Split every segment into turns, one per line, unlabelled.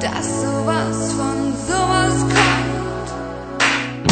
dass sowas von sowas kommt.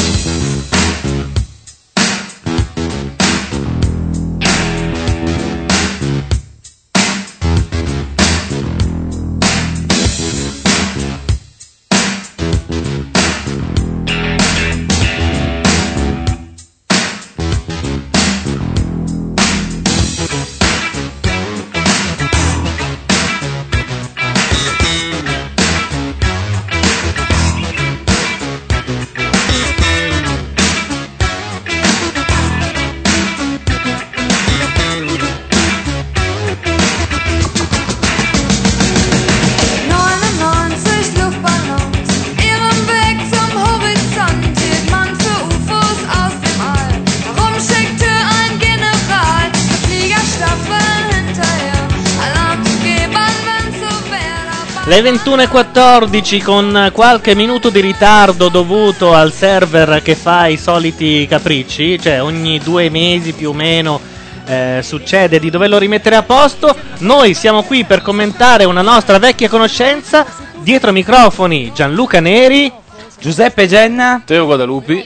Neunundneunzig Luftballons, ihren Weg zum Horizont hielt man für UFOs aus dem All. Warum schickte ein General zwei Fliegerstaffeln hinterher, Alarm zu geben, wenn's so wäre?
Le 21.14 con qualche minuto di ritardo dovuto al server che fa i soliti capricci, cioè ogni due mesi più o meno eh, succede di doverlo rimettere a posto. Noi siamo qui per commentare una nostra vecchia conoscenza. Dietro ai microfoni Gianluca Neri, Giuseppe Genna, Teo Guadalupi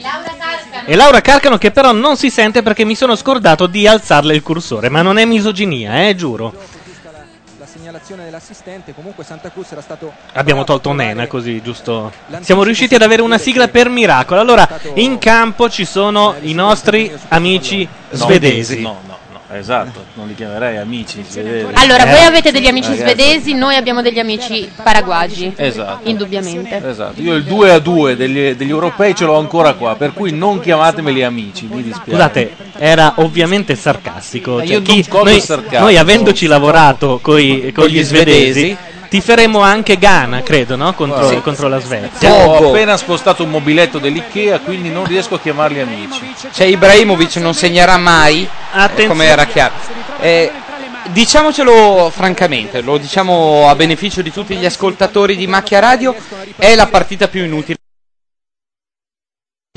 e Laura Carcano che però non si sente perché mi sono scordato di alzarle il cursore, ma non è misoginia, eh, giuro.
La segnalazione dell'assistente, comunque Santa Cruz era stato
Abbiamo tolto Nena così, giusto? Siamo riusciti ad avere una sigla per miracolo. Allora, in campo ci sono i nostri amici svedesi.
No, no, no, esatto, non li chiamerei amici svedesi.
Allora,
Eh,
voi avete degli amici
Eh, Ragazzi,
svedesi, noi abbiamo degli amici paraguagi.
Esatto.
Indubbiamente.
Esatto, io il 2 a 2 degli, degli europei ce l'ho ancora qua, per cui non chiamatemeli amici, mi dispiace.
Scusate, era ovviamente sarcastico.
Eh,
Cioè,
io
chi-
non copio
noi,
il sarcasmo.
noi avendoci lavorato coi- con gli svedesi,
svedesi.
tiferemo anche Ghana, credo, no? contro, contro la Svezia.
Ho appena spostato un mobiletto dell'IKEA, quindi non riesco a chiamarli amici.
Cioè Ibrahimovic non segnerà mai,
Attenzione.
eh, come era chiaro. Eh, diciamocelo francamente, lo diciamo a beneficio di tutti gli ascoltatori di Macchia Radio, è la partita più inutile.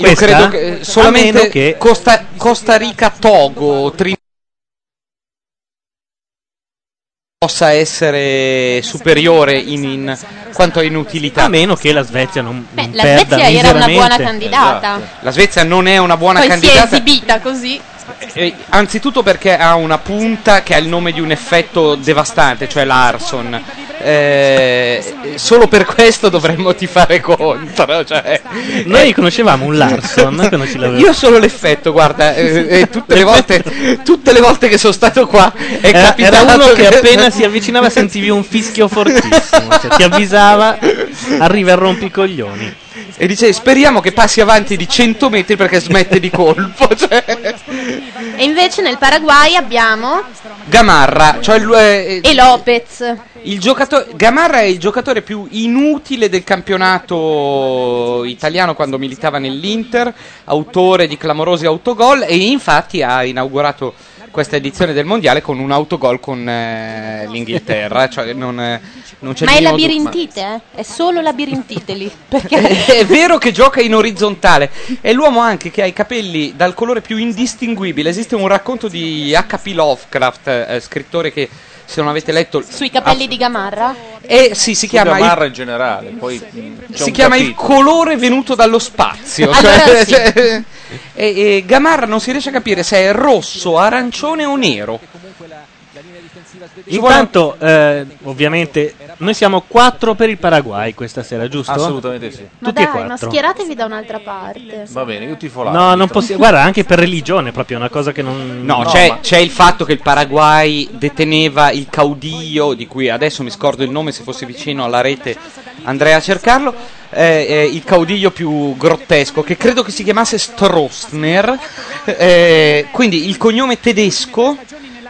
Io
Questa?
credo che eh,
A meno
solamente
che-
Costa, Costa Rica-Togo Trin- possa essere superiore in, in quanto a inutilità. A
meno che la Svezia non,
Beh, la Svezia era una buona
Esatto.
candidata.
La Svezia non è una buona
Poi si è
candidata.
esibita così.
Eh, anzitutto perché ha una punta che ha il nome di un effetto devastante, cioè Larson. Eh, solo per questo dovremmo tifare contro. Cioè,
Noi conoscevamo un Larson quando ci l'avevamo.
Io solo l'effetto, guarda, eh, eh, tutte, le volte, tutte le volte che sono stato qua è
Era,
capitato
era uno che appena si avvicinava sentivi un fischio fortissimo, cioè, ti avvisava, arriva il rompicoglioni.
E dice speriamo che passi avanti di 100 metri perché smette di colpo. Cioè,
E invece nel Paraguay abbiamo
Gamarra, cioè lui è-
E Lopez.
Cioè,
Il giocatore Gamarra è il giocatore più inutile del campionato italiano quando militava nell'Inter, autore di clamorosi autogol e infatti ha inaugurato questa edizione del mondiale con un autogol con eh, l'Inghilterra, cioè non, eh, non c'è
Ma è
minimo du-
labirintite, eh? È solo labirintite lì. Perché
ma- È vero che gioca in orizzontale, è l'uomo anche che ha i capelli dal colore più indistinguibile. Esiste un racconto di H.P. Lovecraft, eh, scrittore che se non avete letto
sui capelli di Gamarra?
Eh sì, si chiama il-
Marra in generale, poi mh, c'è
si
un
chiama il
capitolo. Ah,
colore venuto dallo spazio. cioè-
Allora sì.
cioè- e, e Gamarra non si riesce a capire se è rosso, arancione o nero. Ci vuole-
Intanto, eh, ovviamente, noi siamo quattro per il Paraguay questa sera, giusto?
Assolutamente sì.
Ma
Tutti e
dai, ma
quattro.
schieratevi da un'altra parte.
Va bene, io tifo là.
No, non possiamo. Guarda, anche per religione, proprio è una cosa che non.
No, c'è, c'è il fatto che il Paraguay deteneva il caudillo, di cui adesso mi scordo il nome, se fosse vicino alla rete andrei a cercarlo. eh, eh, il caudillo più grottesco, che credo che si chiamasse Stroessner, eh, quindi il cognome tedesco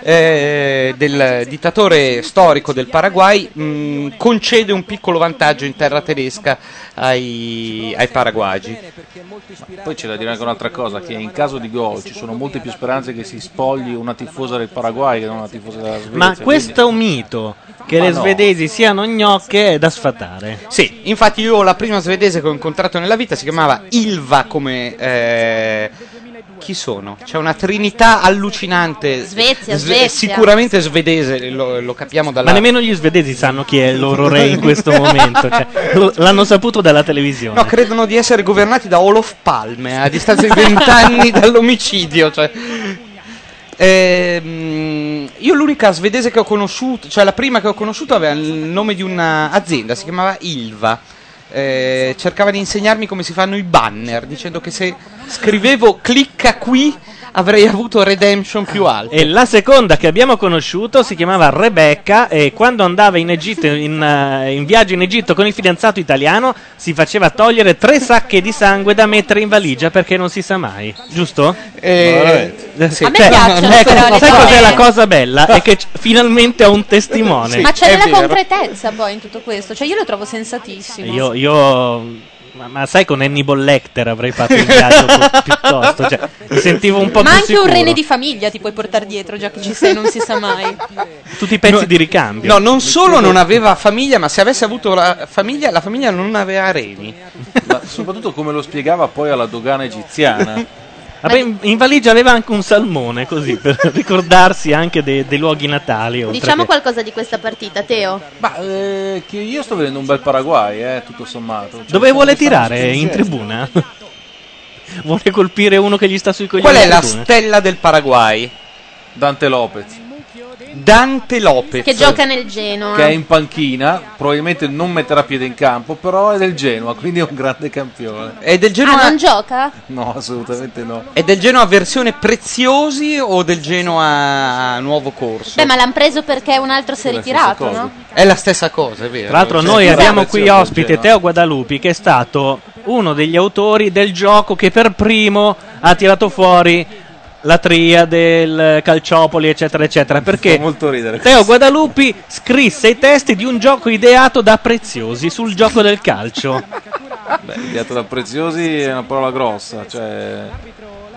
eh, del dittatore storico del Paraguay mh, concede un piccolo vantaggio in terra tedesca ai, ai paraguagi.
Ma Poi c'è da dire anche un'altra cosa, che in caso di gol ci sono molte più speranze che si spogli una tifosa del Paraguay che non una tifosa della Svezia.
Ma questo è un mito. Che
Ma
le
no.
svedesi siano gnocche è da sfatare.
Sì, infatti io la prima svedese che ho incontrato nella vita si chiamava Ilva come eh, chi sono? C'è una trinità allucinante.
Svezia,
Sve-
Svezia.
Sicuramente svedese, lo, lo capiamo dalla.
Ma nemmeno gli svedesi sanno chi è il loro re in questo momento. cioè, lo- l'hanno saputo dalla televisione.
No, credono di essere governati da Olof Palme a distanza di vent'anni dall'omicidio. Cioè. Ehm, io l'unica svedese che ho conosciuto, cioè la prima che ho conosciuto aveva il nome di un'azienda, si chiamava Ilva. Eh, cercava di insegnarmi come si fanno i banner, dicendo che se scrivevo clicca qui avrei avuto redemption più alto.
E la seconda che abbiamo conosciuto si chiamava Rebecca e quando andava in Egitto in, eh, in viaggio in Egitto con il fidanzato italiano si faceva togliere tre sacche di sangue da mettere in valigia perché non si sa mai, giusto?
Eh, Cioè,
Sì.
A me piacciono
ecco,
però le
sai cos'è
cose-
la cosa bella? È che c- finalmente ho un testimone.
Ma c'è della concretezza poi in tutto questo. Cioè, io lo trovo sensatissimo.
Io, io- ma, ma sai con Hannibal Lecter avrei fatto il viaggio pi- piuttosto, cioè, mi sentivo un po'
Ma
più
anche un
sicuro.
rene di famiglia ti puoi portare dietro, già che ci sei, non si sa mai.
Tutti i pezzi di ricambio.
No, non solo non aveva famiglia, ma se avesse avuto la famiglia, la famiglia non aveva reni.
Ma soprattutto come lo spiegava poi alla dogana egiziana.
Vabbè, in- in valigia aveva anche un salmone, così per ricordarsi anche dei, dei luoghi natali. oltre
Diciamo
che-
qualcosa di questa partita, Teo.
Ma eh, che io sto vedendo un bel Paraguay, eh, tutto sommato.
Dove
Cioè, stanno-
vuole
stanno
tirare? In
spingendo.
tribuna? vuole colpire uno che gli sta sui coglioni?
Qual è
in
la
tribuna?
stella del Paraguay?
Dante Lopez,
Dante Lopez.
Che gioca nel Genoa. Ah,
che è in panchina, probabilmente non metterà piede in campo, però è del Genoa, quindi è un grande campione.
È del
Ah,
Genoa.
non gioca?
No, assolutamente no.
è del Genoa versione preziosi o del Genoa nuovo corso?
Beh, ma l'hanno preso perché un altro si è
È la
ritirato,
stessa cosa.
no?
È la stessa cosa, è vero.
Tra l'altro,
Cioè,
noi
Cioè,
abbiamo
guarda,
qui
zio,
ospite
Geno.
Teo Guadalupi, che è stato uno degli autori del gioco che per primo ha tirato fuori la tria del Calciopoli, eccetera, eccetera.
Fa
Perché
molto ridere.
Teo Guadalupi scrisse i testi di un gioco ideato da Preziosi sul gioco del calcio.
Beh, ideato da Preziosi è una parola grossa, cioè...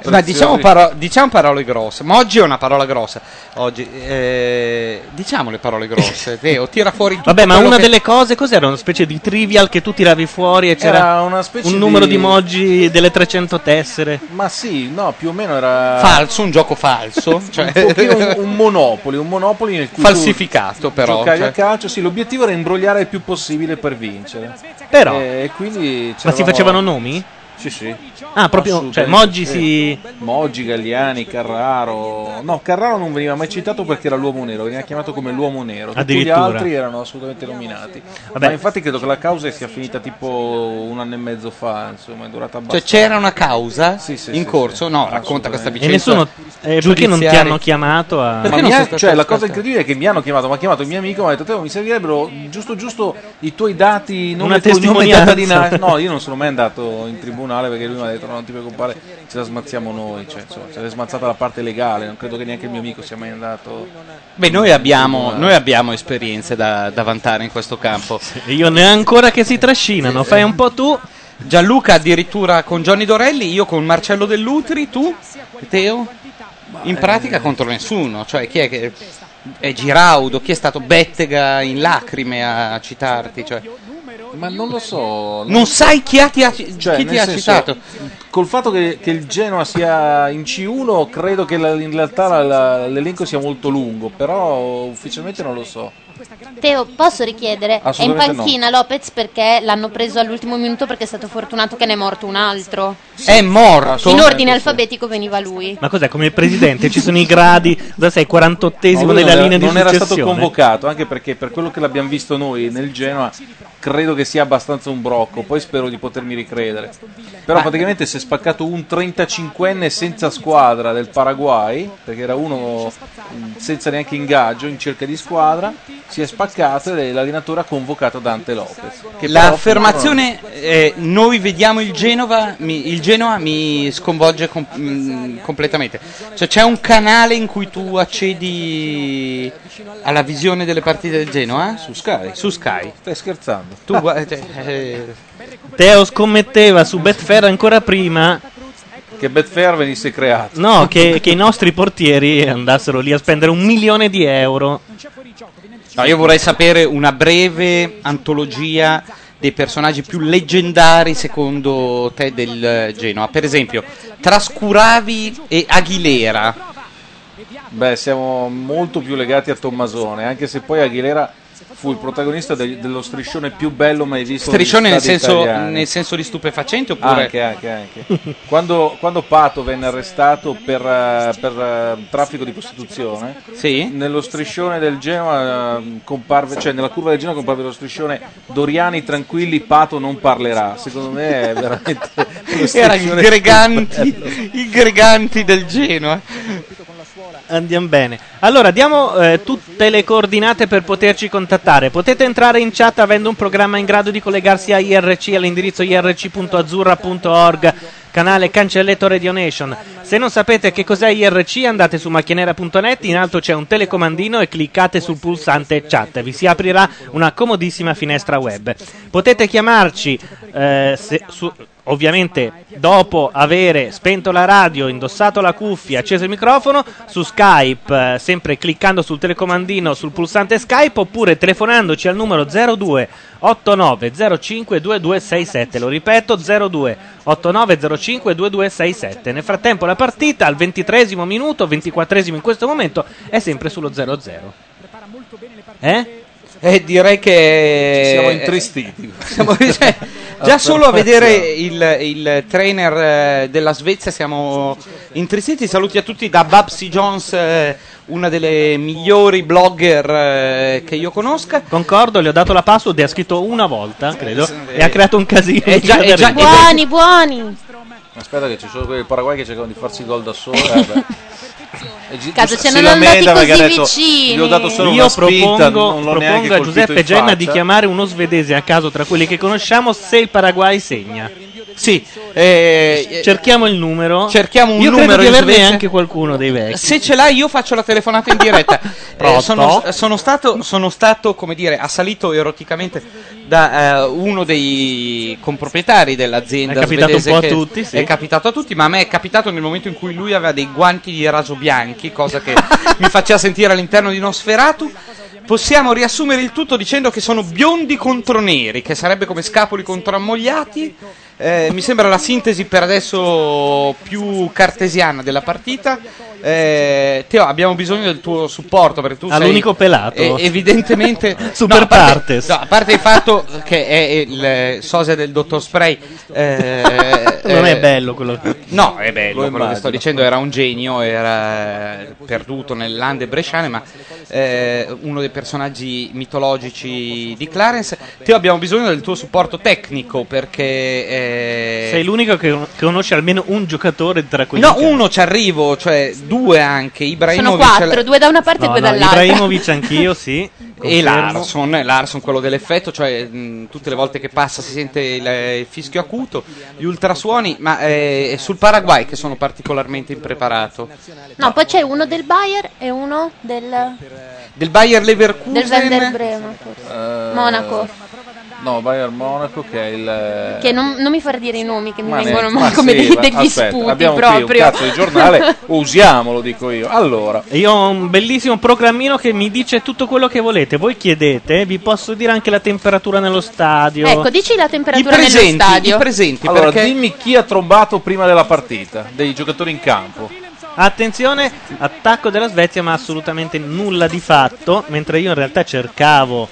Ma diciamo,
Preziosi-
paro- diciamo parole grosse, ma oggi è una parola grossa. Oggi, eh, diciamo le parole grosse, Teo, tira fuori tutto
Vabbè, ma
quello
una
che-
delle cose cos'era? Una specie di trivial che tu tiravi fuori e
Era
c'era
una specie
un numero di
di
moggi delle 300 tessere.
Ma sì, no, più o meno era...
Falso, un gioco falso. cioè-
un, pochino un, un monopoli, un monopoli nel cui
Falsificato,
tu
però,
Giocavi
cioè.
a calcio, sì, l'obiettivo era imbrogliare il più possibile per vincere.
Però-
E quindi
Ma si
Eh, c'eravamo-
facevano nomi?
Sì, sì.
Ah, proprio, cioè,
Assolutamente,
Moggi
sì.
si...
Moggi, Galliani, Carraro. No, Carraro non veniva mai citato perché era l'uomo nero, veniva chiamato come l'uomo nero. Tutti gli
Addirittura.
altri erano assolutamente nominati.
Vabbè.
Ma infatti credo che la causa sia finita tipo un anno e mezzo fa, insomma, è durata
Cioè
abbastanza.
c'era una causa
Sì, sì,
in
sì,
corso?
sì.
No, racconta questa
E
vicenda.
nessuno... eh, perché non ti
giudiziari.
hanno chiamato a...
Perché
Ma
non
mi
sei
ha-
stato
cioè, la
ascoltato?
cosa incredibile è che mi hanno chiamato, mi ha chiamato un mio amico, mi ha detto, Teo, mi servirebbero giusto giusto i tuoi dati, non
Una
il tuo nome di
testimonianza."
data di nascita. No, io non sono mai andato in tribunale perché lui mi ha detto, no, non ti preoccupare, ce la smazziamo noi, cioè, insomma, ce l'è smazzata la parte legale, non credo che neanche il mio amico sia mai andato.
Beh, noi abbiamo, noi abbiamo esperienze da, da vantare in questo campo.
Io ne ho ancora che si trascinano, fai un po' tu.
Gianluca addirittura con Johnny Dorelli, io con Marcello Dell'Utri, tu, Teo? In pratica
eh,
contro nessuno, cioè chi è che... È Giraudo, chi è stato Bettega in lacrime a citarti? Cioè,
Ma non lo so.
non sai chi, ha- ti ha,
Cioè,
chi ti
nel
ha
senso,
citato?
Col fatto che, che il Genoa sia in C1, credo che la- in realtà la- la- l'elenco sia molto lungo, però ufficialmente non lo so.
Teo, posso richiedere? È in
Assolutamente no.
panchina Lopez perché l'hanno preso all'ultimo minuto perché è stato fortunato che ne è morto un altro.
È morto.
In
Assolutamente
ordine
sì.
alfabetico veniva lui.
Ma cos'è, come presidente? Ci sono i gradi, cosa sei, 48esimo nella
No, lui non era-
linea di
non era stato
successione?
convocato anche perché per quello che l'abbiamo visto noi nel Genoa credo che sia abbastanza un brocco poi spero di potermi ricredere però praticamente si è spaccato un 35enne senza squadra del Paraguay perché era uno mh, senza neanche ingaggio in cerca di squadra si è spaccato e l'allenatore ha convocato Dante Lopez che però-
L'affermazione eh, noi vediamo il Genova, mi, il Genoa mi sconvolge com- mm, completamente. Cioè c'è un canale in cui tu accedi alla visione delle partite del Genoa?
su Sky
Su Sky.
stai scherzando
Tu gua- cioè, eh,
Teo scommetteva su Betfair ancora prima
che Betfair venisse creato
No, che, che i nostri portieri andassero lì a spendere un milione di euro.
no, io vorrei sapere una breve antologia dei personaggi più leggendari secondo te del eh, Genoa? Per esempio, trascuravi e Aguilera.
Beh, siamo molto più legati a Tommasone, anche se poi Aguilera fu il protagonista de- dello striscione più bello mai visto. negli
Striscione nel
stadi
senso,
italiani.
nel senso di stupefacente oppure...
Anche, anche, anche. quando, quando Pato venne arrestato per, eh, per, eh, traffico di prostituzione, nello striscione del Genoa eh, comparve, cioè nella curva del Genoa comparve lo striscione Doriani tranquilli, Pato non parlerà. Secondo me è veramente lo
Era
striscione
il
più bello.
Greganti, i Greganti del Genoa.
Andiamo bene. Allora, diamo eh, tutte le coordinate per poterci contattare. Potete entrare in chat avendo un programma in grado di collegarsi a IRC all'indirizzo irc.azzurra.org, canale cancelletto Radio Nation. Se non sapete che cos'è IRC, andate su macchinera.net, in alto c'è un telecomandino e cliccate sul pulsante chat. Vi si aprirà una comodissima finestra web. Potete chiamarci eh, se- su- ovviamente dopo avere spento la radio, indossato la cuffia, acceso il microfono su Skype, eh, sempre cliccando sul telecomandino sul pulsante Skype oppure telefonandoci al numero 02 8905 2267. Lo ripeto 02 8905 2267. Nel frattempo la partita al 23 minuto, 24esimo in questo momento è sempre sullo 00. Eh?
Eh, direi che...
Ci siamo
eh,
intristiti.
siamo- cioè, già solo a vedere il, il trainer eh, della Svezia siamo intristiti. Saluti a tutti da Babsy Jones, eh, una delle migliori blogger eh, che io conosca.
Concordo, le ho dato la password e ha scritto una volta, credo, e ha creato un casino.
È Eh, già- è già-
Buoni, buoni.
Aspetta che ci sono quelli del Paraguay che cercano di farsi gol da solo. eh, beh. E gi-
Cazzo,
si
ce ne
lamenta
andati
perché
così
ha detto,
vicini.
Gli ho dato solo
Io
una spinta,
propongo,
non l'ho
propongo
neanche
a
colpito
Giuseppe
in
Genna
faccia."
di chiamare uno svedese a caso tra quelli che conosciamo se il Paraguay segna. eh,
Sì,
cerchiamo il numero.
cerchiamo un
Io credo
numero
di
in
averne
Svezia.
anche qualcuno dei vecchi.
Se ce l'hai, io faccio la telefonata in diretta. Eh,
Pronto?
sono, sono stato, sono stato, come dire, assalito eroticamente da eh, uno dei comproprietari dell'azienda.
È capitato
svedese
un po' a
che-
tutti, sì.
È capitato a tutti, ma a me è capitato nel momento in cui lui aveva dei guanti di raso bianchi, cosa che mi faceva sentire all'interno di Nosferatu. Possiamo riassumere il tutto dicendo che sono biondi contro neri, che sarebbe come scapoli contro ammogliati. Eh, mi sembra la sintesi per adesso più cartesiana della partita. Eh, Teo, abbiamo bisogno del tuo supporto perché tu
All'unico
sei
pelato.
e- evidentemente
Super
a parte-
partes.
no, a parte il fatto che è il eh, sosia del dottor Spray. eh,
non
eh,
è bello quello.
No, è bello,
Lo
quello che
immagino.
sto dicendo era un genio, era eh, perduto nelle lande bresciane, ma eh, uno dei personaggi mitologici di Clarence. Teo, abbiamo bisogno del tuo supporto tecnico perché... eh,
Sei l'unico che che conosce almeno un giocatore tra quelli
No,
che-
uno ci arrivo, cioè due anche, Ibrahimovic
Sono
e la-
quattro, due da una parte e
No,
due
no,
dall'altra.
Ibrahimovic anch'io, sì.
E
confermo.
Larson, eh, Larson, quello dell'effetto, cioè mh, tutte le volte che passa si sente il, eh, il fischio acuto, gli ultrasuoni, ma eh, è sul Paraguay che sono particolarmente impreparato.
No, poi c'è uno del Bayer e uno del,
Del Bayer
del Werder
Leverkusen,
Bremen. forse.
Eh,
Monaco.
No, Bayern Monaco che è il... eh,
Che non, non mi far dire i nomi che mi
Ma ne-
vengono
ma
come
sì,
dei-
ma
degli
aspetta,
sputi
abbiamo qui
proprio.
un cazzo di giornale, usiamolo, dico io. Allora,
E Io ho un bellissimo programmino che mi dice tutto quello che volete. Voi chiedete, vi posso dire anche la temperatura nello stadio.
Ecco, dici la temperatura
presenti,
nello stadio.
i presenti,
allora
perché-
dimmi chi ha trombato prima della partita, dei giocatori in campo.
Attenzione, attacco della Svezia, ma assolutamente nulla di fatto. Mentre io in realtà cercavo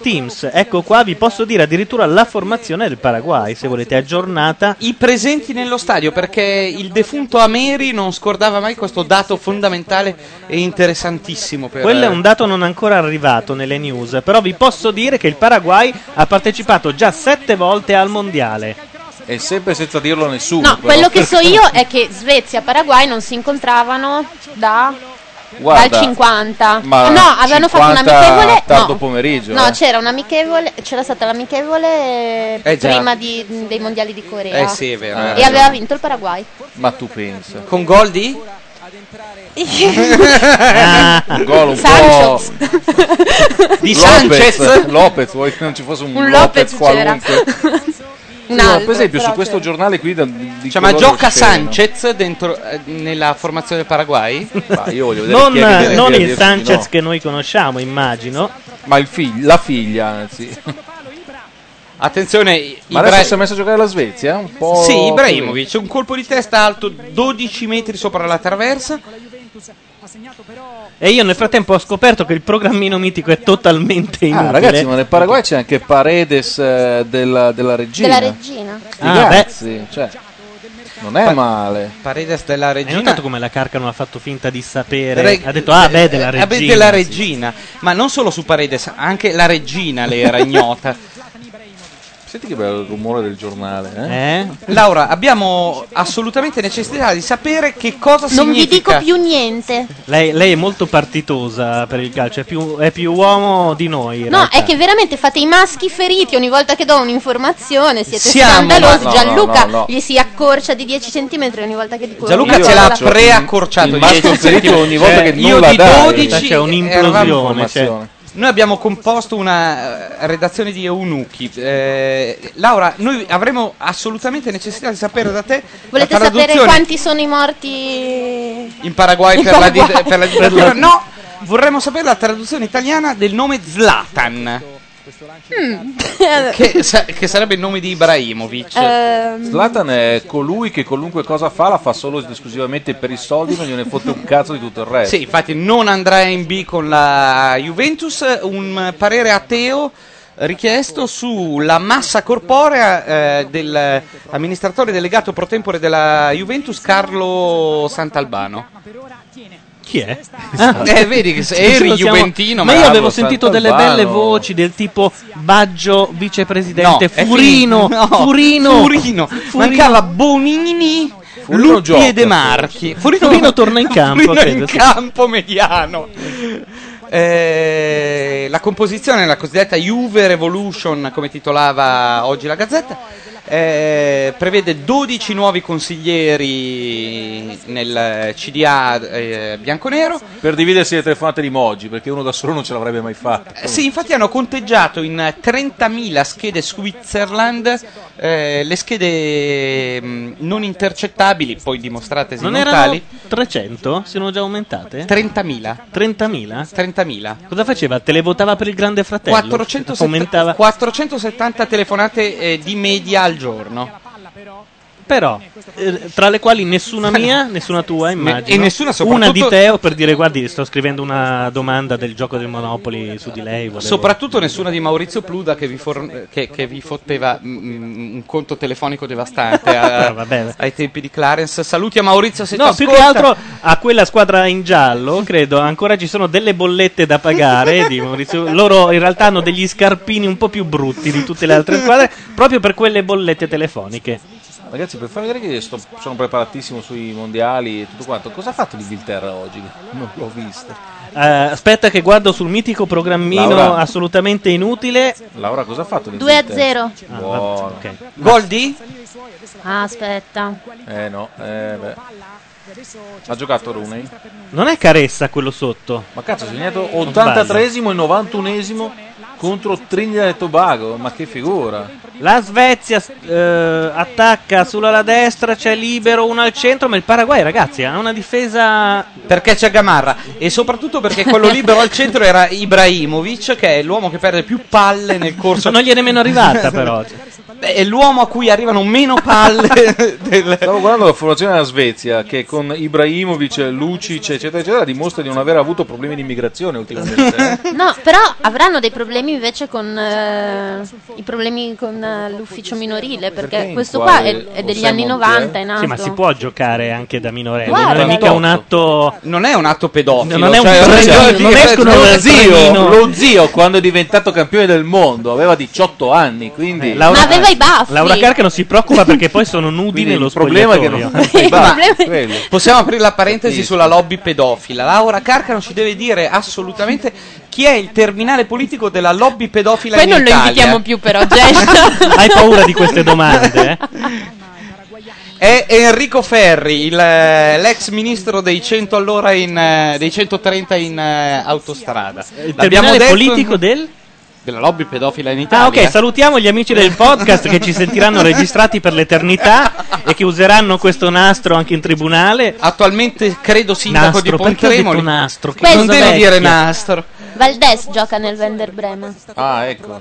Teams. Ecco qua, vi posso dire addirittura la formazione del Paraguay, se volete, aggiornata.
i presenti nello stadio, perché il defunto Ameri non scordava mai questo dato fondamentale e interessantissimo. Per,
Quello è un dato non ancora arrivato nelle news, però vi posso dire che il Paraguay ha partecipato già sette volte al mondiale.
E sempre senza dirlo a nessuno.
No, quello che so io è che Svezia e Paraguay non si incontravano da
Guarda,
dal 50.
ma
no, avevano fatto
50
un'amichevole.
tardo
no.
pomeriggio,
No,
eh.
c'era un'amichevole, c'era stata l'amichevole
Eh già.
prima di- dei mondiali di Corea.
Eh sì, è vero, hai
E
ragione.
aveva vinto il Paraguay.
Ma tu pensa.
Con gol di?
Eh,
Ah,
un gol un po'
Sanchez.
Di
Lopez,
Sanchez?
Lopez, vuoi che non ci fosse un,
Un Lopez
Lopez,
c'era.
qualunque.
Un
Sì, ma
altro,
per esempio
però
su questo
c'era.
giornale qui da- di
Cioè, ma
colore
gioca
scemo.
Sanchez dentro, eh, nella formazione del Paraguay?
Ma io voglio vedere
Non,
chi è che deve
non
dire
il
di
Sanchez
no.
che noi conosciamo, immagino.
Ma il figlio, la figlia, anzi.
Attenzione,
Ma
Ibra-
adesso si è messo a giocare la Svezia? Un po'
Sì, Ibrahimovic, un colpo di testa alto 12 metri sopra la traversa.
E io nel frattempo ho scoperto che il programmino mitico è totalmente inutile.
Ah, ragazzi, ma nel Paraguay c'è anche Paredes eh, della, della regina.
Della regina.
Ah, beh.
Ragazzi, cioè, non è male.
Paredes della
Hai
regina.
notato come la Carcano ha fatto finta di sapere?
Reg-
ha detto, ah, beh, della
Eh,
regina.
beh, della
sì.
regina. Ma non solo su Paredes, anche la regina le era ignota.
Senti che bello il rumore del giornale. Eh?
Eh?
Laura, abbiamo assolutamente necessità di sapere che cosa
Non vi
significa.
dico più niente.
Lei, lei è molto partitosa per il calcio, è più, è più uomo di noi. in
No,
realtà.
è che veramente fate i maschi feriti ogni volta che do un'informazione. Siete
Siamo-
No,
scandalosi.
no,
Gianluca
no, no.
gli si accorcia di 10 cm ogni volta che dico
Gianluca
una
ce l'ha
parola.
preaccorciato
il
di 10
maschio ferito ogni volta
Cioè,
che
io
non la
di
dai.
12
Cioè, C'è un'implosione. cioè.
Informazione.
Noi abbiamo composto una eh, redazione di eunuchi. Eh, Laura, noi avremo assolutamente necessità di sapere da te
Volete
la
sapere
traduzione
quanti sono i morti?
in Paraguay
in
per, la di-
Paraguay?
per la dittatura? No, vorremmo sapere la traduzione italiana del nome Zlatan,
Mm.
che, sa- che sarebbe il nome di Ibrahimovic.
Ehm,
Zlatan è colui che qualunque cosa fa la fa solo ed esclusivamente per i soldi, non gliene fotte un cazzo di tutto il resto.
Sì, infatti non andrà in B con la Juventus. Un parere ateo richiesto sulla massa corporea eh, dell'amministratore delegato pro tempore della Juventus, Carlo Sant'Albano.
Chi è?
Eh, vedi che se eri
Lo siamo-
juventino,
Ma
ma
io
la-
avevo
Bravo,
sentito delle
Sant'Albano.
belle voci del tipo Baggio, vicepresidente,
No, è
Furino,
finito. No,
Furino,
Furino. Mancava Bonini,
Furino
Lutti
gioca,
e De Marchi.
Furino, torna in campo.
Furino in
credo, sì.
campo mediano. Eh, la composizione, la cosiddetta Juve Revolution, come titolava oggi la Gazzetta, eh, prevede 12 nuovi consiglieri nel CDA eh, bianconero.
Per dividersi le telefonate di Moggi, perché uno da solo non ce l'avrebbe mai fatta.
Eh, Sì, infatti hanno conteggiato in 30.000 schede Switzerland eh, le schede mh, non intercettabili, poi dimostratesi non,
Non erano
tali.
300? Si erano già aumentate?
30.000.
30.000?
30.000.
Cosa faceva? Televotava per il Grande Fratello?
470
cioè, Aumentava.
470 telefonate eh, di media al giorno
Però, eh, tra le quali nessuna mia, nessuna tua, immagino.
e nessuna soprattutto-
Una di Teo per dire, guardi, sto scrivendo una domanda del gioco del Monopoli su di lei. volevo-
soprattutto nessuna di Maurizio Pluda che vi, for- che, che vi fotteva mm, mm, un conto telefonico devastante a-
Ah, vabbè.
ai tempi di Clarence saluti a Maurizio se
No,
t'ascolta.
più che altro a quella squadra in giallo, credo, ancora ci sono delle bollette da pagare di Maurizio. Loro in realtà hanno degli scarpini un po' più brutti di tutte le altre squadre, proprio per quelle bollette telefoniche.
Ragazzi, per farvi vedere che sto- sono preparatissimo sui mondiali e tutto quanto, cosa ha fatto l'Inghilterra oggi? Non l'ho visto.
Eh, aspetta che guardo sul mitico programmino
Laura.
assolutamente inutile.
Laura, cosa ha fatto
2 a
l'Inghilterra?
0.
Ah,
Buono.
vabbè, ok.
gol di
Ah, aspetta.
Eh no, eh, beh. Ha giocato Rooney?
Non è Caressa quello sotto.
Ma cazzo, ha segnato 83esimo e 91esimo contro Trinidad e Tobago, ma che figura.
La Svezia eh, attacca sulla la destra, c'è libero uno al centro, ma il Paraguay ragazzi ha una difesa...
perché c'è Gamarra e soprattutto perché quello libero al centro era Ibrahimovic che è l'uomo che perde più palle nel corso
Non gli è nemmeno arrivata però.
Beh, è l'uomo a cui arrivano meno palle del,
Stavo guardando la formazione della Svezia che con Ibrahimovic, Lucic, eccetera, eccetera, dimostra di non aver avuto problemi di immigrazione ultimamente. eh.
No, però avranno dei problemi invece con eh, i problemi con eh, l'ufficio minorile, perché,
Perché in
questo qua
quale-
è, è
o
degli
sei
anni
Monti,
90
eh?
in alto.
Sì, ma si può giocare anche da minorelli,
Guarda,
non è mica
88.
un atto...
Non è un atto pedofilo.
Non è un
cioè,
pedofilo,
voglio
non
dire,
escono
lo
dal
zio.
trenino.
Io, lo zio, quando è diventato campione del mondo, aveva 18 anni, quindi...
Eh, Laura-
Ma aveva i baffi.
Laura Carca non si preoccupa perché poi sono nudi
quindi
nello
il problema è che
spogliatoio.
non sei
problema è-
quello.
Possiamo aprire la parentesi sulla lobby pedofila. Laura Carcano ci deve dire assolutamente chi è il terminale politico della lobby pedofila
Poi
in
non lo
Italia.
invitiamo più però, Jess.
Hai paura di queste domande? eh?
È Enrico Ferri, il, eh, l'ex ministro dei 100 all'ora in, eh, dei 130 in eh, autostrada.
Il
L'abbiamo
terminale
detto-
politico del...
della lobby pedofila in Italia.
Ah ok, salutiamo gli amici del podcast che ci sentiranno registrati per l'eternità e che useranno questo nastro anche in tribunale.
Attualmente credo sindaco
Nastro,
di
perché ho detto
Pontremoli.
nastro? Che
non
cosa
devo
vecchia.
dire nastro.
Valdez gioca nel Vender Brema.
Ah, ecco.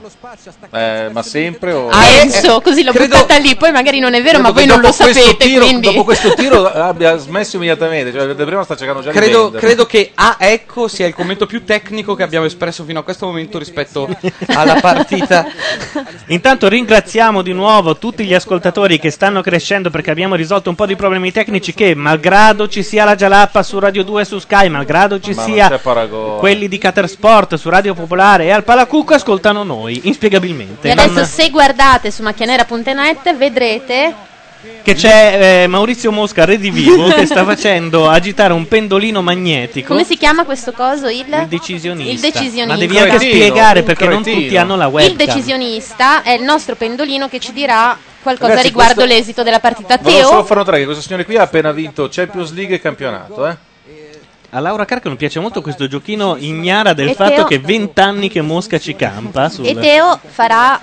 Eh, ma sempre o...
Ah,
Eh,
Eh,
Enzo, così l'ho buttata lì, poi magari non è vero, ma voi non lo sapete,
tiro,
quindi...
Dopo questo tiro abbia smesso immediatamente. Cioè, De Brema sta cercando già
Credo,
di vendere.
credo che a ecco sia il commento più tecnico che abbiamo espresso fino a questo momento rispetto alla partita.
Intanto ringraziamo di nuovo tutti gli ascoltatori che stanno crescendo perché abbiamo risolto un po' di problemi tecnici che malgrado ci sia la Gialappa su Radio 2 e su Sky, malgrado ci
Ma non c'è
sia
paragone.
quelli di Catersport su Radio Popolare e al Palacucco ascoltano noi, inspiegabilmente.
E adesso
Non-
se guardate su macchianera.net vedrete
Che c'è eh, Maurizio Mosca, redivivo, che sta facendo agitare un pendolino magnetico.
come si chiama questo coso il,
il decisionista.
Il decisionista.
Ma devi anche
Cretino,
spiegare
un
perché non
cretino.
tutti hanno la webcam.
il decisionista è il nostro pendolino che ci dirà qualcosa
Ragazzi,
riguardo
questo-
l'esito della partita.
Volevo solo
Teo,
far notare che questo signore qui ha appena vinto Champions League e campionato. Eh?
A Laura Carca non piace molto questo giochino ignara del
E
fatto
Teo-
che 20 anni che Mosca ci campa sul
e Teo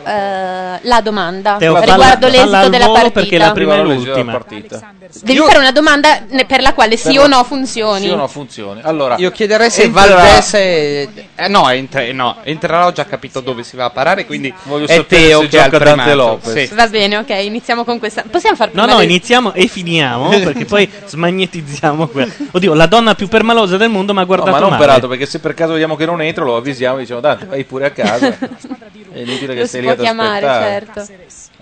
farà eh, la domanda
Teo, falla-
riguardo
falla
l'esito
al
della
volo
partita.
perché la prima e
Prima leggeva la
l'ultima.
partita.
Devi fare una domanda ne- per la quale sì
Per la-
o no funzioni.
Sì o no funzioni? Allora,
Io chiederei se
entrerà-
Valdez è... eh, no, entra- no, entrerà, ho già capito dove si va a parare, quindi
Voglio
è
sapere
Teo
se
che ha il
gioca Dante
primato.
Lopez.
Sì.
Va bene, ok, iniziamo con questa. Possiamo far
No,
prima
no,
del-
iniziamo e finiamo perché poi smagnetizziamo. que- Oddio, la donna più permalosa del mondo mi ha
No,
guardato
ma non
male.
peraltro, perché se per caso vediamo che non entro, lo avvisiamo e diciamo, Dante, vai pure a casa. È inutile che
Lo
stai
si
lì ad
può chiamare,
aspettare.
certo.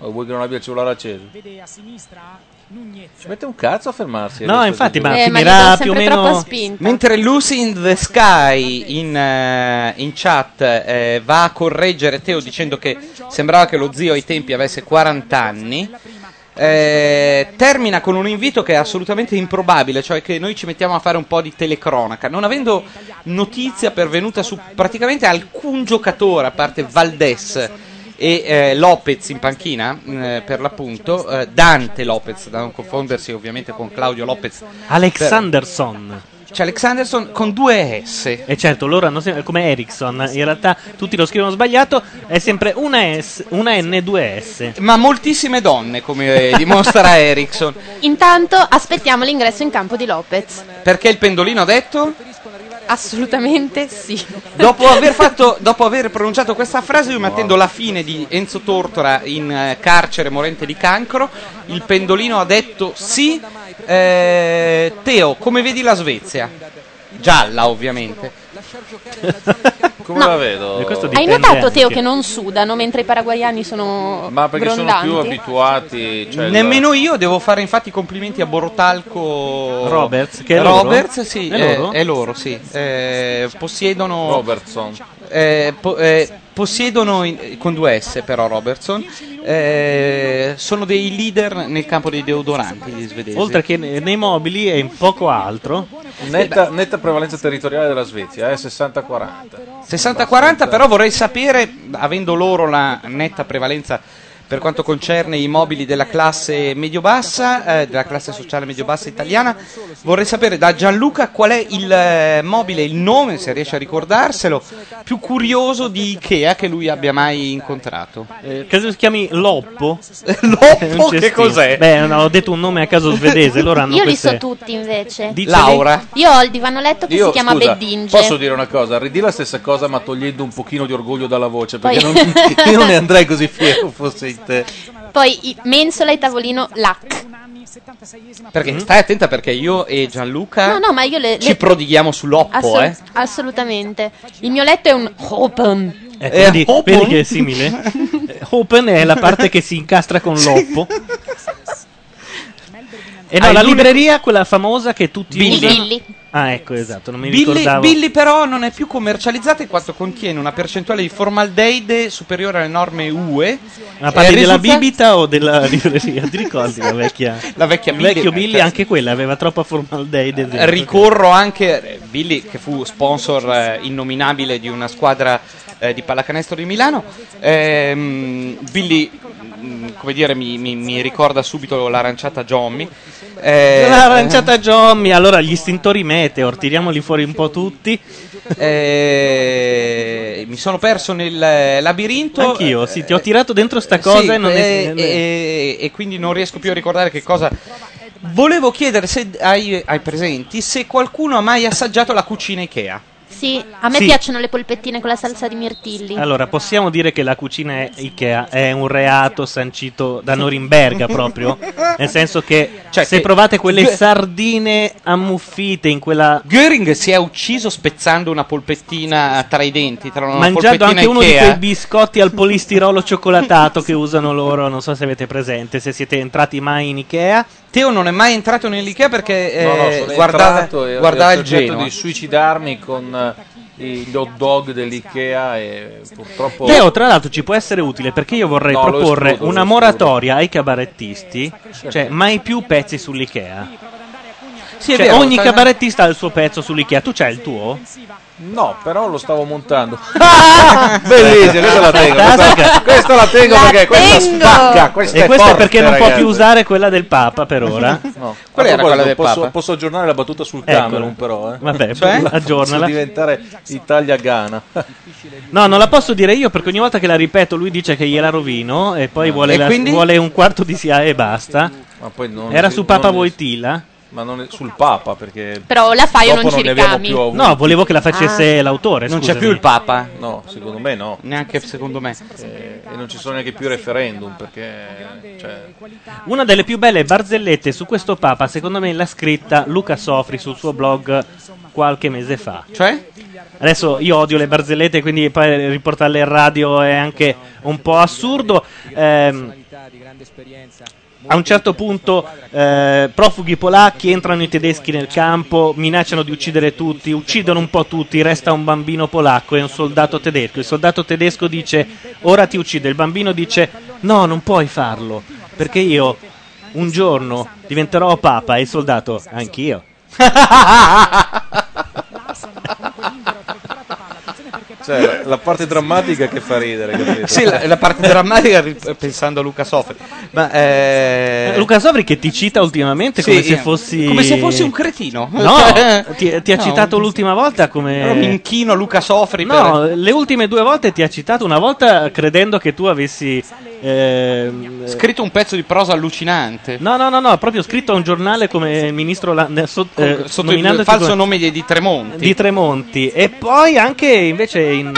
O vuoi che non abbia il cellulare acceso?
Vede a sinistra Nunez.
Ci mette un cazzo a fermarsi.
No,
adesso,
infatti,
Giulio.
ma
Eh, ma gli
finirà
do
più o
sempre
meno-
troppa spinta.
Mentre Lucy in the Sky in, eh, in chat eh, va a correggere Teo dicendo che sembrava che lo zio ai tempi avesse 40 anni, eh, termina con un invito che è assolutamente improbabile, cioè che noi ci mettiamo a fare un po' di telecronaca, non avendo notizia pervenuta su praticamente alcun giocatore, a parte Valdes e eh, Lopez in panchina eh, per l'appunto, eh, Dante Lopez, da non confondersi ovviamente con Claudio Lopez.
Alexanderson.
C'è Cioè, Alexanderson con due S.
E certo, loro hanno sempre, come Ericsson, in realtà tutti lo scrivono sbagliato, è sempre una, S, una N, due S.
Ma moltissime donne, come eh, dimostra Ericsson.
Intanto aspettiamo l'ingresso in campo di Lopez.
Perché il pendolino ha detto?
Assolutamente sì.
Dopo aver, fatto, dopo aver pronunciato questa frase, io mi attendo la fine di Enzo Tortora in eh, carcere morente di cancro. Il pendolino ha detto sì. Eh, Teo, come vedi la Svezia? Gialla, ovviamente.
Eh, Come
No.
la vedo?
E questo
Hai
Dipende
notato, Teo,
anche.
che non sudano mentre i paraguayani sono
Ma perché sono
grondanti?
più abituati. Cioè
Nemmeno io devo fare infatti i complimenti a Borotalco
Roberts, che è loro?
Roberts, sì,
È
eh,
loro?
è loro, sì. Eh, possiedono
Robertson.
Eh, po- eh, possiedono in- con due S però Robertson eh, sono dei leader nel campo dei deodoranti gli svedesi
Oltre che ne- nei mobili e in poco altro.
Netta, netta prevalenza territoriale della Svezia, eh, 60-40.
60-40 però vorrei sapere avendo loro la netta prevalenza per quanto concerne i mobili della classe medio-bassa, eh, della classe sociale medio-bassa italiana, vorrei sapere da Gianluca qual è il eh, mobile, il nome, se riesce a ricordarselo, più curioso di Ikea che lui abbia mai incontrato.
Eh, Credo si chiami Loppo. È un
Oh,
Loppo, che
cestino.
cos'è?
Beh, no, ho detto un nome a caso svedese, loro hanno
Io li
queste...
so tutti invece.
Diceli.
Laura.
Io ho il divano letto che
Io,
si chiama
scusa,
Beddinge.
Posso dire una cosa? Ridì la stessa cosa, ma togliendo un pochino di orgoglio dalla voce, perché
Poi-
non- io non ne andrei così fiero fossi in te.
Poi i- mensola e tavolino lac.
Perché stai attenta perché io e Gianluca
No, no, ma io le... le-
ci prodighiamo sull'oppo,
assol-
eh.
Assolutamente. Il mio letto è un open.
Eh,
Eh,
quindi,
Open?
vedi che è simile? Eh, Open è la parte che si incastra con Loppo. E no,
Hai
la
l'unico-
libreria, quella famosa che tutti
Ah, Billy.
usano.
Billy.
Ah, ecco, esatto, non mi
Billy,
ricordavo.
Billy però non è più commercializzata in quanto contiene una percentuale di formaldeide superiore alle norme UE.
Ma parli
Eh,
della
risulta-
bibita o della libreria? Ti ricordi la vecchia?
La vecchia
il
Billy.
vecchio Billy,
eh,
anche quella aveva troppa formaldeide dentro.
Ricorro anche eh, Billy che fu sponsor eh, innominabile di una squadra eh, di pallacanestro di Milano. Ehm, Billy, mm, come dire, mi, mi- mi ricorda subito l'aranciata Jommy. Eh,
L'aranciata Jommy, allora gli istintori meteor, tiriamoli fuori un po' tutti.
Eh, mi sono perso nel eh, labirinto.
Anch'io, sì, ti ho tirato dentro sta
Eh,
cosa
sì,
e non è...
eh, eh, e quindi non riesco più a ricordare che cosa. Volevo chiedere se- ai, ai presenti se qualcuno ha mai assaggiato la cucina Ikea.
Sì, a me
Sì.
piacciono le polpettine con la salsa di mirtilli.
Allora, possiamo dire che la cucina è- Ikea è un reato sancito da Norimberga proprio? Nel senso che
Cioè
se
che-
provate quelle
Gö-
sardine ammuffite in quella...
Mm,
Göring si è ucciso spezzando una polpettina eh, tra i denti, tra una
Mangiando
polpettina
anche uno di
Ikea.
quei biscotti al polistirolo cioccolatato che usano loro, non so se avete presente, se siete entrati mai in Ikea.
Teo non è mai entrato nell'Ikea perché
No, no,
eh,
sono
guardava,
entrato e ho-
guardava
e ho
il
cercato
Genoa.
di suicidarmi con eh, gli hot dog dell'Ikea e purtroppo
Teo, tra l'altro, ci può essere utile perché io vorrei
No, lo
proporre
escludo, lo
una
escludo.
moratoria ai cabarettisti, cioè mai più pezzi sull'Ikea.
Sì, è
Cioè,
vero,
ogni
sta-
cabarettista ha il suo pezzo sull'Ikea, tu c'hai il tuo?
No, però lo stavo montando.
Bellissimo,
questa la tengo.
Ah,
Fantastica.
Questa, questa la tengo
La
perché questa
tengo.
spacca, questa
e
è
questo è
forte,
perché non può
ragazzi.
più usare quella del Papa per ora.
No.
Qual
A
era
proposito,
quella del
posso,
Papa?
posso aggiornare la battuta sul
Eccola.
Camerun però, eh?
Vabbè,
Cioè?
aggiornala.
Posso diventare Italia-Ghana.
No, non la posso dire io perché ogni volta che la ripeto lui dice che gliela rovino e poi vuole,
Ah. E
la-
quindi?
vuole un quarto di SIA e basta.
Ma poi non-
Era su Papa
non-
Voitila?
Ma non è- sul Papa perché
Però la fai o
dopo
non ci
ne abbiamo
ricami.
più avuti.
No, volevo che la facesse l'autore.
Ah. Non c'è
scusami.
più il Papa,
eh, No, secondo me no.
neanche secondo me.
Eh, e non ci sono neanche più referendum perché cioè,
Una delle più belle barzellette su questo Papa, secondo me, l'ha scritta Luca Sofri sul suo blog qualche mese fa.
Cioè?
Adesso io odio le barzellette, quindi poi riportarle in radio è anche un po' assurdo. Ehm, a un certo punto eh, profughi polacchi entrano i tedeschi nel campo, minacciano di uccidere tutti, uccidono un po' tutti, resta un bambino polacco e un soldato tedesco. Il soldato tedesco dice ora ti uccido, il bambino dice no, non puoi farlo, perché io un giorno diventerò papa e il soldato anch'io.
cioè, la, la parte drammatica che fa ridere, capito?
Sì, la, la parte drammatica ri- pensando a Luca Sofri. Ma eh,
Eh, Luca Sovri che ti cita ultimamente
sì,
come se
eh,
fossi...
come se fossi un cretino.
No, ti, ti ha
Cioè, No,
citato
un-
l'ultima volta
Io mi
come...
inchino a Luca Sofri
Eh. No, eh. le ultime due volte ti ha citato una volta credendo che tu avessi... ehm,
per scritto un pezzo di prosa allucinante.
No, no, no, no, proprio scritto a un giornale come il ministro... La, ne- so- eh,
sotto il
nominandoti
falso
come-
nome di, di Tremonti.
di Tremonti e poi anche invece in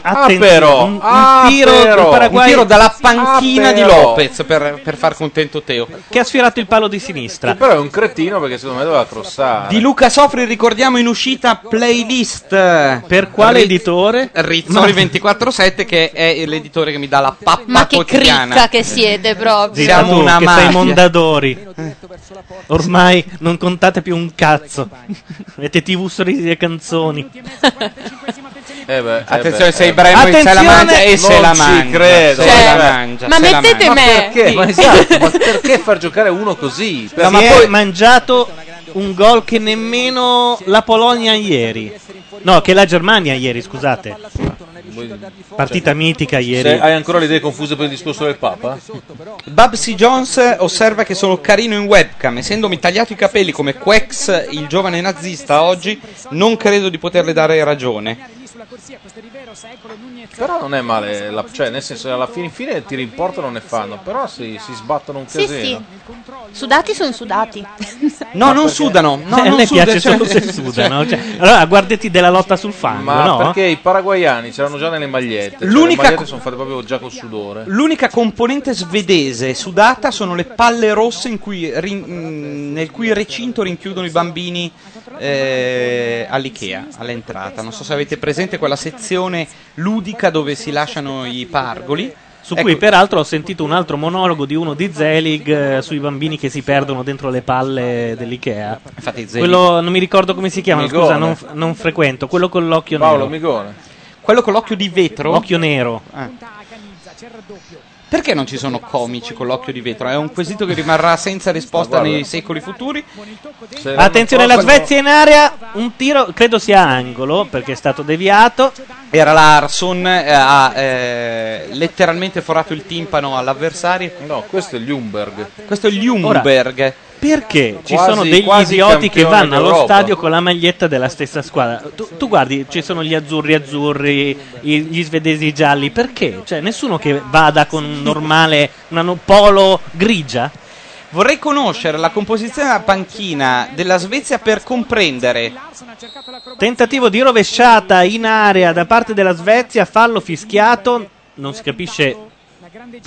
Ah,
Attenzione,
però,
un, un
ah,
tiro del
però,
un
Paraguay
tiro dalla panchina
Ah,
di
però.
Lopez per, per far contento Teo.
che ha sfiorato il palo di sinistra.
Però è un cretino perché secondo me doveva crossare.
Di Luca Sofri ricordiamo in uscita playlist. Per
quale editore?
Rizzoli 24-7 che è l'editore che mi dà la pappa
Ma che
quotidiana.
cricca che siete proprio.
Zitta
Siamo
tu,
una
che
mafia. Eh.
sei Mondadori. Ormai non contate più un cazzo. Avete TV sorrisi e canzoni.
Eh beh, eh
Attenzione,
beh,
se
eh beh.
Ibrahimovic se la
Attenzione!
mangia e se
Non
la
ci
mangia.
credo.
Se
Cioè,
la mangia,
ma
se la
mettete
mangia.
me-
Perché?
Sì.
Ma esatto, ma perché far giocare uno così?
Ma,
Perché-
poi mangiato un gol che nemmeno la Polonia ieri. No, che la Germania ieri, scusate. Partita mitica
Se
ieri.
Cioè, hai ancora le idee confuse per il discorso del Papa?
Babsy Jones osserva che sono carino in webcam. Essendomi tagliato i capelli come Quex, il giovane nazista, oggi non credo di poterle dare ragione.
Però non è male, la- cioè nel senso alla fine, fine ti rimportano ne fanno, però si, si sbattono un
Sì,
casino.
sì. Sudati sono sudati.
No, non sudano. No,
Eh, a
non
me
suda,
piace
cioè-
solo se sudano. Cioè, allora, guardati della lotta sul fango,
Ma
no?
perché i paraguayani c'erano già nelle magliette? Cioè,
L'unica
le
co-
magliette sono fatte proprio già col sudore.
L'unica componente svedese sudata sono le palle rosse in cui rin- mh, nel cui recinto rinchiudono i bambini eh, all'Ikea, all'entrata. Non so se avete presente quella sezione ludica dove si lasciano i pargoli.
Su
Ecco,
cui peraltro ho sentito un altro monologo di uno di Zelig eh, sui bambini che si perdono dentro le palle dell'Ikea.
infatti, Zelig- quello...
Quello non mi ricordo come si chiama,
Migone.
scusa, non, f- non frequento, quello con l'occhio nero.
Paolo Migone.
con l'occhio di vetro.
Occhio nero.
Eh. Perché non ci sono comici con l'occhio di vetro? È un quesito che rimarrà senza risposta
Ma guarda.
nei secoli futuri.
Se
Attenzione,
non
la
so, quello-
Svezia in area, un tiro, credo sia angolo perché è stato deviato.
Era Larson, eh, ha eh, letteralmente forato il timpano all'avversario.
No, questo è Ljungberg.
Questo è Ljungberg.
Perché ci
Quasi-
sono degli
quasi
idioti che
campione
vanno allo
d'Europa.
stadio con la maglietta della stessa squadra? Tu, tu guardi, ci sono gli azzurri azzurri, i- gli svedesi gialli, perché? Cioè, nessuno che vada con un normale, una no- polo grigia?
Vorrei conoscere la composizione della panchina della Svezia per comprendere.
Tentativo di rovesciata in area da parte della Svezia, fallo fischiato, non si capisce. perché.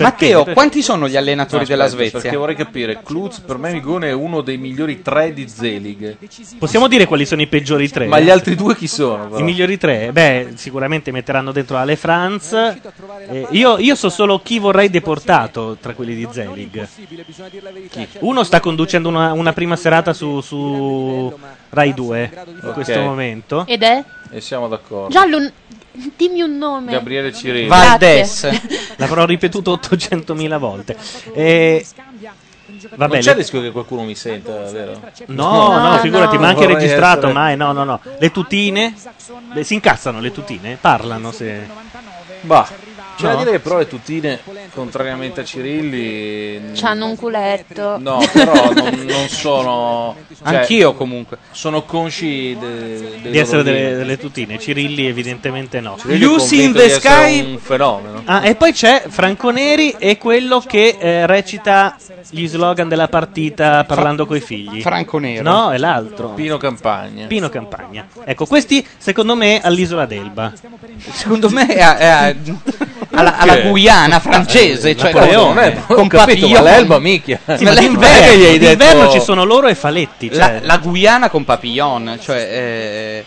Matteo, quanti sono gli allenatori della Svezia?
Perché vorrei capire, Klutz per me Migone è uno dei migliori tre di Zelig.
Possiamo dire quali sono i peggiori tre?
Ma gli altri due chi sono? però?
I migliori tre? Beh, sicuramente metteranno dentro Ale Franz. Eh, io, io so solo chi vorrei deportato tra quelli di Zelig. Uno sta conducendo una, una prima serata su, su Rai 2 in
Ok.
questo momento.
Ed è?
E siamo d'accordo.
Giallo, n- dimmi un nome.
Gabriele Cirilli.
Valdés.
L'avrò ripetuto 800.000 volte. Eh, vabbè,
non c'è il
le-
rischio che qualcuno mi senta, vero?
No, no, figurati, ma anche
Vorrei
registrato,
essere-
ma eh, no, no, no. Le tutine? Le- si incazzano le tutine? Parlano se...
Bah, c'è da
No?
dire che però le tutine, contrariamente a Cirilli,
C'hanno un culetto.
No, però non, non sono. cioè,
Anch'io comunque.
Sono consci de- dei
Di essere
loro
delle,
limiti.
delle tutine. Cirilli evidentemente no.
Cirilli è convinto di essere un fenomeno.
Ah, e poi c'è Franco Neri e quello che eh, recita gli slogan della partita parlando coi figli.
Franco Nero.
No, è l'altro.
Pino Campagna.
Pino Campagna. Ecco, questi secondo me all'isola d'Elba.
Eh, Secondo me è, è- alla, alla
Perché?
Guyana francese, cioè
Napoleone,
eh,
ho
con
capito, ma
Papillon.
l'Elba, minchia.
Sì,
Ma
ma
d'inverno,
l'inverno-
d'inverno ci sono loro e Faletti.
La,
Cioè.
la Guyana con Papillon, cioè... Eh,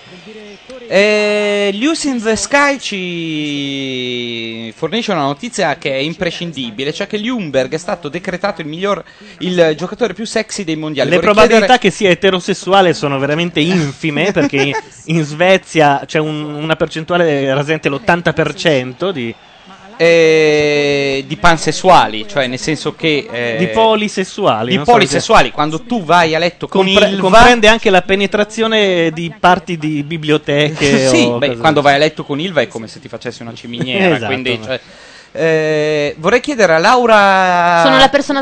eh, Luce in the Sky ci fornisce una notizia che è imprescindibile, cioè che Ljungberg è stato decretato il miglior, il giocatore più sexy dei mondiali.
Le
Vorrei
probabilità che sia eterosessuale sono veramente infime perché in- in Svezia c'è un- una percentuale rasente l'80% di,
eh, di pansessuali, cioè nel senso che eh,
di polisessuali.
di
non so se-
polisessuali, quando tu vai a letto con
compre-
Ilva-
comprende anche la penetrazione di parti di biblioteche.
sì,
o
beh,
cose-
quando vai a letto con Ilva è come se ti facessi una ciminiera,
Esatto,
quindi
no.
cioè, eh, vorrei chiedere a Laura
Sono la persona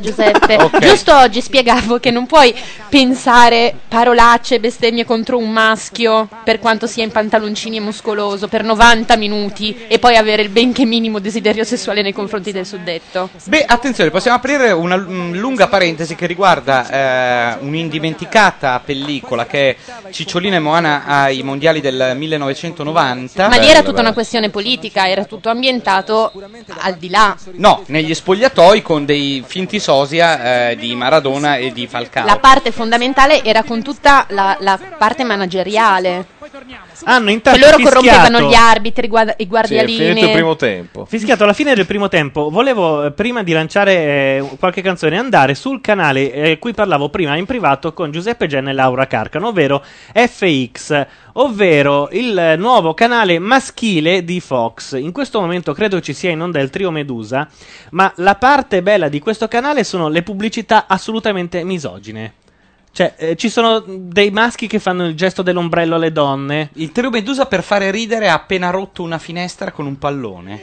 Giuseppe.
Ok.
Giusto oggi spiegavo che non puoi pensare parolacce e bestemmie contro un maschio, per quanto sia in pantaloncini e muscoloso, per 90 minuti e poi avere il benché minimo desiderio sessuale nei confronti del suddetto.
Beh, attenzione, possiamo aprire una mm, lunga parentesi che riguarda eh, un'indimenticata pellicola che è Cicciolina e Moana ai mondiali del
Ah,
1990.
Ma lì era tutta una questione politica, era tutto ambientato al di là.
No, negli spogliatoi con dei finti sosia eh, di Maradona e di Falcao.
La parte fondamentale era con tutta la, la parte manageriale.
Hanno intanto
Loro
fischiato-
corrompevano gli arbitri, guarda- i
Cioè, Sì, è finito il
guardialine.
primo tempo.
Fischiato alla fine del primo tempo, volevo eh, prima di lanciare eh, qualche canzone andare sul canale eh, cui parlavo prima in privato con Giuseppe Genna e Laura Carcano, ovvero FX, ovvero il eh, nuovo canale maschile di Fox. In questo momento credo ci sia in onda il trio Medusa, ma la parte bella di questo canale sono le pubblicità assolutamente misogine. Cioè, eh, ci sono dei maschi che fanno il gesto dell'ombrello alle donne.
Il Trio Medusa per fare ridere ha appena rotto una finestra con un pallone.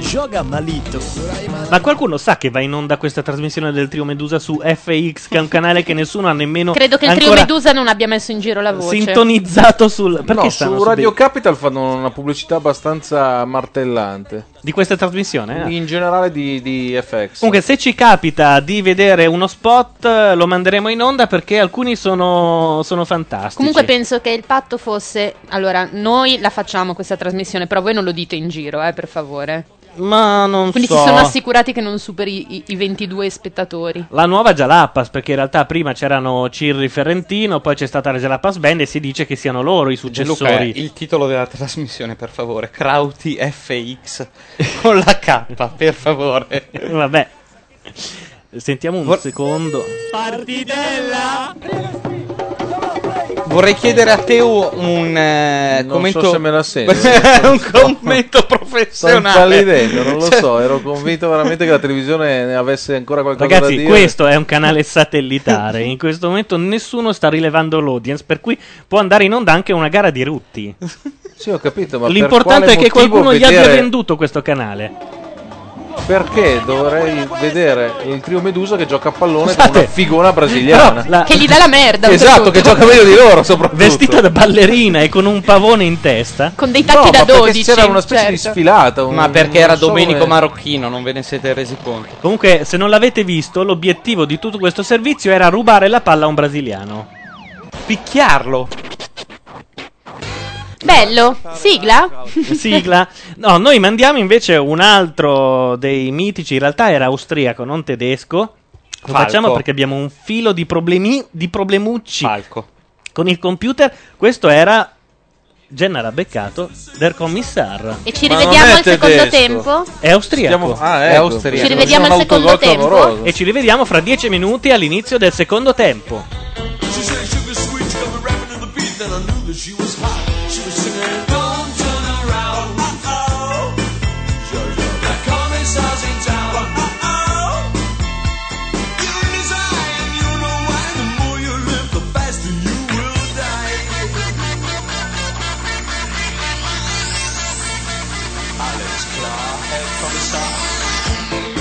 Joga malito.
Ma qualcuno sa che va in onda questa trasmissione del Trio Medusa su FX, che è un canale che nessuno ha nemmeno
Credo che il trio
ancora
Medusa non abbia messo in giro la voce.
sintonizzato sul perché
No,
stanno
su
su
Radio
dei-
Capital fanno una pubblicità abbastanza martellante.
di questa trasmissione? eh?
In generale di, di FX.
Comunque, se ci capita di vedere uno spot, eh, lo manderemo in onda perché alcuni sono, sono fantastici.
Comunque penso che il patto fosse, allora, noi la facciamo questa trasmissione, però voi non lo dite in giro, eh, per favore.
Ma non
Quindi
so.
si sono assicurati che non superi i, i 22 spettatori.
La nuova Jalapas, perché in realtà prima c'erano Cirri Ferrentino, poi c'è stata la Jalapas Band e si dice che siano loro i
Luca,
successori.
il titolo della trasmissione, per favore. Krauti FX con la K, per favore.
Vabbè. Sentiamo un secondo.
Vorrei chiedere a Teo un eh,
Non
commento.
so se me la sento.
un commento
Sto
professionale.
impallidendo, non lo
Cioè,
so. Ero convinto veramente che la televisione ne avesse ancora qualcosa da
Ragazzi,
dire.
questo è un canale satellitare. In questo momento nessuno sta rilevando l'audience, per cui può andare in onda anche una gara di rutti.
Sì, ho capito, ma per
L'importante è
quale
che
motivo
qualcuno gli abbia
vedere-
venduto questo canale.
Perché dovrei vedere il trio Medusa che gioca a pallone con una figona brasiliana.
Che gli dà la merda.
Esatto, che
oltretutto.
gioca meglio di loro soprattutto.
Vestita da ballerina e con un pavone in testa.
Con dei
No,
tacchi
ma
da
perché
12.
c'era una specie di
certo.
sfilata. un-
Ma perché era
non so
Domenico
come-
Marocchino, non ve ne siete resi conto.
Comunque, se non l'avete visto, l'obiettivo di tutto questo servizio era rubare la palla a un brasiliano.
Picchiarlo.
Bello. Sigla?
Sigla. No, noi mandiamo invece un altro dei mitici, in realtà era austriaco, non tedesco. Lo
Falco.
facciamo perché abbiamo un filo di problemi di problemucci
Falco.
con il computer. Questo era Jenna l'ha beccato Der Kommissar.
E ci
Ma
rivediamo
non è
al secondo
tedesco.
tempo?
È austriaco.
Stiamo- ah,
È
ecco.
austriaco.
Ci rivediamo
C'è un
al secondo
autogol
tempo?
clamoroso.
E ci rivediamo fra dieci minuti all'inizio del secondo tempo.
She said sugar sweet, she got me rapping to the beat, then I knew that she was hot. She was singing, Don't turn around. Uh-oh. The commissar's in town. Uh-oh. You're in his eye, and you know why. The more you live, the faster you will die. Alex Klar, head commissar.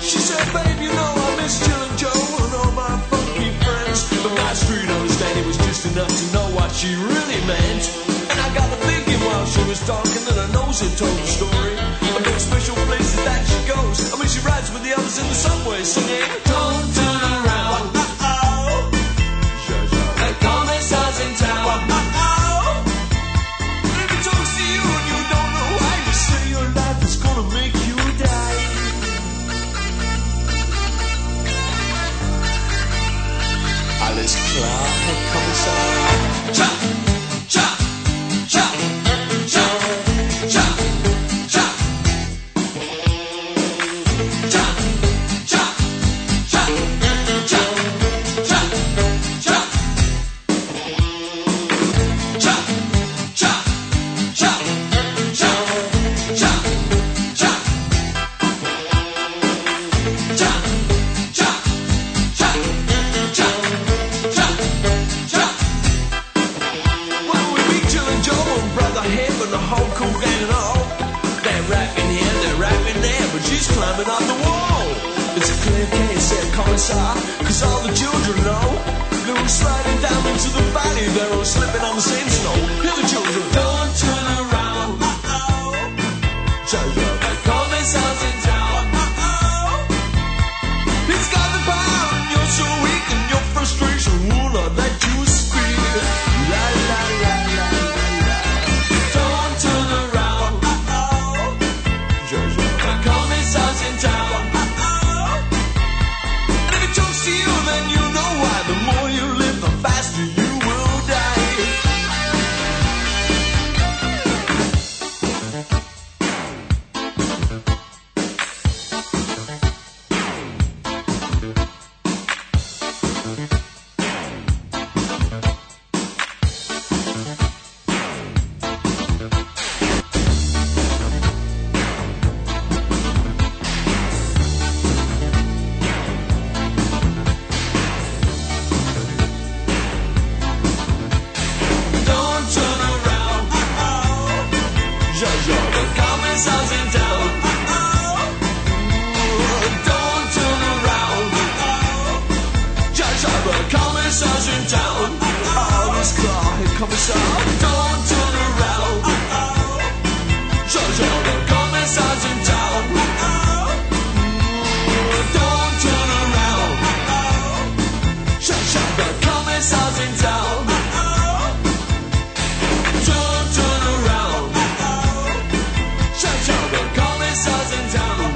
She said, babe, you know I miss Jill and Joe and all my funky friends. But my screwed understanding was just enough to know what she really meant. And I got to thinking while she was talking that her nose had told the story. Of the special places that she goes. I mean, she rides with the others in the subway singing, Don't turn around. Uh-oh. The commissar's in town. Uh-oh. But if he talks to you and you don't know why, you say your life is gonna make you die. Alles klar, Herr Kommissar. Cha, cha, cha, cha, cha, cha. Cha, cha, cha, cha, cha, cha. Cha, cha, cha, cha, cha, cha. Cha, cha, cha, cha, cha, cha. Well, we meet Jill and Joe and Brother Hip and the whole cool gang and all. They're rapping here, they're rapping there, but she's climbing up the wall. It's a clear case, said Commissar, cause all the children know. They're all sliding down into the valley, they're all slipping on the same snow. Here the children, don't turn around. Uh-oh. Jojo, the commissar's in town. Uh-oh. It's got the power, and you're so weak, and your frustration will not let you speak. La la la la la la. Don't turn around. Uh oh. Jojo, the commissar's in town. Uh oh. And if it talks to you, then you know why. The more you live, the faster you will die. Don't turn around. Uh-oh. Jojo, the commissar's in town. Uh-oh. Don't turn around. Uh-oh. Jojo, the commissar's in town. Uh-oh. Alles klar, Herr Kommissar. Don't turn around. Uh-oh. Jojo, the commissar's in town. Uh-oh. Don't turn around. Uh-oh. Jojo, the commissar's in town. Uh-oh. Don't turn around. Shout, shout, the commissar's in town.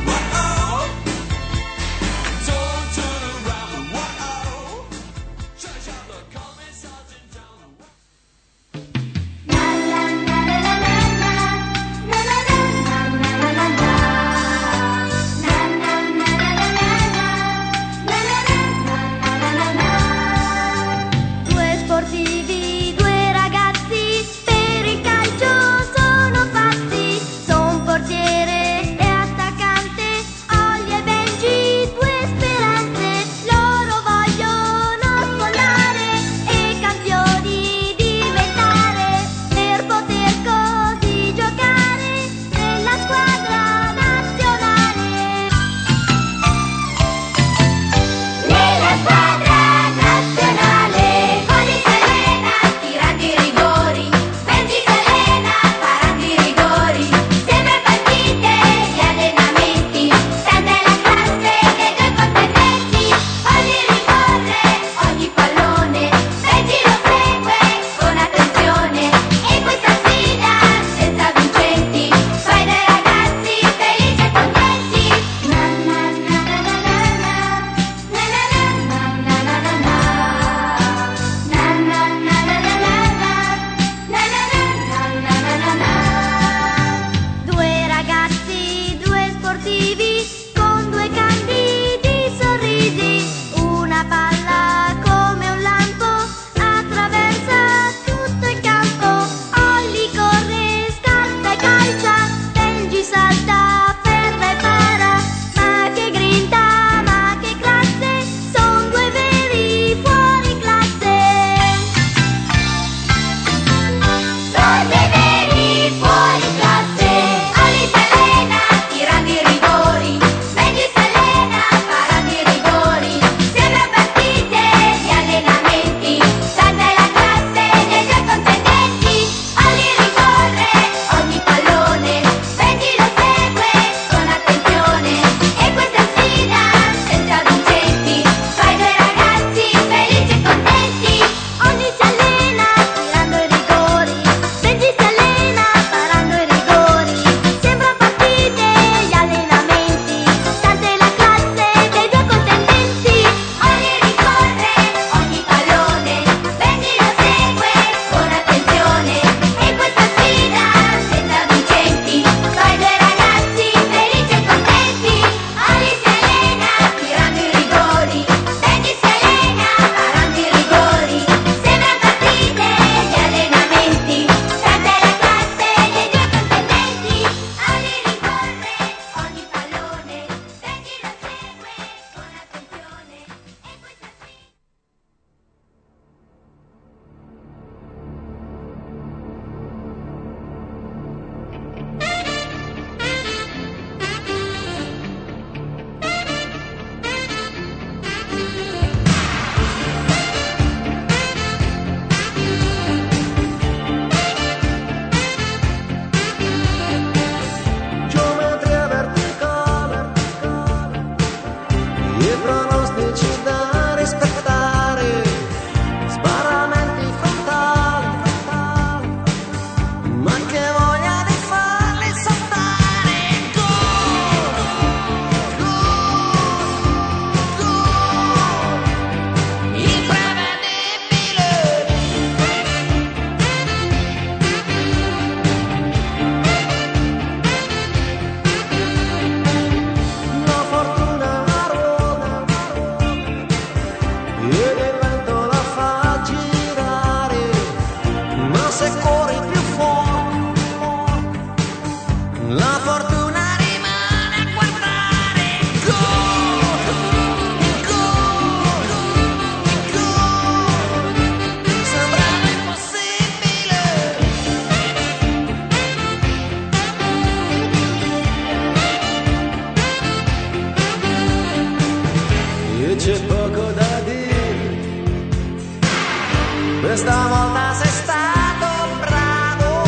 Questa volta sei stato bravo,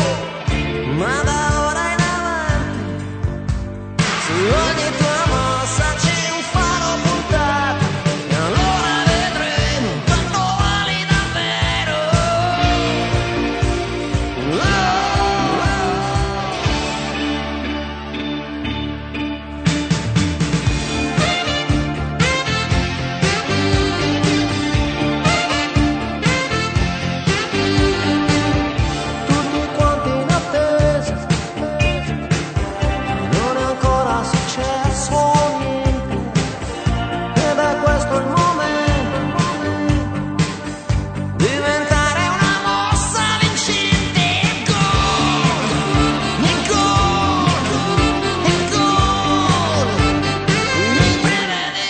ma da ora in avanti su ogni tua mossa c'è un faro puntato e allora vedremo quanto vali davvero. tutti quanti in attesa. Non è ancora successo niente, ed è questo il momento. Diventare una mossa vincente e gol, e gol, e gol, imprevedibile.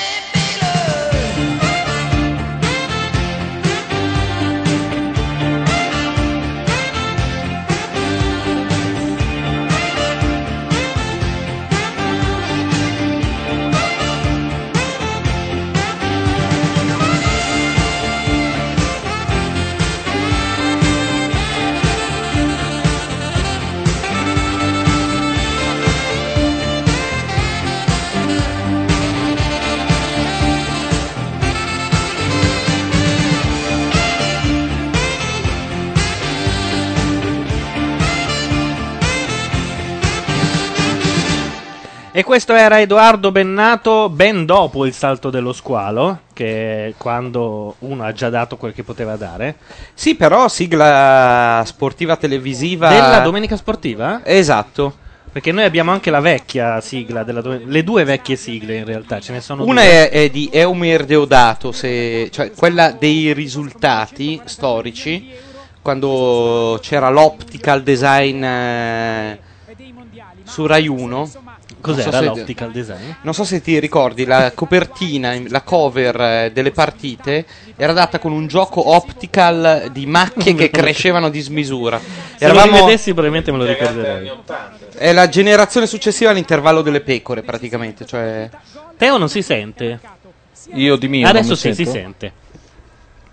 E questo era Edoardo Bennato ben dopo il salto dello squalo, che è quando uno ha già dato quel che poteva dare.
Sì, però sigla sportiva televisiva
Della domenica sportiva?
Esatto.
Perché noi abbiamo anche la vecchia sigla, della domen- le due vecchie sigle in realtà, ce ne sono
Una
due.
è, è di Eumer Deodato, se- cioè quella dei risultati storici, quando c'era l'optical design eh, su Rai 1.
Cos'era
Non so se-
l'optical design?
Non so se ti ricordi, la copertina, la cover eh, delle partite era data con un gioco optical di macchie che crescevano a dismisura.
Se lo rivedessi probabilmente me lo ricorderei.
È la generazione successiva all'intervallo delle pecore, praticamente. Cioè...
Teo non si sente.
Io di mio.
Adesso sì, si sente.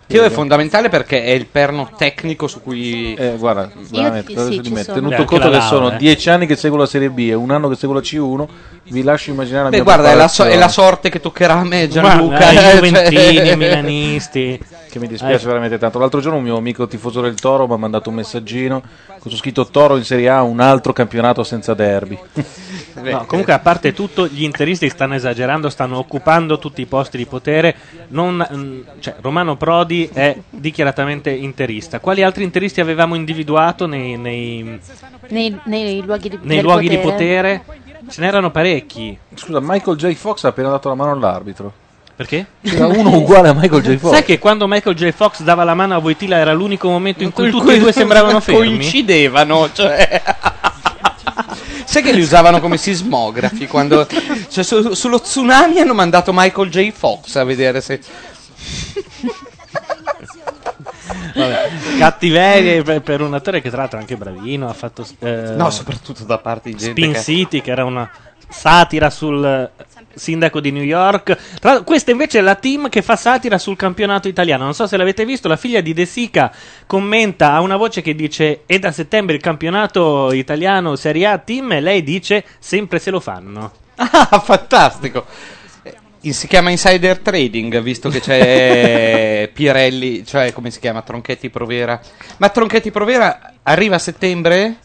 Teo è fondamentale perché è il perno tecnico su cui.
Eh, guarda, veramente, adesso li metto. Tenuto
Beh,
conto
anche la
che sono
Laura, eh.
dieci anni che seguo la Serie B e un anno che seguo la C1, vi lascio immaginare la
Beh,
mia
guarda, è la, so-
preparazione.
è la sorte che toccherà a me, Gianluca.
Guarda,
Cioè-
Juventini,
milanisti.
Che mi
Ecco.
dispiace veramente tanto. L'altro giorno un mio amico tifoso del Toro mi ha mandato un messaggino con su scritto Toro in Serie A, un altro campionato senza derby.
No, comunque, a parte tutto, gli interisti stanno esagerando, stanno occupando tutti i posti di potere. Non, mm, cioè, Romano Prodi è dichiaratamente interista. Quali altri interisti avevamo individuato nei, nei-
Nei, nei luoghi di
nei
del
luoghi di potere? Ce n'erano parecchi.
Scusa, Michael J. Fox ha appena dato la mano all'arbitro.
Perché?
C'era uno uguale a Michael J. Fox.
Sai che quando Michael J. Fox dava la mano a Voitila era l'unico momento in cui
In
tutti e due sembravano fermi?
Coincidevano, cioè. Sai che li usavano come sismografi quando. Cioè, su- sullo tsunami hanno mandato Michael J. Fox a vedere se.
Vabbè, cattiverie per, per un attore che tra l'altro è anche bravino, ha fatto... eh,
No, soprattutto da parte di gente
Spin
che-
City, che era una satira sul eh, sindaco di New York. Tra l'altro, questa invece è la team che fa satira sul campionato italiano. Non so se l'avete visto, la figlia di De Sica commenta a una voce che dice e da settembre il campionato italiano Serie A team e lei dice sempre se lo fanno.
Ah, fantastico! Eh, Si chiama insider trading, visto che c'è Pirelli, cioè come si chiama? Tronchetti Provera. Ma Tronchetti Provera arriva a settembre?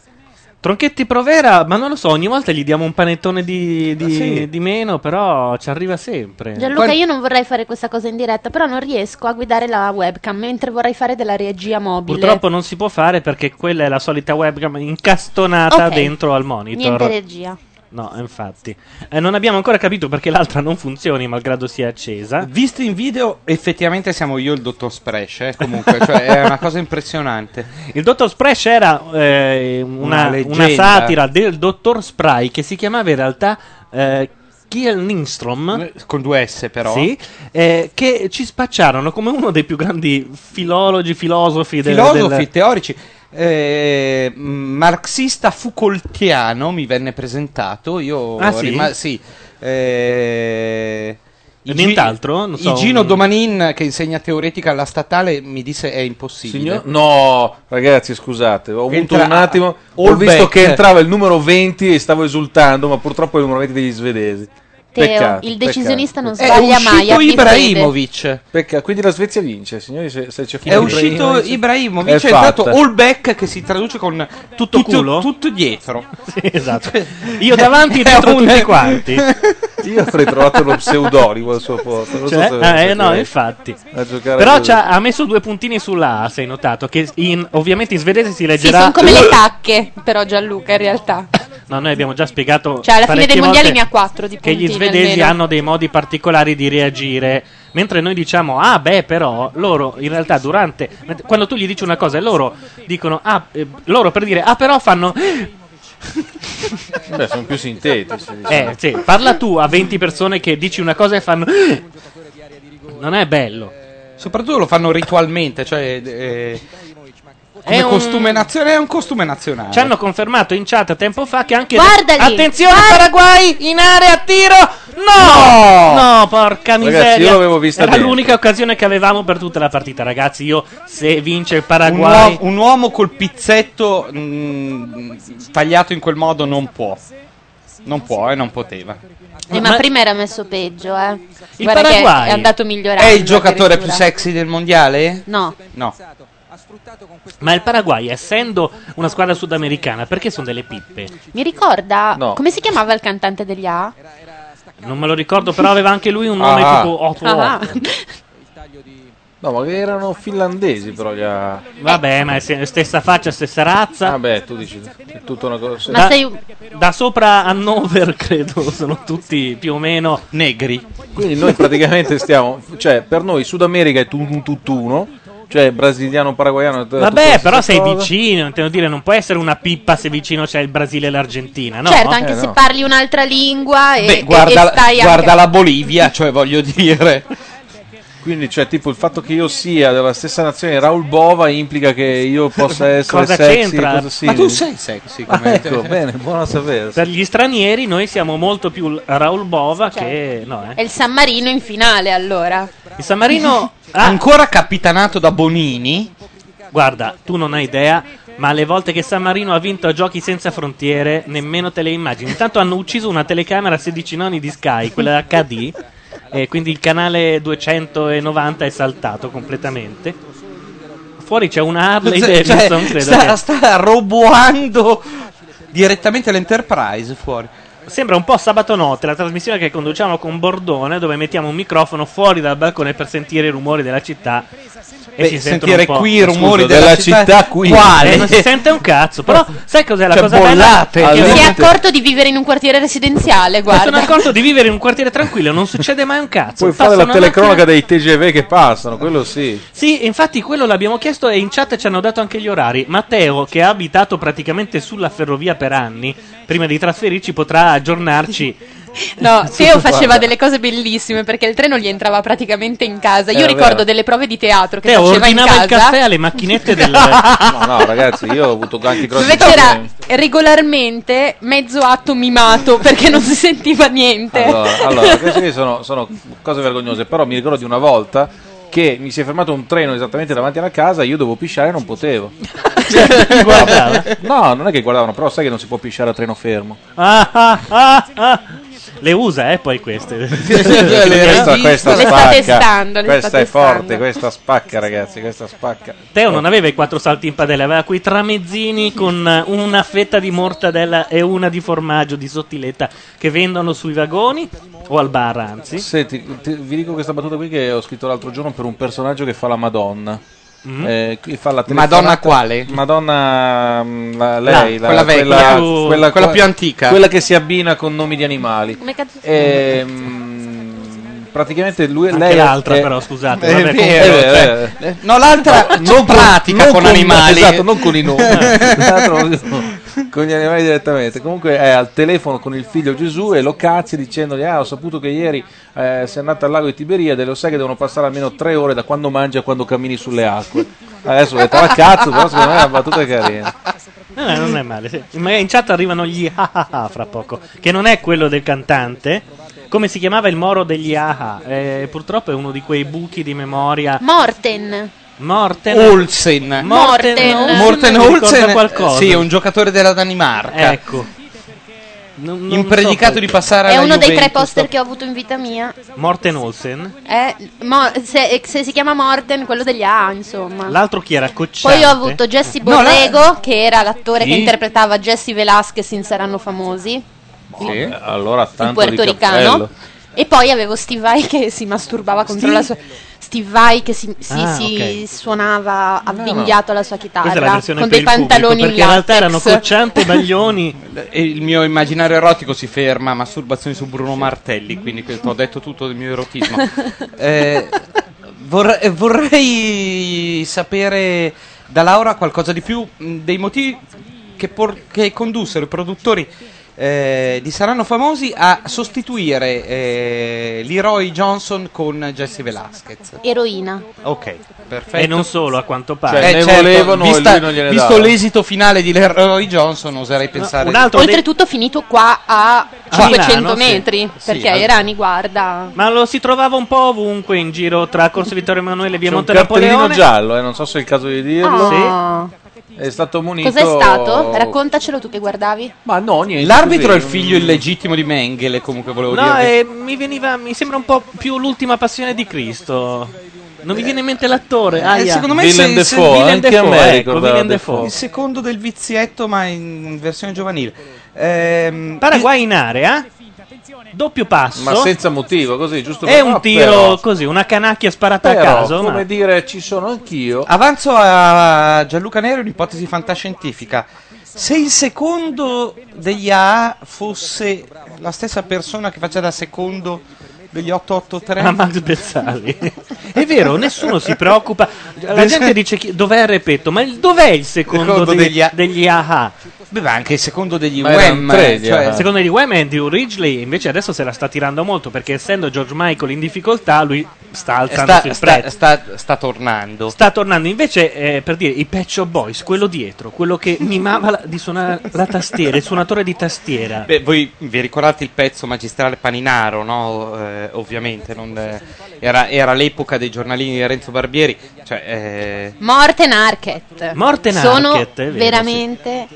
Tronchetti Provera, ma non lo so, ogni volta gli diamo un panettone di, di- di meno, però ci arriva sempre.
Gianluca, io non vorrei fare questa cosa in diretta, però non riesco a guidare la webcam, mentre vorrei fare della regia mobile.
Purtroppo non si può fare perché quella è la solita webcam incastonata
Ok.
dentro al monitor.
Niente regia.
No, infatti. Eh, non abbiamo ancora capito perché l'altra non funzioni, malgrado sia accesa.
Visto in video, effettivamente siamo io e il dottor Spresh, eh, comunque, cioè è una cosa impressionante.
Il dottor Spresh era eh, una,
Una
una
leggenda.
satira del dottor Spray che si chiamava in realtà eh, Kiel Lindstrom.
Con due S però.
Sì, eh, che ci spacciarono come uno dei più grandi filologi, filosofi del,
Filosofi,
del-
teorici, eh, mh, marxista Foucaultiano mi venne presentato, io
Ah, sì?
rima- sì, eh, Igi-
Nient'altro? Non so,
Igino
un-
Domanin, che insegna teoretica alla statale, mi disse è impossibile.
Signor-
eh.
No, ragazzi, scusate, ho avuto
Entra-
un attimo. Ho
All
visto
back.
che entrava il numero 20 e stavo esultando, ma purtroppo è il numero 20 degli svedesi.
Teo,
Peccato,
il
peccato.
decisionista non sbaglia mai.
Eh, uscito
abbi
Ibrahimovic.
Peccato, quindi la Svezia vince, signori, se, se c'è
È uscito Ibrahimovic,
cioè,
è entrato All Back che si traduce con tutto, culo? tutto dietro.
esatto. Io davanti e dietro tutti quanti.
Io avrei trovato lo pseudonimo al suo posto. non so
Cioè,
se-
ah, eh,
se-
no, infatti.
a giocare
Però
così.
c'ha- ha messo due puntini sulla A, sei notato, che in- ovviamente in svedese si
Sì,
leggerà...
sono
esatto.
come le tacche, però Gianluca in realtà.
No, noi abbiamo già spiegato...
Cioè, alla fine dei
parecchie
mondiali
volte
ne ha quattro di
Che
puntini
gli svedesi
almeno.
hanno dei modi particolari di reagire. Mentre noi diciamo, ah beh, però, loro in realtà durante... Quando tu gli dici una cosa e loro dicono, ah, eh, loro per dire, ah però fanno...
Beh, sono più sintetici. diciamo.
Eh, sì, parla tu a 20 persone che dici una cosa e fanno... Non è bello.
Soprattutto lo fanno ritualmente, cioè eh, come
È un-
costume nazionale, è un costume nazionale.
Ci hanno confermato in chat tempo fa che anche...
Guardali!
Attenzione, Paraguay in area, tiro! No! No, porca miseria.
Ragazzi, io l'avevo vista
Era
dentro.
l'unica occasione che avevamo per tutta la partita, ragazzi. Io, se vince il
un,
Paraguay...
uo- un uomo col pizzetto mh, tagliato in quel modo non può. Non può e non poteva.
Eh, ma, prima era messo peggio, eh.
Il
Guarda che
Paraguay
è andato migliorando.
È il giocatore più
addirittura.
sexy del mondiale?
No.
No.
Ma il Paraguay, essendo una squadra sudamericana, perché sono delle pippe?
Mi ricorda
No.
come si chiamava il cantante degli A?
Non me lo ricordo, però aveva anche lui un nome
Ah.
tipo Otto.
Ah.
No, ma erano finlandesi però gli ha-
Vabbè, ma è se- stessa faccia, stessa razza.
Vabbè, tu dici è tutta una cosa.
da, da sopra Hannover, credo, sono tutti più o meno
negri.
Quindi noi praticamente stiamo, cioè per noi Sud America è tutto tutt'uno, cioè brasiliano, paraguayano. è tutta
Vabbè,
stessa
però sei
cosa.
vicino, intendo dire, non può essere una pippa se vicino c'è il Brasile e l'Argentina, no?
certo, anche se parli un'altra lingua e,
Beh,
e-
guarda,
e stai
guarda
anche...
la Bolivia, cioè voglio dire.
Quindi, cioè, tipo il fatto che io sia della stessa nazione Raul Bova implica che io possa essere
Cosa
sexy.
c'entra?
cosa sì.
Ma tu sei sexy
Ah,
come
ecco, bene, buono a sapere.
Per gli stranieri noi siamo molto più l- Raul Bova che... No,
È
eh.
il San Marino in finale, allora.
Il San Marino... Ah,
Ancora capitanato da Bonini.
Guarda, tu non hai idea, ma le volte che San Marino ha vinto a Giochi Senza Frontiere, nemmeno te le immagini. Intanto hanno ucciso una telecamera a 16 noni di Sky, quella HD, e quindi il canale 290 è saltato completamente. Fuori c'è una Harley
Cioè,
Davidson,
cioè,
credo.
sta,
che-
sta roboando direttamente l'Enterprise fuori.
Sembra un po' sabato notte la trasmissione che conduciamo con Bordone, dove mettiamo un microfono fuori dal balcone per sentire i rumori della città. E
Beh,
si sentono
sentire
un po'-
qui i rumori Scusa, della della città- città qui. Quale?
Eh, non si sente un cazzo. Però, sai cos'è la
Cioè,
cosa
bollate.
bella?
Si è accorto di vivere in un quartiere residenziale,
Mi sono
guarda.
accorto di vivere in un quartiere tranquillo, non succede mai un cazzo.
Puoi fare
Passa
la
una
telecronaca
macchina-
dei TGV che passano, quello sì.
Sì, infatti quello l'abbiamo chiesto e in chat ci hanno dato anche gli orari. Matteo, che ha abitato praticamente sulla ferrovia per anni, prima di trasferirci potrà aggiornarci.
No, Teo faceva
Guarda.
delle cose bellissime perché il treno gli entrava praticamente in casa. Io
Era
ricordo
vero.
delle prove di teatro che
Teo
faceva in
ordinava
casa.
il caffè alle macchinette del...
No, no, ragazzi, io ho avuto anche grossi
dove c'era
problemi.
regolarmente mezzo atto mimato perché non si sentiva niente.
Allora, allora, queste qui sono, sono cose vergognose, però mi ricordo di una volta che mi si è fermato un treno esattamente davanti alla casa, io dovevo pisciare e non potevo. No, non è che guardavano, però sai che non si può pisciare a treno fermo.
Ah, ah, ah, ah. Le usa, eh, poi queste.
questa, questa spacca. questa
state
è forte, questa spacca, ragazzi, questa spacca.
Teo non aveva i quattro salti in padella, aveva quei tramezzini con eh, una fetta di mortadella e una di formaggio di sottiletta che vendono sui vagoni o al bar, anzi.
Senti, ti- vi dico questa battuta qui che ho scritto l'altro giorno per un personaggio che fa la Madonna.
Mm.
Eh, qui fa la
Madonna
telefonata-
esatto.
quale?
Madonna mm, la- lei,
La,
la-
quella vecchia, quella- quella più antica.
Quella che si abbina con nomi di animali.
Come cazzo si
Ehm, praticamente lui
Anche
lei
l'altra,
è-
però, scusate,
Eh,
vabbè,
è
comunque-
vero,
cioè,
è vero.
eh, no, l'altra non pratica con animali.
Esatto, non con i nomi. L'altra non- Esatto, con gli animali direttamente. Comunque è al telefono con il figlio Gesù e lo cazzi dicendogli: Ah, ho saputo che ieri eh, sei andata al lago di Tiberiade e lo sai che devono passare almeno tre ore da quando mangi a quando cammini sulle acque. Adesso ho detto: Ma cazzo, però secondo me è una battuta carina.
Eh, No, no, non è male. sì. Magari in chat arrivano gli ah ah ah fra poco, che non è quello del cantante. come si chiamava il moro degli Aha. Eh, purtroppo è uno di quei buchi di memoria.
Morten.
Morten
Olsen.
Morten
Morten,
Olsen. mi ricorda
Olsen.
qualcosa.
Sì, è un giocatore della Danimarca.
Ecco. Non- non
Impredicato
so
di passare
È
alla
uno dei tre
Juventus.
poster che ho avuto in vita mia.
Morten Olsen.
Eh, mo- se, se si chiama Morten, quello degli A, insomma.
L'altro chi era? Cocciante.
Poi ho avuto Jesse
No, la-
Borrego, che era l'attore che
Sì.
interpretava Jesse Velasquez in Saranno Famosi.
Sì,
Eh?
allora tanto di
puertoricano.
cappello.
E poi avevo Steve Vai che si masturbava contro la sua. Steve Vai che si, si-
Ah,
si
ok.
suonava avvinghiato alla sua chitarra
Questa è la versione
con
per
dei
il pubblico,
pantaloni
perché
in
in realtà erano
latex.
cocciante maglioni.
E il mio immaginario erotico si ferma a masturbazioni su Bruno Martelli, quindi que- ho detto tutto del mio erotismo. Eh, vorre- eh, vorrei sapere da Laura qualcosa di più mh, dei motivi che, por- che condussero i produttori eh, di Saranno Famosi a sostituire eh, Leroy Johnson con Jesse Velasquez.
Eroina.
Ok, perfetto.
E non solo, a quanto pare.
Eh, certo, vista- visto l'esito finale di Leroy Johnson, oserei pensare.
Oltretutto finito qua a
A
500
Milano, sì.
metri,
Sì,
perché
al-
Erani guarda...
Ma lo si trovava un po' ovunque in giro tra Corso Vittorio Emanuele e via
C'è un
Monte
cartellino
Napoleone.
giallo, eh, non so se è il caso di dirlo.
Ah.
È stato munito.
Cos'è stato? Raccontacelo tu che guardavi.
Ma no, niente.
L'arbitro è il
così,
figlio illegittimo di Mengele, comunque volevo
No,
dire.
eh, mi veniva, mi sembra un po' più l'ultima passione di Cristo. Non mi viene in mente l'attore.
Eh,
aia.
secondo me se- se-
Willem Dafoe, ecco, Willem
Il
Dafoe.
secondo del vizietto, ma in versione giovanile. Ehm,
Paraguay in area. Doppio passo.
Ma senza motivo, così, giusto
È
per-
un
no,
tiro
però-
così, una canacchia sparata
però,
a caso.
come
ma- Ah,
dire, ci sono anch'io.
Avanzo a Gianluca Nero un'ipotesi fantascientifica. Se il secondo degli AA fosse la stessa persona che faceva da secondo degli 883
A Max Bezzali. È vero, nessuno si preoccupa. La gente dice chi- dov'è Repetto, ma il- dov'è il secondo
Secondo
dei-
degli
degli,
A-
AHA?
Beh, ma anche il secondo degli
Wem,
Wham,
cioè,
cioè-
il secondo degli Wham è Andrew Ridgely, invece adesso se la sta tirando molto perché essendo George Michael in difficoltà lui sta alzando
sta,
sul
sta-
prezzo.
sta- sta tornando.
Sta tornando invece eh, per dire i Pet Shop Boys, quello dietro, quello che mimava la- di suonare la tastiera, il suonatore di tastiera.
Beh, voi vi ricordate il pezzo magistrale Paninaro, no? Eh, ovviamente, non, eh, era, era l'epoca dei giornalini di Renzo Barbieri. Cioè, eh,
Morten Arquette.
Morten
Sono
Arquette, è vero, sì.
veramente...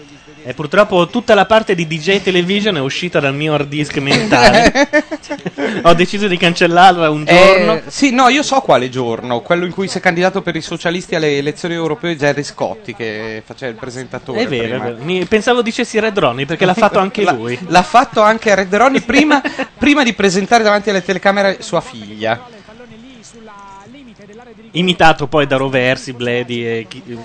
E purtroppo tutta la parte di DJ Television è uscita dal mio hard disk mentale. Ho deciso di cancellarla un giorno.
eh, sì, no, io so quale giorno, quello in cui si è candidato per i socialisti alle elezioni europee Gerry Scotti, che faceva il presentatore.
È vero, è
prima.
vero. Mi- pensavo dicessi Red Ronnie perché l'ha fatto anche
L'ha-
lui.
L'ha fatto anche Red Ronnie prima, prima di presentare davanti alle telecamere sua figlia.
Imitato poi da Roversi, Bledi e chi- eh,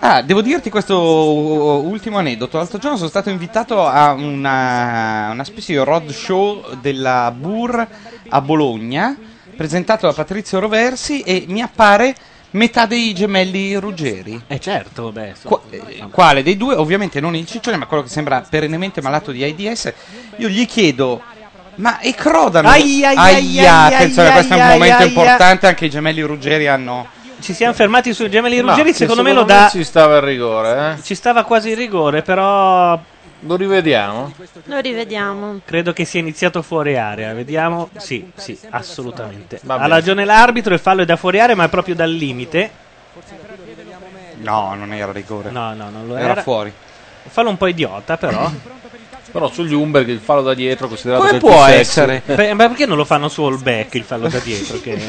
Ah, devo dirti questo ultimo aneddoto. L'altro giorno sono stato invitato a una, una specie di roadshow della Bur a Bologna, presentato da Patrizio Roversi e mi appare metà dei gemelli Ruggeri.
Eh certo, beh. so-
Qua- eh, quale dei due? Ovviamente non il ciccione, ma quello che sembra perennemente malato di AIDS. Io gli chiedo... Ma e Crodano?
Ai, ai, ai,
Aia,
ai,
attenzione,
ai,
questo è un
ai,
momento
ai,
importante, anche i gemelli Ruggeri hanno...
Ci siamo fermati sui gemelli
Ma,
Ruggeri,
sì,
secondo, me
secondo
lo
me
dà
Ci stava il rigore, eh.
Ci stava quasi il rigore, però
lo rivediamo.
Lo rivediamo.
Credo che sia iniziato fuori area, vediamo. Sì, sì, assolutamente.
Va
Ha
bene.
ragione l'arbitro, il fallo è da fuori area, ma è proprio dal limite.
No, non era rigore.
No, no, non lo
Era
era.
fuori.
Un fallo un po' idiota, però.
Però sugli Umberg il fallo da dietro considerato
Come
che è il
può
più sexy.
essere?
Beh, ma perché non lo fanno su all back il fallo da dietro? Che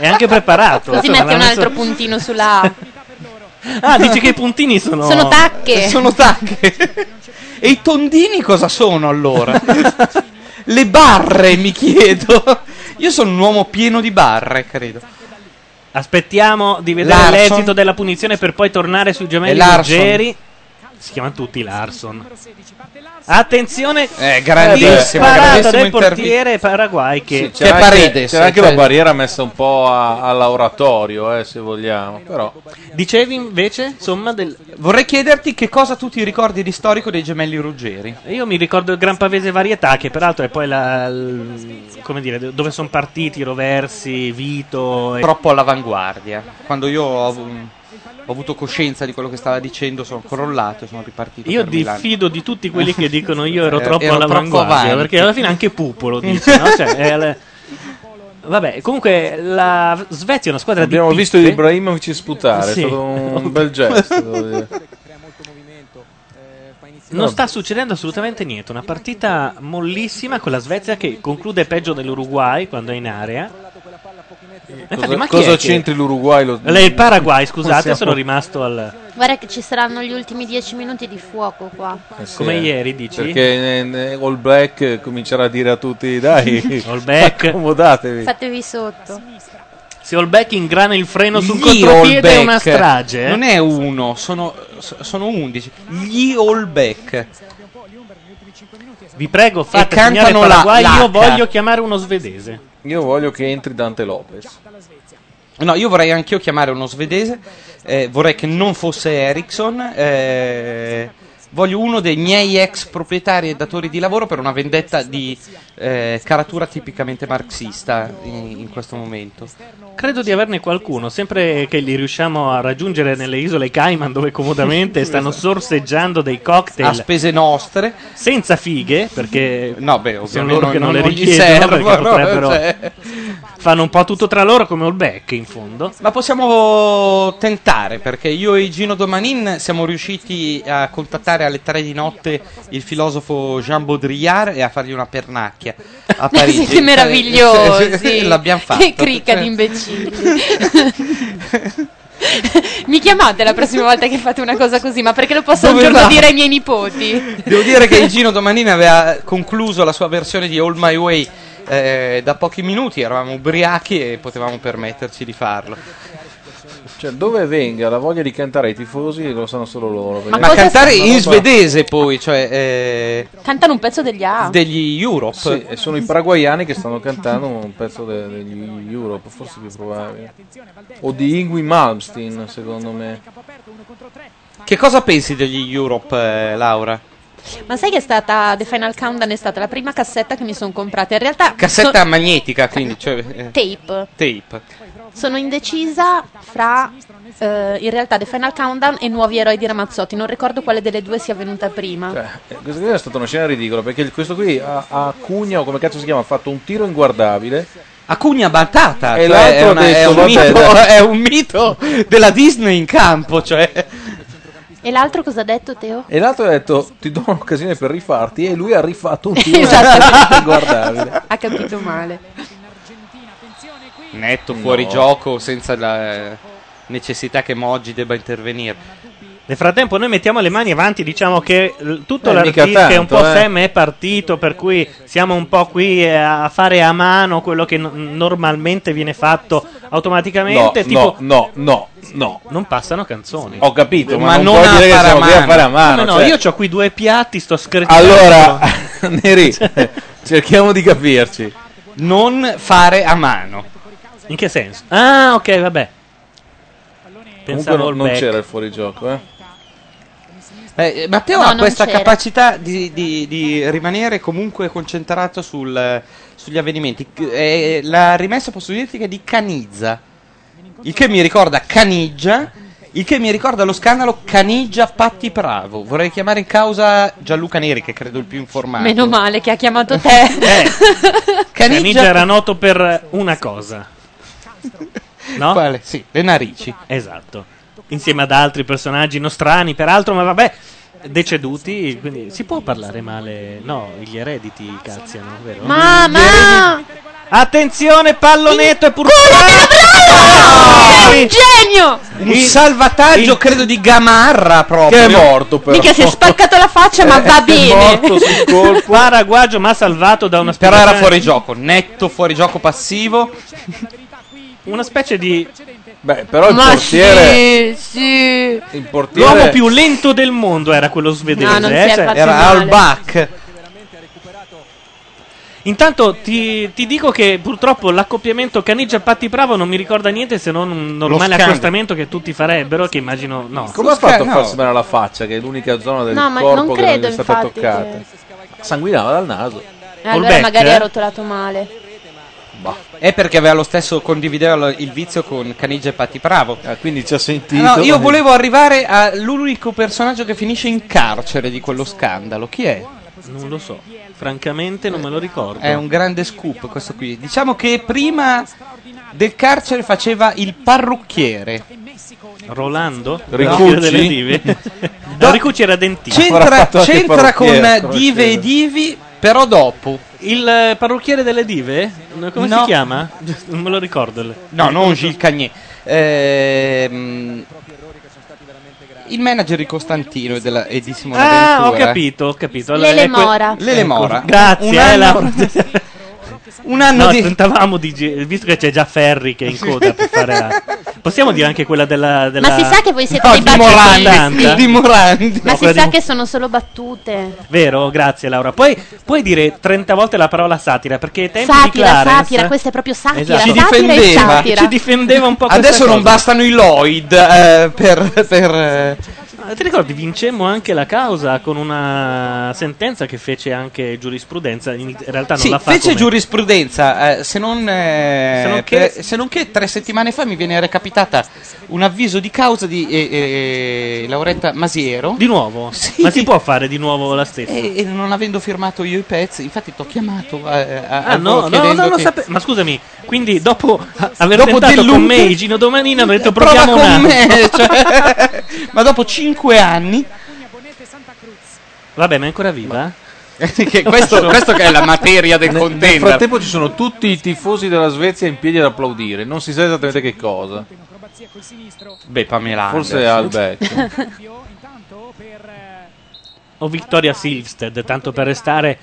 è anche preparato.
Così
Insomma,
mette un
l'hanno messo-
altro puntino sulla A.
Ah, dici che i puntini sono.
Sono tacche.
Sono tacche. E i tondini cosa sono allora? Le barre, mi chiedo. Io sono un uomo pieno di barre, credo.
Aspettiamo di vedere
Larson.
l'esito della punizione per poi tornare sui
E
gemelli
Larson.
Ruggeri. Si chiamano tutti Larson. Attenzione,
Eh, grandissimo,
sparata
grandissimo certo.
del
intervi-
portiere Paraguay che cioè-
Sì, c'era anche, c'era anche la barriera messa un po' a- all'oratorio, eh, se vogliamo. Però
Dicevi invece, insomma, del...
Vorrei chiederti che cosa tu ti ricordi di storico dei gemelli Ruggeri.
Io mi ricordo il Gran Pavese Varietà, che peraltro è poi la. l- come dire, do- dove sono partiti Roversi, Vito. E...
Troppo all'avanguardia. Quando io ho avu- ho avuto coscienza di quello che stava dicendo, sono crollato e sono ripartito.
Io
per Milano.
diffido di tutti quelli che dicono io ero
Eh,
troppo
ero troppo
all'avanguardia.
avanti.
perché alla fine anche Pupo lo dice, no? Cioè, è la- Vabbè, comunque la Svezia è una squadra
Abbiamo
di
visto
piffe.
Ibrahimovic sputare,
Sì.
è stato un bel gesto. devo dire.
Non sta succedendo assolutamente niente. Una partita mollissima con la Svezia che conclude peggio dell'Uruguay quando è in area.
Eh,
Cosa,
ma chi
cosa
è che-
c'entri l'Uruguay? Lo-
Lei il Paraguay, scusate,
Siamo-
sono rimasto al.
Guarda che ci saranno gli ultimi dieci minuti di fuoco qua.
Eh sì,
Come
eh.
ieri, dici?
Perché eh, eh, All Black eh, comincerà a dire a tutti: Dai,
All Black.
accomodatevi.
Fatevi sotto.
Se Olbeck ingrana il freno sul
Gli All
contropiede è
Back.
una strage. eh.
Non è uno, sono, so- sono undici. Gli All Back.
Vi prego, fate
E cantano
segnare
la-
Paraguay.
l'H.
Io voglio chiamare uno svedese.
Io voglio che entri Dante Lopez.
No, io vorrei anch'io chiamare uno svedese. eh, vorrei che non fosse Ericsson. eh, voglio uno dei miei ex proprietari e datori di lavoro per una vendetta di eh, caratura tipicamente marxista in, in questo momento.
Credo di averne qualcuno, sempre che li riusciamo a raggiungere nelle isole Cayman dove comodamente stanno
Esatto.
sorseggiando dei cocktail
A spese nostre.
senza fighe, perché
No, beh,
sono
ovviamente
loro che non, le
gli
richiedono
servono,
perché potrebbero-
cioè.
fanno un po' tutto tra loro come Olbeck in fondo.
Ma possiamo tentare perché io e Gino Domanin siamo riusciti a contattare alle 3 di notte il filosofo Jean Baudrillard e a fargli una pernacchia a Parigi.
Siete meravigliosi.
L'abbiamo fatto.
Che cricca di imbecilli. Mi chiamate la prossima volta che fate una cosa così, ma perché lo posso
Dove
un giorno
va?
dire ai miei nipoti?
Devo dire che Gino Domanin aveva concluso la sua versione di All My Way eh, da pochi minuti, eravamo ubriachi e potevamo permetterci di farlo.
Cioè, dove venga la voglia di cantare ai tifosi lo sanno solo loro.
Ma,
perché-
cantare
Una
in
roba-
svedese poi, cioè eh,
Cantano un pezzo degli A.
degli Europe.
Sì, e sono i paraguayani che stanno cantando un pezzo de- degli Europe, forse più probabile. O di Ingui Malmsteen, secondo me.
Che cosa pensi degli Europe, eh, Laura?
Ma sai che è stata The Final Countdown è stata la prima cassetta che mi sono comprata. In realtà
Cassetta
so-
magnetica, quindi cioè, eh,
tape.
tape.
Sono indecisa fra eh, in realtà The Final Countdown e Nuovi Eroi di Ramazzotti. Non ricordo quale delle due sia venuta prima.
Cioè, eh, questa qui è stata una scena ridicola perché il- questo qui a, a Cugna, o come cazzo si chiama, ha fatto un tiro inguardabile.
A Cugna Batata,
E
cioè,
l'altro
è, una-
ha detto,
è un
"Vabbè,
mito,
dai."
è un mito della Disney in campo, cioè.
E l'altro cosa ha detto Teo?
E l'altro ha detto: Ti do un'occasione per rifarti. E lui ha rifatto un tiro
Esatto.
inguardabile.
Ha capito male.
Netto fuori gioco senza la eh, necessità che Moggi debba intervenire.
Nel frattempo noi mettiamo le mani avanti, diciamo che l- tutto
Eh,
l'artista
mica
è un po'
tanto, eh.
Sam è partito, per cui siamo un po' qui eh, a fare a mano quello che no- normalmente viene fatto
No,
automaticamente, tipo
no, no, no, no.
non passano canzoni.
Ho capito, ma,
Ma
non,
non
vuol
a
dire che
fare a
siamo qui a
mano.
fare a mano.
no, no,
cioè.
io ho qui due piatti, sto scherzando.
Allora, Neri, cerchiamo di capirci.
Non fare a mano.
in che senso? Ah, ok, vabbè.
Comunque
Pensavo
non,
al
non
back.
c'era il fuorigioco, eh.
Eh, eh, Matteo
No,
ha
non
questa
c'era.
capacità di, di- di rimanere comunque concentrato sul- sugli avvenimenti. C- eh, la rimessa posso dirti che è di Canizza, il che mi ricorda Caniggia, il che mi ricorda lo scandalo Caniggia Patti Bravo. Vorrei chiamare in causa Gianluca Neri, che credo il più informato.
Meno male che ha chiamato te.
Eh,
Caniggia,
Caniggia era noto per una cosa. No?
Quale? Sì, le narici.
Esatto. Insieme ad altri personaggi nostrani, peraltro, ma vabbè, deceduti, quindi si può parlare male. No, gli erediti cazziano, vero?
Mamma!
Attenzione, pallonetto e purtroppo
Genio!
Un salvataggio, credo, di Gamarra
Che
proprio.
è morto, però.
Mica si è spaccato la faccia, ma va
È
bene.
morto sul colpo.
Paraguagio ma salvato da una
Però era
spiegazione-
fuori gioco, netto fuori gioco passivo.
Una specie di
Beh, però il
Ma
portiere.
sì, sì.
Il portiere.
l'uomo più lento del mondo era quello svedese.
No, non si
eh,
è
cioè-
fatto
Era
male.
al back.
Intanto ti, ti dico che purtroppo l'accoppiamento Caniggia-Patti Bravo non mi ricorda niente se non un normale
scambio.
accostamento che tutti farebbero, che immagino no.
Come ha fatto a
No.
farsi male alla faccia, che è l'unica zona del
No, ma
corpo
non
che non
credo,
gli è stata
infatti,
toccata? Sanguinava dal naso.
Eh, Allora
Olbeck,
magari
eh?
ha rotolato male.
È perché aveva lo stesso, condivideva lo- il vizio con Canigia e Patti Bravo.
Ah, quindi ci ha sentito.
No, io volevo arrivare all'unico personaggio che finisce in carcere di quello scandalo. Chi è?
Non lo so. Francamente non me lo ricordo.
È un grande scoop questo qui. Diciamo che prima del carcere faceva il parrucchiere.
Rolando?
Ricucci?
No, delle dive. No, Ricucci era dentista.
C'entra, c'entra con dive e divi, però dopo.
Il eh, parrucchiere delle dive? No, Come
No.
si chiama? Non me lo ricordo. il-
No, non Gilles Cagné. Ehm, il manager di Costantino e, della, e di Simone
Ah,
Ventura.
ho capito, ho capito. Allora,
Lele
è que-
Mora. Lele Mora.
Grazie,
Un
eh,
anno-
Laura.
Un anno
no,
di-
tentavamo di gi- visto che c'è già Ferri che è in coda per fare la- Possiamo dire anche quella della, della-
Ma si sa che voi siete
No,
dei
di
battuti.
Morandi, di Morandi.
Ma
No,
si
quella
sa
di-
che sono solo battute.
Vero, grazie Laura. Poi puoi dire 30 volte la parola satira perché ai tempi di
Satira,
Clarence
satira, questa è proprio satira.
Esatto.
Satira e satira.
Ci difendeva un po' questa
Adesso non
cosa.
bastano i Lloyd eh, per... per eh,
Ah, Ti ricordi, vincemmo anche la causa con una sentenza che fece anche giurisprudenza. In in realtà Ah, non
Sì,
la fa
fece
come-
giurisprudenza, eh, se, non, eh,
Se non che-
per- se non che tre settimane fa mi viene recapitata un avviso di causa di eh, eh, Lauretta Masiero.
Di nuovo?
Sì. Eh,
Ma si può fare di nuovo la stessa?
E, e non avendo firmato io i pezzi, infatti ti ho chiamato eh, a, a-
Ah no, no, no,
chiedendo
non lo
che-
sape- Ma scusami, quindi dopo a- aver
Dopo
tentato con
Dell'Ute-
me i Gino Domanino hanno detto
Prova
proviamo
con
un anno.
me, cioè, ma dopo cinque anni
Vabbè, ma è ancora viva?
che questo- questo che è la materia del
Nel-
contender.
Nel frattempo ci sono tutti i tifosi della Svezia in piedi ad applaudire, non si sa esattamente che cosa.
Beh, Pamela
Forse Albert.
eh,
O Victoria Silvsted, tanto per restare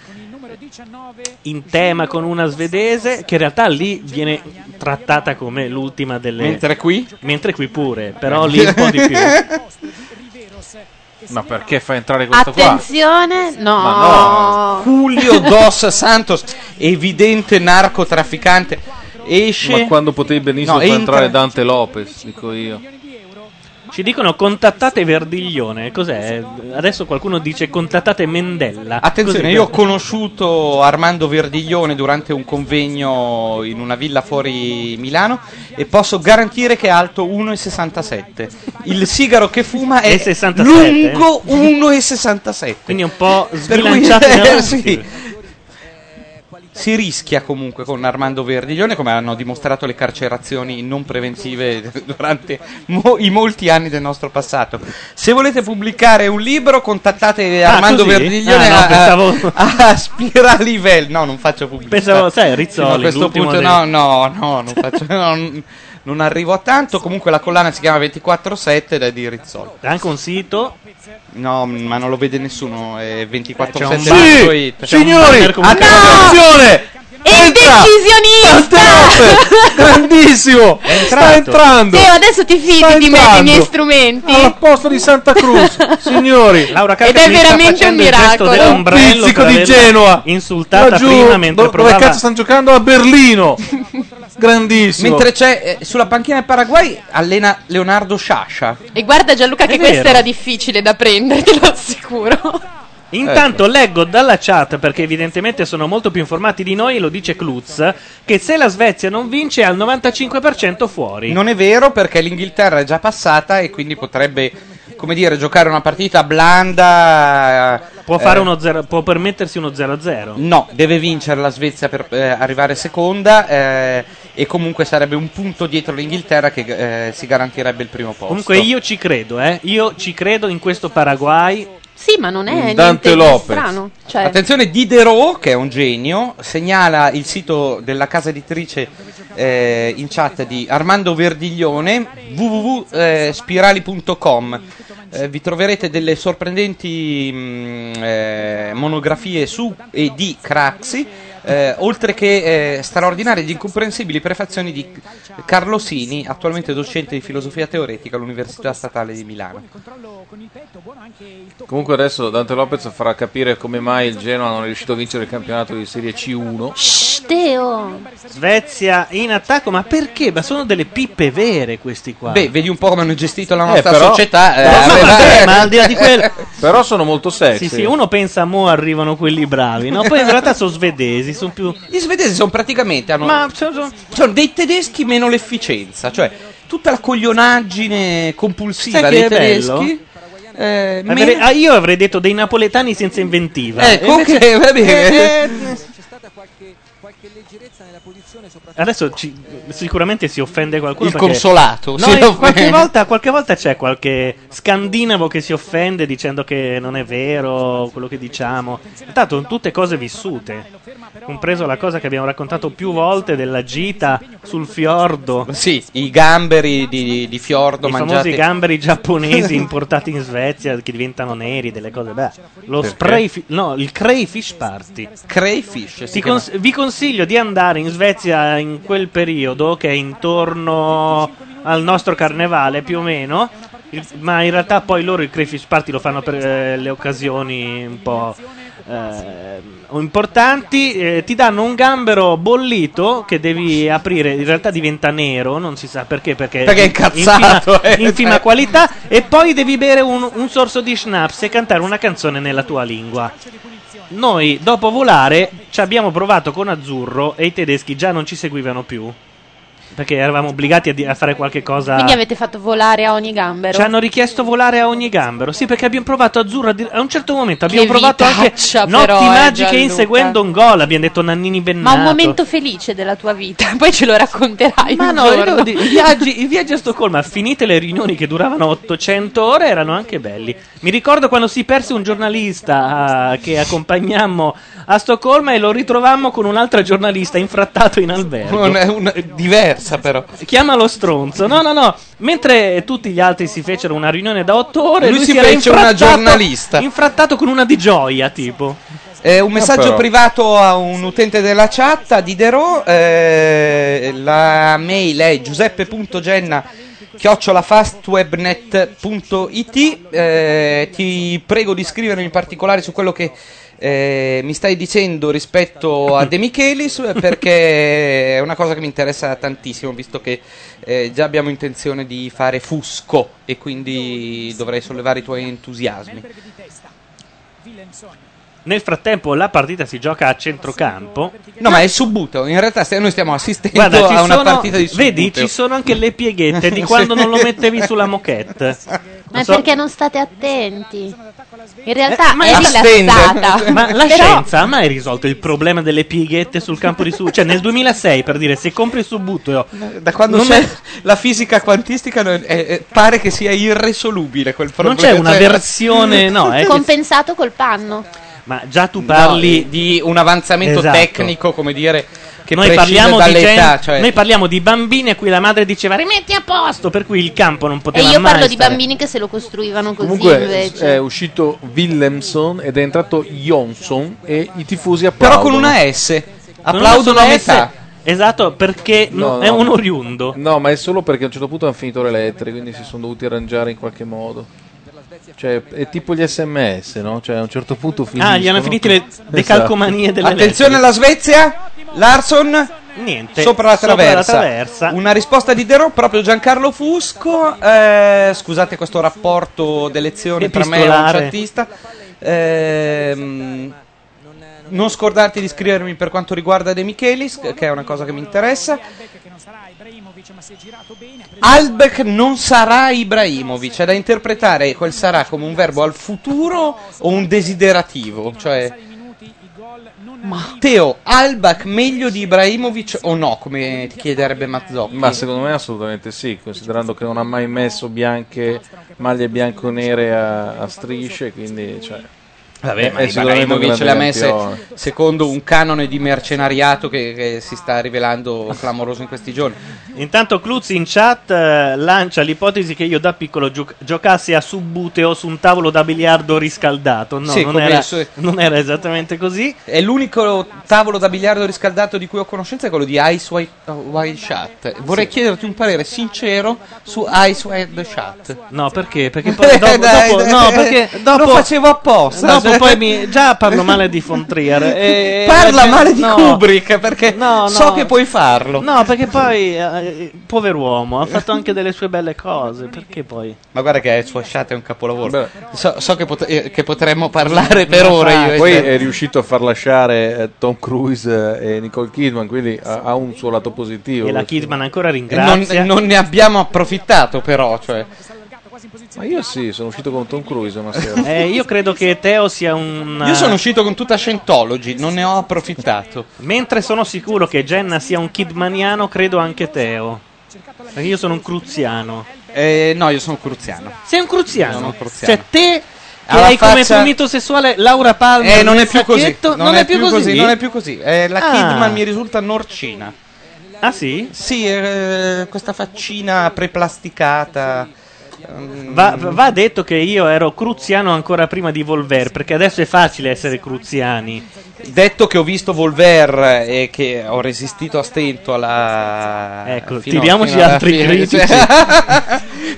in tema con una svedese che in realtà lì viene trattata come l'ultima delle...
Mentre qui?
Mentre qui pure, però lì un po' di più.
Ma perché fa entrare questo qua?
Attenzione, no.
Ma Julio Dos Santos, evidente narcotrafficante, esce.
Ma quando potevi benissimo
No,
far
entra-
entrare Dante Lopez, dico io.
Ci dicono contattate Verdiglione, cos'è? Adesso qualcuno dice contattate Mendella.
Attenzione,
Così-
io ho conosciuto Armando Verdiglione durante un convegno in una villa fuori Milano e posso garantire che è alto 1,67. Il sigaro che fuma è
È 67?
lungo 1,67.
Quindi è un po'
Per cui- Eh,
sbilanciato in avanti.
sì. Si rischia comunque con Armando Verdiglione, come hanno dimostrato le carcerazioni non preventive durante mo- i molti anni del nostro passato. Se volete pubblicare un libro, contattate
Ah,
Armando
così?
Verdiglione
Ah, no,
a- a-
pensavo-
a, Spiralivel. No, non faccio pubblicità.
Pensavo, sai, Rizzoli,
Fino a questo
l'ultimo
punto,
dei-
no, no, no, non, faccio, no, non arrivo a tanto. Comunque la collana si chiama 24-7 ed è di Rizzoli.
È anche un sito?
No, ma non lo vede nessuno. È 24
Eh, c'è un
banner.
banner.
Poi-
Sì,
c'è un Ah,
signori,
banner comunque.
attenzione!
Entra!
Grandissimo! Sta entrando!
Teo, adesso ti fidi
Sta
di me, dei
entrando.
miei strumenti.
Alla
Ah.
posta di Santa Cruz, signori!
Laura
Ed
Calca
è
mi sta
veramente un
facendo il gesto
miracolo.
dell'ombrello
Un pizzico
per
di
averla
Genoa.
Insultata
Laggiù,
prima mentre
do-
provava
Dove cazzo stanno giocando? A Berlino! Grandissimo!
Mentre c'è eh, sulla panchina del Paraguay allena Leonardo Sciascia.
E guarda Gianluca che
È
questa
vero.
era difficile da prendere, te lo assicuro.
Intanto leggo dalla chat, perché evidentemente sono molto più informati di noi, lo dice Klutz, che se la Svezia non vince è al 95% fuori.
Non è vero perché l'Inghilterra è già passata e quindi potrebbe, come dire, giocare una partita blanda.
Può, fare
eh,
uno zero- può permettersi uno 0-0.
No, deve vincere la Svezia per eh, arrivare seconda eh, e comunque sarebbe un punto dietro l'Inghilterra che eh, si garantirebbe il primo posto.
Comunque io ci credo, eh. Io ci credo in questo Paraguay.
Sì, ma non è
In Dante
niente di
Lopez.
strano. Cioè,
Eh.
Attenzione, Diderot, che è un genio, segnala il sito della casa editrice eh, in chat di Armando Verdiglione, eh, www.spirali.com. Eh, vi troverete delle sorprendenti mh, eh, monografie su e di Craxi. eh, oltre che eh, straordinarie ed incomprensibili prefazioni di Carlo Sini, attualmente docente di filosofia teoretica all'Università Statale di Milano.
Comunque adesso Dante Lopez farà capire come mai il Genoa non è riuscito a vincere il campionato di Serie C1.
Teo.
Svezia in attacco, ma perché? Ma sono delle pippe vere questi qua.
Beh, vedi un po' come hanno gestito la nostra
però-
società. eh,
No, ma
aveva-
vabbè, ma al di là di quello,
Però sono molto sexy.
Sì, sì, uno pensa mo arrivano quelli bravi, no? Poi in realtà sono svedesi, sono più...
Gli svedesi sono praticamente... Hanno,
Ma
sono, dei tedeschi meno l'efficienza, cioè tutta la coglionaggine compulsiva
Sai che
dei
è bello?
tedeschi. eh,
Avrei-
meno-
ah, io avrei detto dei napoletani senza inventiva. Eh,
Ecco, ok, va bene.
Adesso ci- sicuramente si offende qualcuno.
Il
perché-
consolato, eh,
No,
si
il-
offende.
qualche, volta, qualche volta c'è qualche scandinavo che si offende dicendo che non è vero quello che diciamo. Intanto sono tutte cose vissute, compreso la cosa che abbiamo raccontato più volte della gita sul fiordo.
Sì, i gamberi di, di fiordo
I
mangiati.
famosi gamberi giapponesi importati in Svezia che diventano neri, delle cose. Beh, lo
Perché?
spray, fi- no, il crayfish party.
Crayfish,
Ti
si
cons- vi consiglio di andare in Svezia in quel periodo che è intorno al nostro carnevale più o meno. Il- ma in realtà poi loro il crayfish party lo fanno per eh, le occasioni un po' eh, importanti. Eh, ti danno un gambero bollito che devi aprire. In realtà diventa nero, non si sa perché. Perché,
Perché è incazzato,
infima-
eh.
infima qualità. E poi devi bere un, un sorso di schnapps e cantare una canzone nella tua lingua. Noi, dopo volare, ci abbiamo provato con Azzurro e i tedeschi già non ci seguivano più. Perché eravamo obbligati a, di- a fare qualche cosa.
Quindi avete fatto volare a ogni gambero.
Ci hanno richiesto volare a ogni gambero. Sì, perché abbiamo provato azzurro. addir- A un certo momento abbiamo
Che
provato anche
vitaccia,
notti
però, eh,
magiche
Gianluca.
inseguendo un gol. Abbiamo detto Nannini Bennato.
Ma un momento felice della tua vita, poi ce lo racconterai.
Ma
un
no, io
giorno.
devo dire, i viaggi, i viaggi a Stoccolma, finite le riunioni che duravano 800 ore, erano anche belli. Mi ricordo quando si perse un giornalista ah, che accompagnammo a Stoccolma e lo ritrovammo con un'altra giornalista infrattato in albergo.
Un- un- diversa però.
Chiama lo stronzo. No, no, no. Mentre tutti gli altri si fecero una riunione da otto ore, lui,
Lui si
era
fece una
infrattato-
giornalista.
Infrattato con una di gioia, tipo.
Eh, un messaggio
però.
privato a un utente della chat di Dero. eh, la mail è giuseppe.genna chiocciolafastwebnet.it eh, ti prego di scrivere in particolare su quello che eh, mi stai dicendo rispetto a De Michelis eh, perché è una cosa che mi interessa tantissimo visto che eh, già abbiamo intenzione di fare Fusco e quindi dovrei sollevare i tuoi entusiasmi
Nel frattempo la partita si gioca a centrocampo.
No, ma è subbuto. In realtà st- noi stiamo assistendo
Guarda, ci
a una
sono-
partita di subbuteo.
Vedi, ci sono anche le pieghette di quando non lo mettevi sulla moquette.
Ma
Non
è
so-
perché non state attenti. In realtà
Eh, ma
è
la
rilassata.
Ma la
Però-
scienza ha mai risolto il problema delle pieghette sul campo di su? Cioè, nel 2006, per dire, se compri il subbuteo...
Da quando c'è la fisica quantistica non- è- è- pare che sia irresolubile quel
Non
problema.
c'è una
cioè-
versione, no, eh, che-
Compensato col panno.
ma già tu
No,
parli...
eh, di un avanzamento
Esatto.
tecnico, come dire, che
Noi
prescinde
parliamo, di
dall'età.
gente-
cioè-
noi parliamo di bambini a cui la madre diceva rimetti a posto, per cui il campo non
E
poteva
io
mai
parlo di
stare. eh,
bambini che se lo costruivano così
Comunque
invece.
è uscito Willemson ed è entrato Johnson e i tifosi
Però
applaudono.
con una S.
Con
Applaudono
una
a
sola
metà.
Esatto, perché
No,
no- è
no.
un oriundo.
No, ma è solo perché a un certo punto hanno finito le lettere, quindi si sono dovuti arrangiare in qualche modo. Cioè, è tipo gli sms, no? Cioè, a un certo punto finiscono.
Ah, gli hanno finite le
Esatto.
decalcomanie delle
Attenzione alla Svezia. Larson.
Niente.
Sopra la
Sopra la
traversa.
traversa.
Una risposta di Derò proprio Giancarlo Fusco. Eh, scusate questo rapporto d'elezione tra me e un
Epistolare.
chattista. Ehm, non scordarti di scrivermi per quanto riguarda De Michelis, che è una cosa che mi interessa. Albeck non sarà Ibrahimovic, c'è da interpretare quel sarà come un verbo al futuro o un desiderativo, cioè Teo, Albac meglio di Ibrahimovic o no, come ti chiederebbe Mazzocchi?
Ma secondo me assolutamente sì, considerando che non ha mai messo bianche, maglie bianco-nere a, a strisce, quindi cioè,
Vabbè, ma
è sicuramente un
Ibrahimovic
grande
l'ha messa
campione.
secondo un canone di mercenariato che, che si sta rivelando clamoroso in questi giorni.
Intanto Cluz in chat eh, lancia l'ipotesi che io da piccolo gio- giocassi a subbuteo su un tavolo da biliardo riscaldato. No,
Sì,
non,
come
era,
il suo-
non era esattamente così.
È l'unico tavolo da biliardo riscaldato di cui ho conoscenza, è quello di Ice White, White Shot. Vorrei chiederti un parere sincero su Ice White Shot.
No, perché? Perché poi dopo,
Dai,
dopo-
dai,
no,
dai.
perché dopo
Lo facevo apposta.
Dopo
cioè.
poi mi, già parlo male di Fontrier. E,
Parla male di
no.
Kubrick perché
no.
so che puoi farlo.
No, perché poi, eh, pover'uomo, ha fatto anche delle sue belle cose. Perché poi?
Ma guarda che Swasciata è un capolavoro. So, so che, pot- eh, che potremmo parlare per ore io e
Poi
eh,
te.
è riuscito a far lasciare eh, Tom Cruise eh, e Nicole Kidman, quindi ha, ha un suo lato positivo.
E la Kidman ancora
E non,
ringrazia.
non ne abbiamo approfittato però, cioè.
Ma io sì, sono uscito con Tom Cruise una sera.
Eh, io credo che Teo sia un.
Io sono uscito con tutta Scientology, non ne ho approfittato.
Mentre sono sicuro che Jenna sia un kidmaniano, credo anche Teo. Perché io sono un cruziano.
Eh, no, io sono cruziano.
Sei un cruziano?
Sono un cruziano.
Cioè, te che
Alla
hai come
faccia-
tuo mito sessuale Laura Palmer.
Eh, non
nel
è più così.
sacchetto? Non, è, più così.
non è più così. Eh, la
Ah.
Kidman mi risulta norcina.
Ah, sì?
Sì, eh, questa faccina preplasticata. ehm,
Va, va detto che io ero cruziano ancora prima di Volver, perché adesso è facile essere cruziani.
Detto che ho visto Volver e che ho resistito a stento alla.
Ecco,
fino-
tiriamoci
fino alla
altri
fine,
critici.
cioè,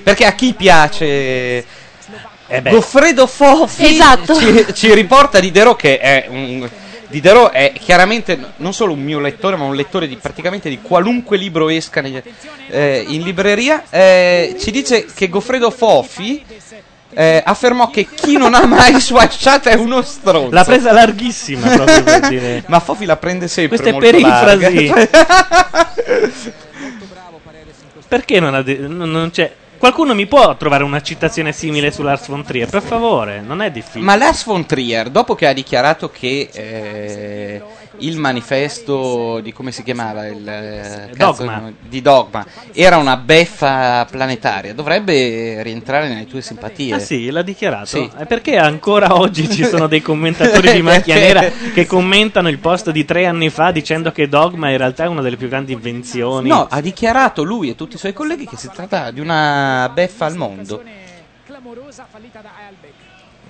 Perché a chi piace.
Eh
Goffredo Fofi
Esatto.
ci, ci riporta Didero che è un. Diderot è chiaramente non solo un mio lettore, ma un lettore di praticamente di qualunque libro esca negli- eh, in libreria. Eh, ci dice che Goffredo Fofi eh, affermò che chi non ha mai swatchato è uno stronzo.
L'ha presa larghissima, proprio per dire.
Ma Fofi la prende sempre.
Queste
molto larga.
perifrasi.
Cioè-
Perché non ha. de- non- non c'è. Qualcuno mi può trovare una citazione simile su Lars von Trier? Per favore, non è difficile.
Ma Lars von Trier, dopo che ha dichiarato che eh, il manifesto di come si chiamava il eh, cazzo
Dogma.
di Dogma era una beffa planetaria, dovrebbe rientrare nelle tue simpatie.
Ah sì, l'ha dichiarato.
Sì.
E perché ancora oggi ci sono dei commentatori di macchia nera che commentano il post di tre anni fa dicendo che Dogma in realtà è una delle più grandi invenzioni?
No, ha dichiarato lui e tutti i suoi colleghi che si tratta di una beffa al mondo.
Clamorosa fallita da Albeck.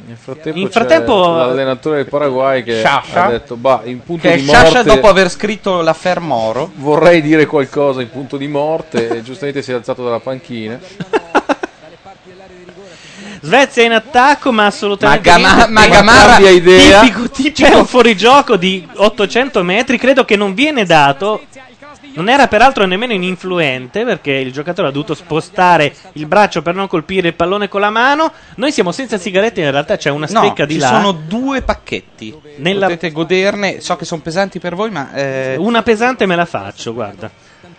Nel frattempo,
In
c'è
frattempo-
l'allenatore del Paraguay che
Sciascia.
ha detto bah, in punto
Che
di
Sciascia
morte
dopo aver scritto l'affair Moro
vorrei dire qualcosa in punto di morte e giustamente si è alzato dalla panchina.
Svezia in attacco, ma assolutamente.
Ma Gama-
niente.
ma Gamara- Ma cambia idea.
Tipico, tipico. C'è un fuorigioco di 800 metri. Credo che non viene dato. Non era peraltro nemmeno ininfluente perché il giocatore ha dovuto spostare il braccio per non colpire il pallone con la mano. Noi siamo senza sigarette, in realtà c'è una
No,
stecca di
ci
là.
sono due pacchetti. Potete goderne, so che sono pesanti per voi, ma eh,
Una pesante me la faccio, guarda.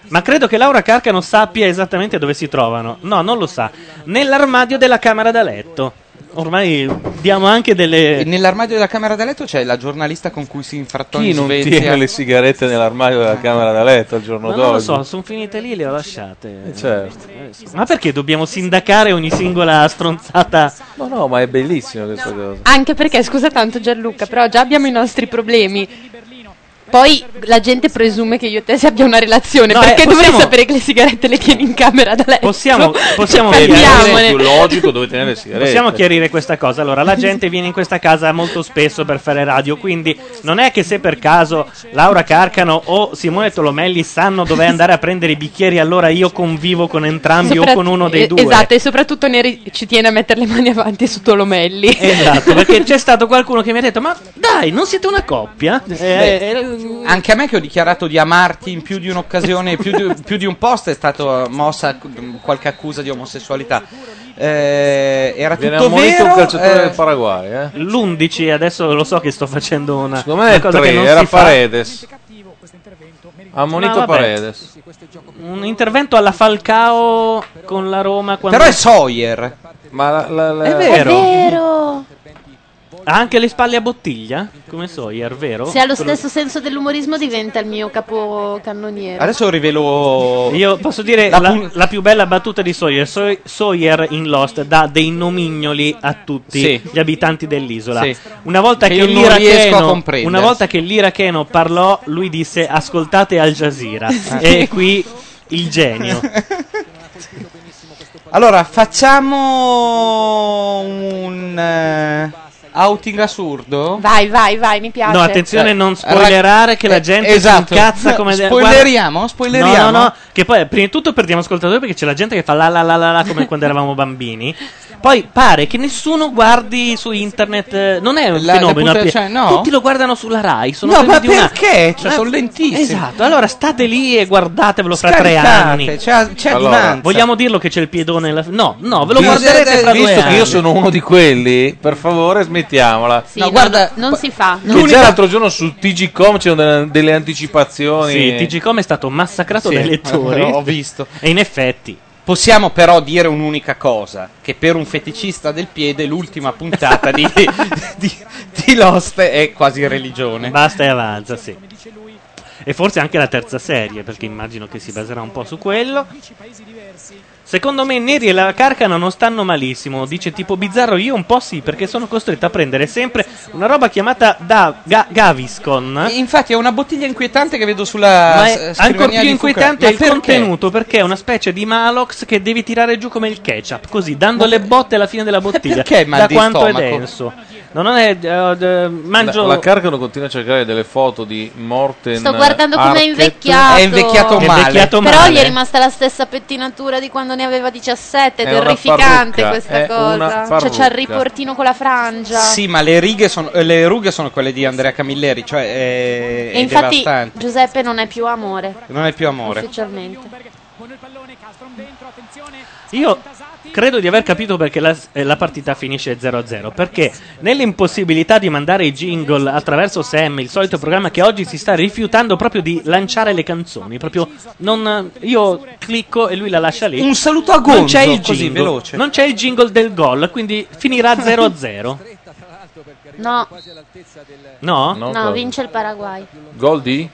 Ma credo che Laura Carcano sappia esattamente dove si trovano. No, non lo sa. Nell'armadio della camera da letto. Ormai diamo anche delle.
Nell'armadio della camera da letto c'è la giornalista con cui si infrattò
Chi
in
non
Svezia.
tiene le sigarette nell'armadio della camera da letto al giorno
Ma
d'oggi?
non lo so, sono finite lì, le ho lasciate.
Eh, certo.
Eh, sì. Ma perché dobbiamo sindacare ogni singola stronzata?
No, no, ma è bellissimo questa cosa.
Anche perché, scusa tanto Gianluca, però già abbiamo i nostri problemi. Poi la gente presume che io e te si abbia una relazione,
No, eh,
perché dovrei
possiamo-
sapere che le sigarette le tieni in camera da letto.
Possiamo, possiamo,
Cioè, parliamone.
più logico dove tenere le sigarette.
possiamo chiarire questa cosa. Allora, la gente viene in questa casa molto spesso per fare radio, quindi non è che se per caso Laura Carcano o Simone Tolomelli sanno dove andare a prendere i bicchieri, allora io convivo con entrambi o
Sopra-
con uno dei
eh,
due.
Esatto, e soprattutto Neri ci tiene a mettere le mani avanti su Tolomelli.
Esatto, perché c'è stato qualcuno che mi ha detto: Ma dai, non siete una coppia? Eh,
Beh, anche a me che ho dichiarato di amarti in più di un'occasione, più di, più di un post è stata mossa mh, qualche accusa di omosessualita. Eh, era
Viene
tutto
ammonito
vero.
un calciatore
eh,
del Paraguay, eh?
L'11, adesso lo so che sto facendo una.
Secondo me
una
è
cosa che
tre,
non
era
si fa.
Paredes. Ha ammonito
No, vabbè.
Paredes.
Un intervento alla Falcao con la Roma. Quando...
Però è Sawyer.
Ma la- la- la-
È vero. Ha anche le spalle a bottiglia? Come Sawyer, vero?
Se ha lo
Quello-
stesso senso dell'umorismo diventa il mio capocannoniere.
Adesso rivelo.
Io posso dire la, la più bella battuta di Sawyer. Saw- Sawyer in Lost dà dei nomignoli a tutti
Sì.
gli abitanti dell'isola.
Sì.
Una, volta
Che
che
io non riesco a
l'iracheno,
comprendere.
una volta che l'iracheno parlò, lui disse: Ascoltate Al Jazeera.
Sì.
E qui il genio.
Allora, facciamo un eh, outing assurdo.
Vai, vai, vai, mi piace.
No, attenzione,
Eh,
non spoilerare
rac-
che la
eh,
gente
esatto.
si incazza come de-
Spoileriamo?
guarda-
Spoileriamo?
No, no, no, che poi prima di tutto perdiamo ascoltatori perché c'è la gente che fa la la la la, la come quando eravamo bambini. Poi pare che nessuno guardi su internet, eh, non è un
La- la
fenomeno.
punta-
appena-
cioè, no?
Tutti lo guardano sulla Rai. Sono
No,
prima
ma
di una-
perché? Cioè,
Eh,
sono lentissimi.
Esatto, allora state lì e guardatevelo fra tre
Scaricate, cioè.
anni.
c'è- c'è
allora,
adunanza.
vogliamo dirlo che c'è il piedone? alla- No, no, ve lo
Visto-
guarderete fra due anni.
Visto che io sono uno di quelli, per favore smettiamola.
Sì, no, guarda, non si fa.
Che già l'altro giorno su TGcom c'erano delle, delle anticipazioni.
Sì, TGcom è stato massacrato
Sì,
dai lettori.
ho visto.
E in effetti.
Possiamo però dire un'unica cosa, che per un feticista del piede l'ultima puntata di, di- di Lost è quasi religione.
Basta e avanza, sì. E forse anche la terza serie, perché immagino che si baserà un po' su quello. Secondo me Neri e la Carcano non stanno malissimo, dice tipo bizzarro io un po' sì, perché sono costretto a prendere sempre una roba chiamata da Ga- Gaviscon.
Infatti è una bottiglia inquietante che vedo sulla
Ma
Ah, s-
è
scrivania
ancora
di
più
Fuca-
inquietante
Ma
è il
perché?
contenuto perché è una specie di Malox che devi tirare giù come il ketchup, così dando le botte alla fine della bottiglia.
perché mal
da
di
quanto è
stomaco?
denso. No, non è eh, eh, mangio
La, la Carcano continua a cercare delle foto di Morten.
Sto guardando come è
Harket.
invecchiato.
È invecchiato
Però
male.
gli è rimasta la stessa pettinatura di quando ne aveva 17. È
È una
terrificante
parrucca,
questa
è una
cosa. Cioè, c'ha
parrucca.
il riportino con la frangia.
Sì, ma le, righe sono, eh, le rughe sono quelle di Andrea Camilleri, cioè eh, è,
e infatti,
devastante.
Giuseppe non è più amore.
Non è più amore.
Ufficialmente.
Io credo di aver capito perché la, eh, la partita finisce 0-0. Perché nell'impossibilità di mandare i jingle attraverso Sam, il solito programma che oggi si sta rifiutando proprio di lanciare le canzoni. Proprio non, io clicco e lui la lascia lì.
Un saluto a
Non c'è
Gonzo,
il
così,
jingle,
veloce.
Non c'è il jingle del gol, quindi finirà 0-0.
No,
No?
no, vince il Paraguay.
Gol di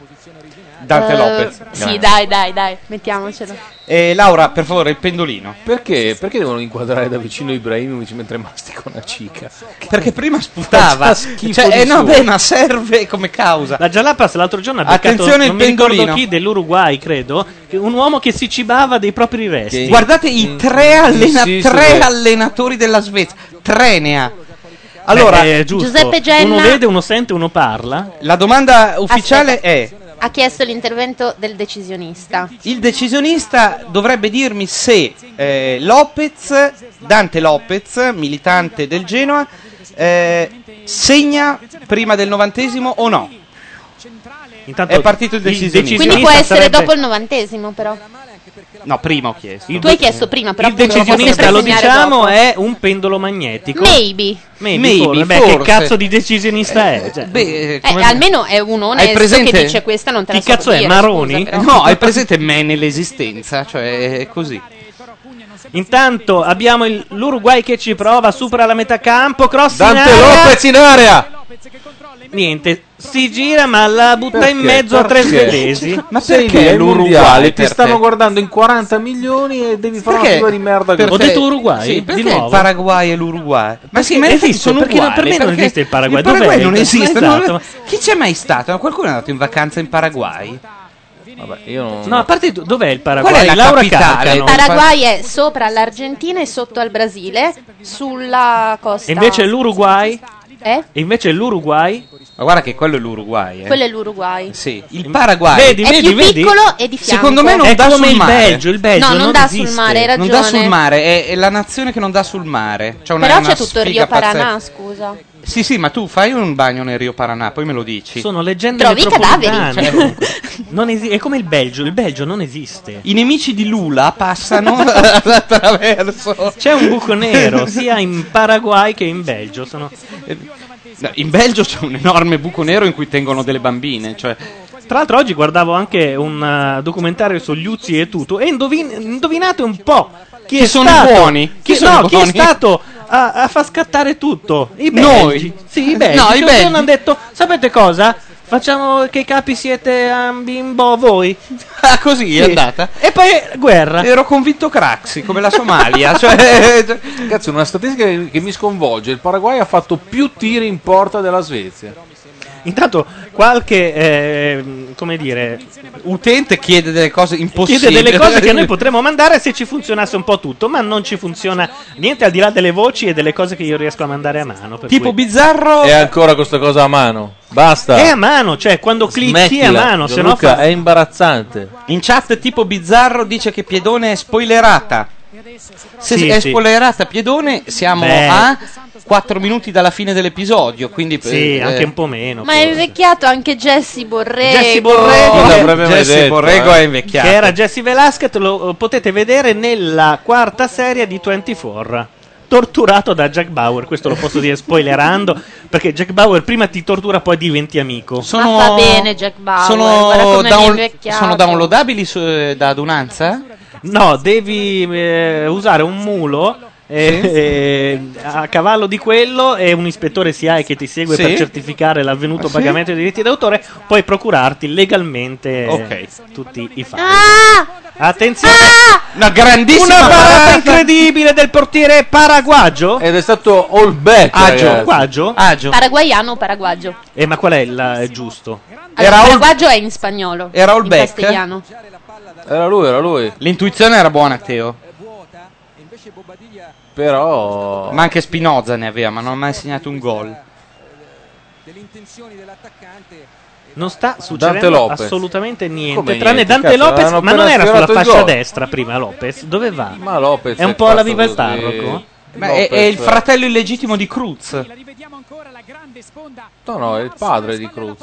Dante
Eh,
Lopez.
Sì, dai, dai, dai, mettiamocelo.
Eh, Laura, per favore, il pendolino.
Perché? Perché devono inquadrare da vicino Ibrahimovic mentre mastica una cica?
Perché prima sputava. Cioè, eh, no, beh, ma serve come causa.
La Jalapas l'altro giorno ha beccato
Attenzione il
non mi ricordo
pendolino.
chi dell'Uruguay, credo, che- un uomo che si cibava dei propri resti.
Guardate i tre, allena-
insisto
tre
che-
allenatori della Svezia. Tre ne ha.
Allora,
Allora,
Giuseppe Genna-
Eh, uno vede, uno sente, uno parla.
La domanda ufficiale è:
Ha chiesto l'intervento del decisionista.
il decisionista dovrebbe dirmi se eh, Lopez, Dante Lopez, militante del Genoa, eh, segna prima del novantesimo o no?
Intanto
È partito il decisionista.
Quindi può essere dopo il novantesimo, però.
No, prima ho chiesto.
Tu hai chiesto prima, però
il
appunto lo può
decisionista,
sempre
lo
segnare
diciamo,
dopo.
è un pendolo magnetico.
Maybe.
Maybe,
Maybe,
forse. Beh,
forse.
che cazzo di decisionista è? Cioè,
Eh, Beh,
Eh, almeno è un
Hai
onesto
presente-
che dice questa non te la
Chi
so
cazzo è,
dire,
Maroni?
scusa, però.
Eh, No, hai presente me nell'esistenza, cioè è così.
Intanto abbiamo il- l'Uruguay che ci prova, supera la metà campo, cross
Dante
Eh,
in area.
Lopez in area!
Niente, si gira ma la butta in mezzo a tre svedesi.
Ma
sei
perché
lì ai
l'Uruguay
mondiali, ti
per te?
stanno guardando in 40 milioni e devi fare
Perché?
una figura di merda
Perché-
così.
Ho detto Uruguay,
Sì,
di
perché
nuovo.
il Paraguay e l'Uruguay? Ma sì, ma
Perché
infatti
esiste?
sono
Perché
uguali,
per me non
perché
esiste il Paraguay.
Il Paraguay
Dov'è?
non esiste.
Esatto.
non- Chi c'è mai stato? Ma qualcuno è andato in vacanza in Paraguay?
Vabbè, io non...
No, a parte do- dov'è il Paraguay?
Qual è la
Laura
capitale?
Carcano.
Par-
Paraguay è sopra l'Argentina e sotto al Brasile, sulla costa.
E invece l'Uruguay?
Eh?
E invece l'Uruguay?
Ma guarda che quello è l'Uruguay, eh.
Quello è l'Uruguay.
Sì, il Paraguay.
Vedi, Eh,
è più piccolo e di fianco.
Secondo me non
È
dà
come
sul
il
mare.
Belgio, il Belgio
No, non
non
dà sul
esiste.
mare, hai
Non dà sul
ragione.
mare, è, è la nazione che non dà sul mare. Cioè una-
Però
una
c'è tutto il
sfiga
Rio Paranà,
pazzesca.
scusa.
Sì, sì, ma tu fai un bagno nel Rio Paranà, poi me lo dici.
Sono leggende
Trovi i
metropolitane.
cadaveri, cioè.
Non esi- è come il Belgio, il Belgio non esiste.
I nemici di Lula passano attraverso.
C'è un buco nero sia in Paraguay che in Belgio. Sono...
No, In Belgio c'è un enorme buco nero in cui tengono delle bambine. Cioè,
Tra l'altro oggi guardavo anche un eh, documentario su Liuzzi e Tuto e indovin- indovinate un po' chi,
Chi
è
sono i
stato,
buoni?
Chi,
Chi sono
no,
i
chi è
buoni?
stato a, a far scattare tutto? I belgi.
Noi?
Sì, i belgi.
No, i
Che un
belgi.
giorno hanno detto, sapete cosa? Facciamo che i capi siete ambi in boh voi.
ah, così è
Sì.
andata.
E poi guerra.
Ero convinto Craxi, come la Somalia. cioè, cioè-
Cazzo, una statistica che che mi sconvolge. Il Paraguay ha fatto più tiri in porta della Svezia.
Intanto qualche, ehm, come dire,
utente chiede delle cose impossibili.
chiede delle cose che noi potremmo mandare se ci funzionasse un po' tutto, ma non ci funziona niente al di là delle voci e delle cose che io riesco a mandare a mano. per
Tipo
cui-
bizzarro.
E ancora questa cosa a mano. Basta.
è a mano, cioè quando clicchi è a
Smettila,
mano, se no
Gianluca,
fa...
è imbarazzante.
In chat tipo bizzarro dice che Piedone è spoilerata. Se
Sì,
è
sì.
spoilerata Piedone, siamo
Beh.
a 4 minuti dalla fine dell'episodio. Quindi, eh,
Sì, anche un po' meno.
Ma è invecchiato anche Jesse Borrego.
Jesse
Eh,
Borrego,
Chi l'avrebbe mai Jesse detto, Borrego eh? è invecchiato.
Che era Jesse Velasquez, lo eh, potete vedere nella quarta serie di 24. Torturato da Jack Bauer, questo lo posso dire spoilerando, perché Jack Bauer prima ti tortura, poi diventi amico.
Sono,
Ma fa Ah, bene Jack Bauer. guarda
sono,
come mi è
down-
invecchiato.
sono downloadabili su- eh, da adunanza?
No, devi eh, usare un mulo. eh, eh, a cavallo di quello e un ispettore SIAE che ti segue
Sì.
per certificare l'avvenuto
Ah, sì?
pagamento dei diritti d'autore, puoi procurarti legalmente eh,
Ok.
tutti i fatti.
Ah!
Attenzione!
Ah!
Una grandissima
Una parata
parata! Eh,
incredibile del portiere Paraguaggio. Ed è stato all back.
Ah,
Agio.
ragazzi.
Guaggio?
Ah,
Paraguaiano o paraguaggio?
Eh, ma qual è il eh, giusto?
Allora, paraguaggio è in spagnolo.
era all
in
back?
castigliano.
Era lui, era lui. L'intuizione era buona, Teo.
eh,
Però. Ma anche Spinoza ne aveva, ma non ha mai segnato un gol.
Non sta succedendo
Lopez.
assolutamente niente,
Come
tranne
niente?
Dante
Cazzo,
Lopez,
l'hanno
ma non
appena
era sulla
sfiorato il
fascia
gol.
destra prima Lopez, dove va?
Ma Lopez
è un
è
po' la viva il
fatto così.
Tarroco.
Ma è, è il fratello illegittimo di Cruz.
No, no, è il padre di Cruz.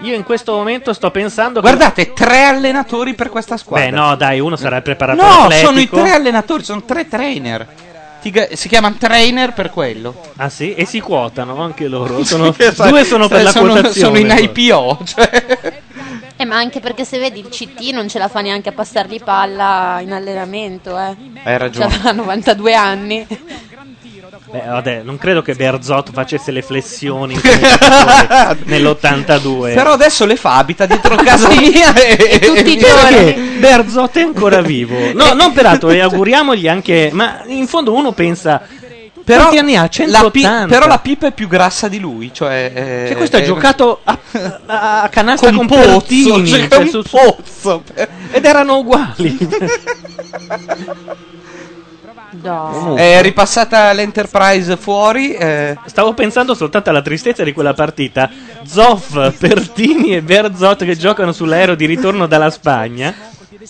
Io in questo momento sto pensando che-
Guardate, tre allenatori per questa squadra.
Beh, no, dai, uno sarà il preparatore
No,
atletico.
sono i tre allenatori, sono tre trainer. Ti ga- si chiamano trainer per quello.
Ah sì, e si quotano anche loro. Sono-
Sì, sai,
due sono per la
Cioè, sono-
quotazione.
sono in IPO, cioè.
Eh, ma anche perché se vedi il CT non ce la fa neanche a passargli palla in allenamento, eh.
Hai ragione.
Cioè, ha 92 anni.
Beh, vabbè, non credo che Berzot facesse le flessioni nell'82.
Però adesso le fa, abita dietro casa mia e,
tutti
e-
i giorni Berzot è ancora vivo.
Eh.
No, non peraltro, e auguriamogli anche. Ma in fondo uno pensa.
Però
quanti anni ha?
La pi-
180.
però la pipa è più grassa di lui. Cioè, eh,
Cioè, questo ha
eh,
giocato a, a- a canasta con,
Con Pozzo,
Pertini,
cioè,
cioè,
un
su- su- ed erano uguali.
È ripassata l'Enterprise fuori. eh.
Stavo pensando soltanto alla tristezza di quella partita. Zoff, Pertini e Berzot che giocano sull'aereo di ritorno dalla Spagna.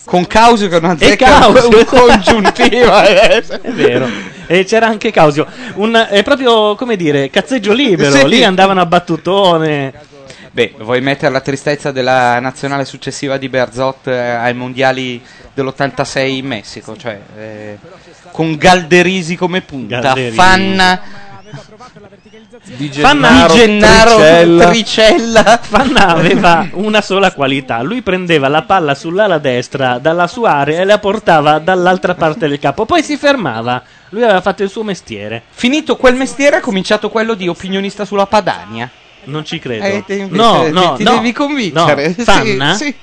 Con Causio che non
E
azzecca
Causio.
un congiuntivo. eh.
È vero. E c'era anche Causio. Un, è proprio, come dire, cazzeggio libero.
Sì.
Lì andavano a battutone.
Beh, vuoi mettere la tristezza della nazionale successiva di Berzot eh, ai mondiali dell'86 in Messico? Cioè, eh, con Galderisi come punta,
Galderisi.
Fanna,
Di
Gennaro,
Di Gennaro
Tricella.
Tricella.
Fanna aveva una sola qualità. Lui prendeva la palla sull'ala destra dalla sua area e la portava dall'altra parte del campo. Poi si fermava. Lui aveva fatto il suo mestiere.
Finito quel mestiere, ha cominciato quello di opinionista sulla Padania.
Non ci credo.
Eh, te invece
no,
ti-
no,
ti
no.
devi convincere.
No.
Sì,
Fanna?
sì.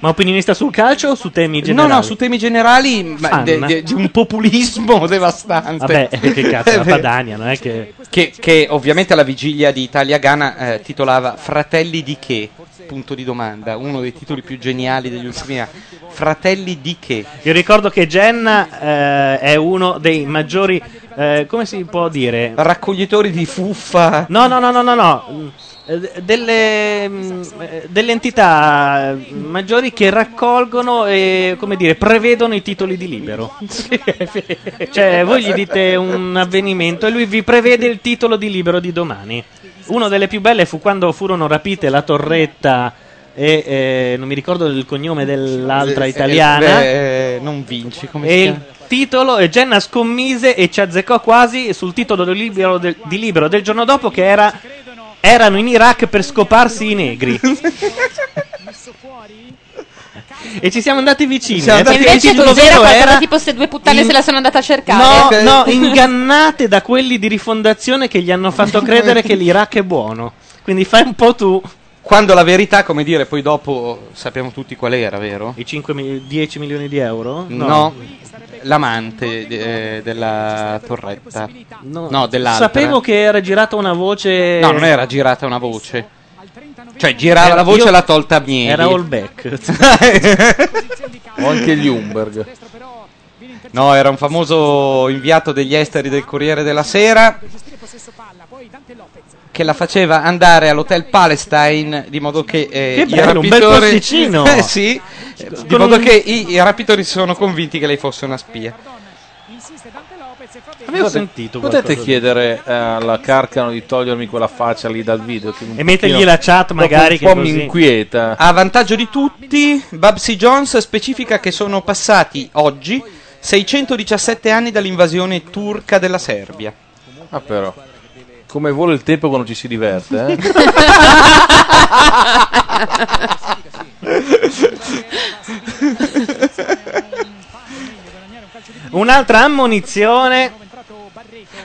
Ma opinionista sul calcio o su temi generali?
No, no, su temi generali ma de-
Fanna.
de- di un populismo devastante.
Vabbè, che cazzo, la Padania, non è che...
Che, che ovviamente alla vigilia di Italia-Ghana eh, titolava Fratelli di che? Punto di domanda, uno dei titoli più geniali degli ultimi anni. Fratelli di che?
Io ricordo che Jenna eh, è uno dei maggiori, eh, come si può dire?
Raccoglitori di fuffa.
No, no, no, no, no, no. Mm, eh, Delle, mm, eh, delle entità eh, maggiori che raccolgono e come dire prevedono i titoli di libero cioè voi gli dite un avvenimento e lui vi prevede il titolo di libero di domani una delle più belle fu quando furono rapite la torretta e eh, non mi ricordo il cognome dell'altra
Eh,
italiana
eh, eh, non vinci, come si
e il
chiama?
titolo e Jenna scommise e ci azzeccò quasi sul titolo del libero del- di libero del giorno dopo che era erano in Iraq per scoparsi i negri e ci siamo andati vicini
Siamo
eh,
andati
perché
Invece
il
cos'era
vero
qualcosa
era-
tipo se due puttane se la sono andata a
No,
cercare?
no, ingannate da quelli di rifondazione che gli hanno fatto credere che l'Iraq è buono. Quindi fai un po' tu.
Quando la verità, come dire, poi dopo sappiamo tutti qual era, vero?
I 5 mil- 10 milioni di euro?
No, l'amante de- eh, della torretta. No, dell'altra.
Sapevo che era girata una voce.
No, non era girata una voce. Cioè, girava la voce
Io-
e l'ha tolta Agnelli.
Era all back.
O anche gli Umberg.
No, era un famoso inviato degli esteri del Corriere della Sera che la faceva andare all'Hotel Palestine di modo che, eh,
Che
i
bello, un bel
rapitori-
posticino.
Eh sì, Di modo che i, i rapitori si sono convinti che lei fosse una spia.
Potete- Potete chiedere eh, alla Carcano di togliermi quella faccia lì dal video. che un
E mettergli
pochino-
la chat
dopo
magari
Un
che
po'
così-
mi inquieta.
A vantaggio di tutti, Babsy Jones specifica che sono passati oggi 617 anni dall'invasione turca della Serbia.
Ah, però. Come vuole il tempo quando ci si diverte, eh?
Un'altra ammonizione.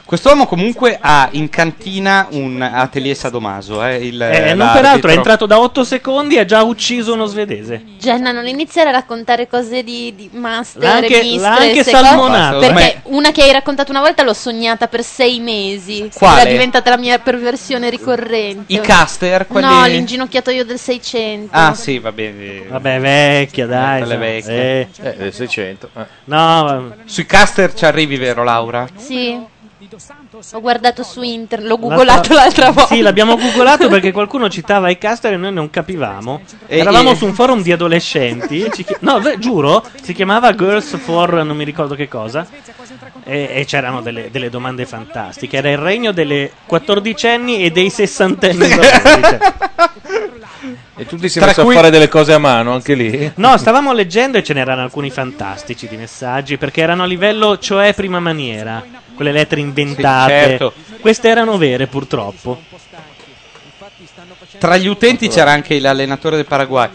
Quest'uomo comunque ha in cantina un atelier sadomaso. Eh, il,
Eh, non
l'arbitro.
peraltro è entrato da 8 secondi e ha già ucciso uno svedese.
Jenna, non iniziare a raccontare cose di, di master,
L'ha anche-
mistress,
l'ha anche
e cose-
salmonato. eh.
Perché
Ormai-
una che hai raccontato una volta l'ho sognata per sei mesi.
Quale?
Era diventata la mia perversione ricorrente.
I caster, quelli...
No, l'inginocchiatoio del 600.
Ah sì, va bene.
Vabbè, vecchia, dai.
Quelle
sa-
vecchie.
eh.
Eh, del 600. eh.
No,
Sui caster ci arrivi, vero Laura?
Sì. Ho guardato su internet, l'ho googolato l'altra volta.
Sì, l'abbiamo googolato perché qualcuno citava i caster e noi non capivamo.
E-
Eravamo
e-
su un forum di adolescenti. e ci chi- No, ve- giuro, si chiamava Girls for non mi ricordo che cosa. E, e c'erano delle, delle domande fantastiche. Era il regno delle 14enni e dei 60enni. valori, cioè.
E tutti si è
Tra
messo
cui-
a fare delle cose a mano anche lì.
No, stavamo leggendo e ce n'erano alcuni fantastici di messaggi perché erano a livello cioè prima maniera, quelle lettere inventate.
Sì, certo.
Queste erano vere purtroppo.
Tra gli utenti c'era anche l'allenatore del Paraguay.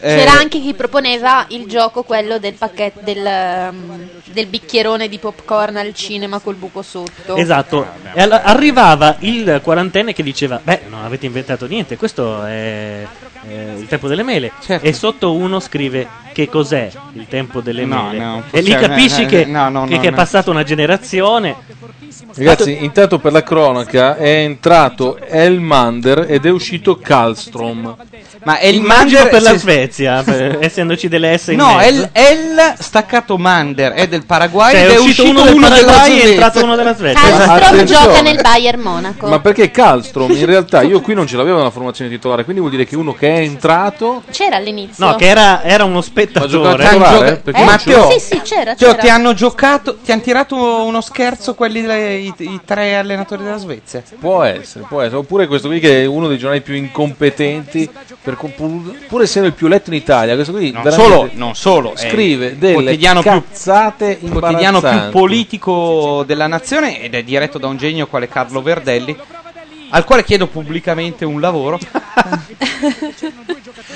Eh,
C'era anche chi proponeva il gioco quello del pacchetto del, um, del bicchierone di popcorn al cinema col buco sotto.
Eh,
Esatto. E all- arrivava il quarantenne che diceva: Beh, non avete inventato niente, questo è eh, il tempo delle mele.
Certo.
E sotto uno scrive: Che cos'è il tempo delle
No,
mele?
no,
e lì
possiamo-
capisci
eh,
che,
no, no,
che-
no,
che è
no.
passata una generazione.
Ragazzi, intanto per la cronaca è entrato Elmander ed è uscito Karlstrom.
Ma
Immagino
Elmander-
per la
se-
Svezia, per- essendoci delle S in
No,
mezzo.
El, El staccato Mander è del Paraguay
Cioè,
ed è uscito,
uno del
della
Paraguay e è
Svezia.
entrato uno della Svezia.
Strom
Attenzione.
gioca nel Bayern Monaco.
Ma perché Karlstrom? In realtà io qui non ce l'avevo nella formazione titolare, quindi vuol dire che uno che è entrato
C'era all'inizio.
No, che era, era uno
giocato
spettatore.
a titolare? Perché
Eh?
non ce l'ho.
Sì, sì, c'era,
Cioè,
c'era.
ti hanno giocato, ti hanno tirato uno scherzo quelli delle- i, i tre allenatori della Svezia.
Può essere, può essere. Oppure questo qui che è uno dei giornali più incompetenti, per co- pur, pur essendo il più letto in Italia. Questo qui
Non
veramente
solo, non solo, è
scrive
il
delle
quotidiano più-
cazzate
Il quotidiano più
imbarazzanti.
politico della nazione ed è diretto da un genio quale Carlo Verdelli, al quale chiedo pubblicamente un lavoro.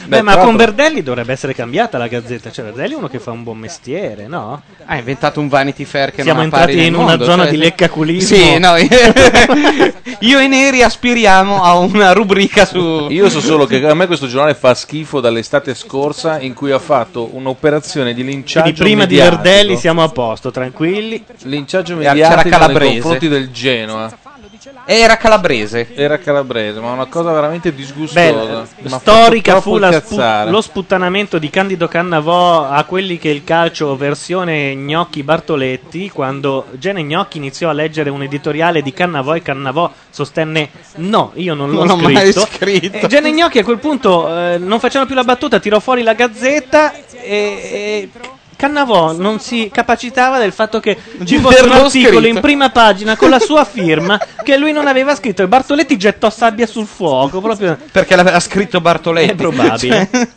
Beh, ma
tra
con
l'altro-
Verdelli dovrebbe essere cambiata la gazzetta. Cioè, Verdelli è uno che fa un buon mestiere, no?
Ha Ah, inventato un Vanity Fair che
Siamo
non ha pari
entrati
nel
in una
mondo,
zona
cioè-
di leccaculismo.
Sì, no, io e Neri aspiriamo a una rubrica su
Io so solo che a me questo giornale fa schifo dall'estate scorsa in cui ha fatto un'operazione di linciaggio
Quindi prima di
mediatico.
Verdelli siamo a posto, tranquilli.
Linciaggio
C'era
mediatico nei
Calabrese.
confronti del Genoa.
Era calabrese.
Era calabrese, ma una cosa veramente disgustosa.
Beh, eh,
Mi ha
storica
fatto
fu
troppo
la spu-
incazzare.
lo sputtanamento di Candido Cannavò a quelli che il calcio versione Gnocchi Bartoletti quando Gene Gnocchi iniziò a leggere un editoriale di Cannavò e Cannavò sostenne no, io non l'ho,
Non l'ho
scritto.
mai scritto.
E Gene Gnocchi a quel punto eh, non facendo più la battuta tirò fuori la gazzetta e... e Cannavò non si capacitava del fatto che ci
Di
fosse un
averlo
articolo in
scritto.
prima pagina con la sua firma che lui non aveva scritto e Bartoletti gettò sabbia sul fuoco proprio
perché l'ha scritto Bartoletti.
È probabile.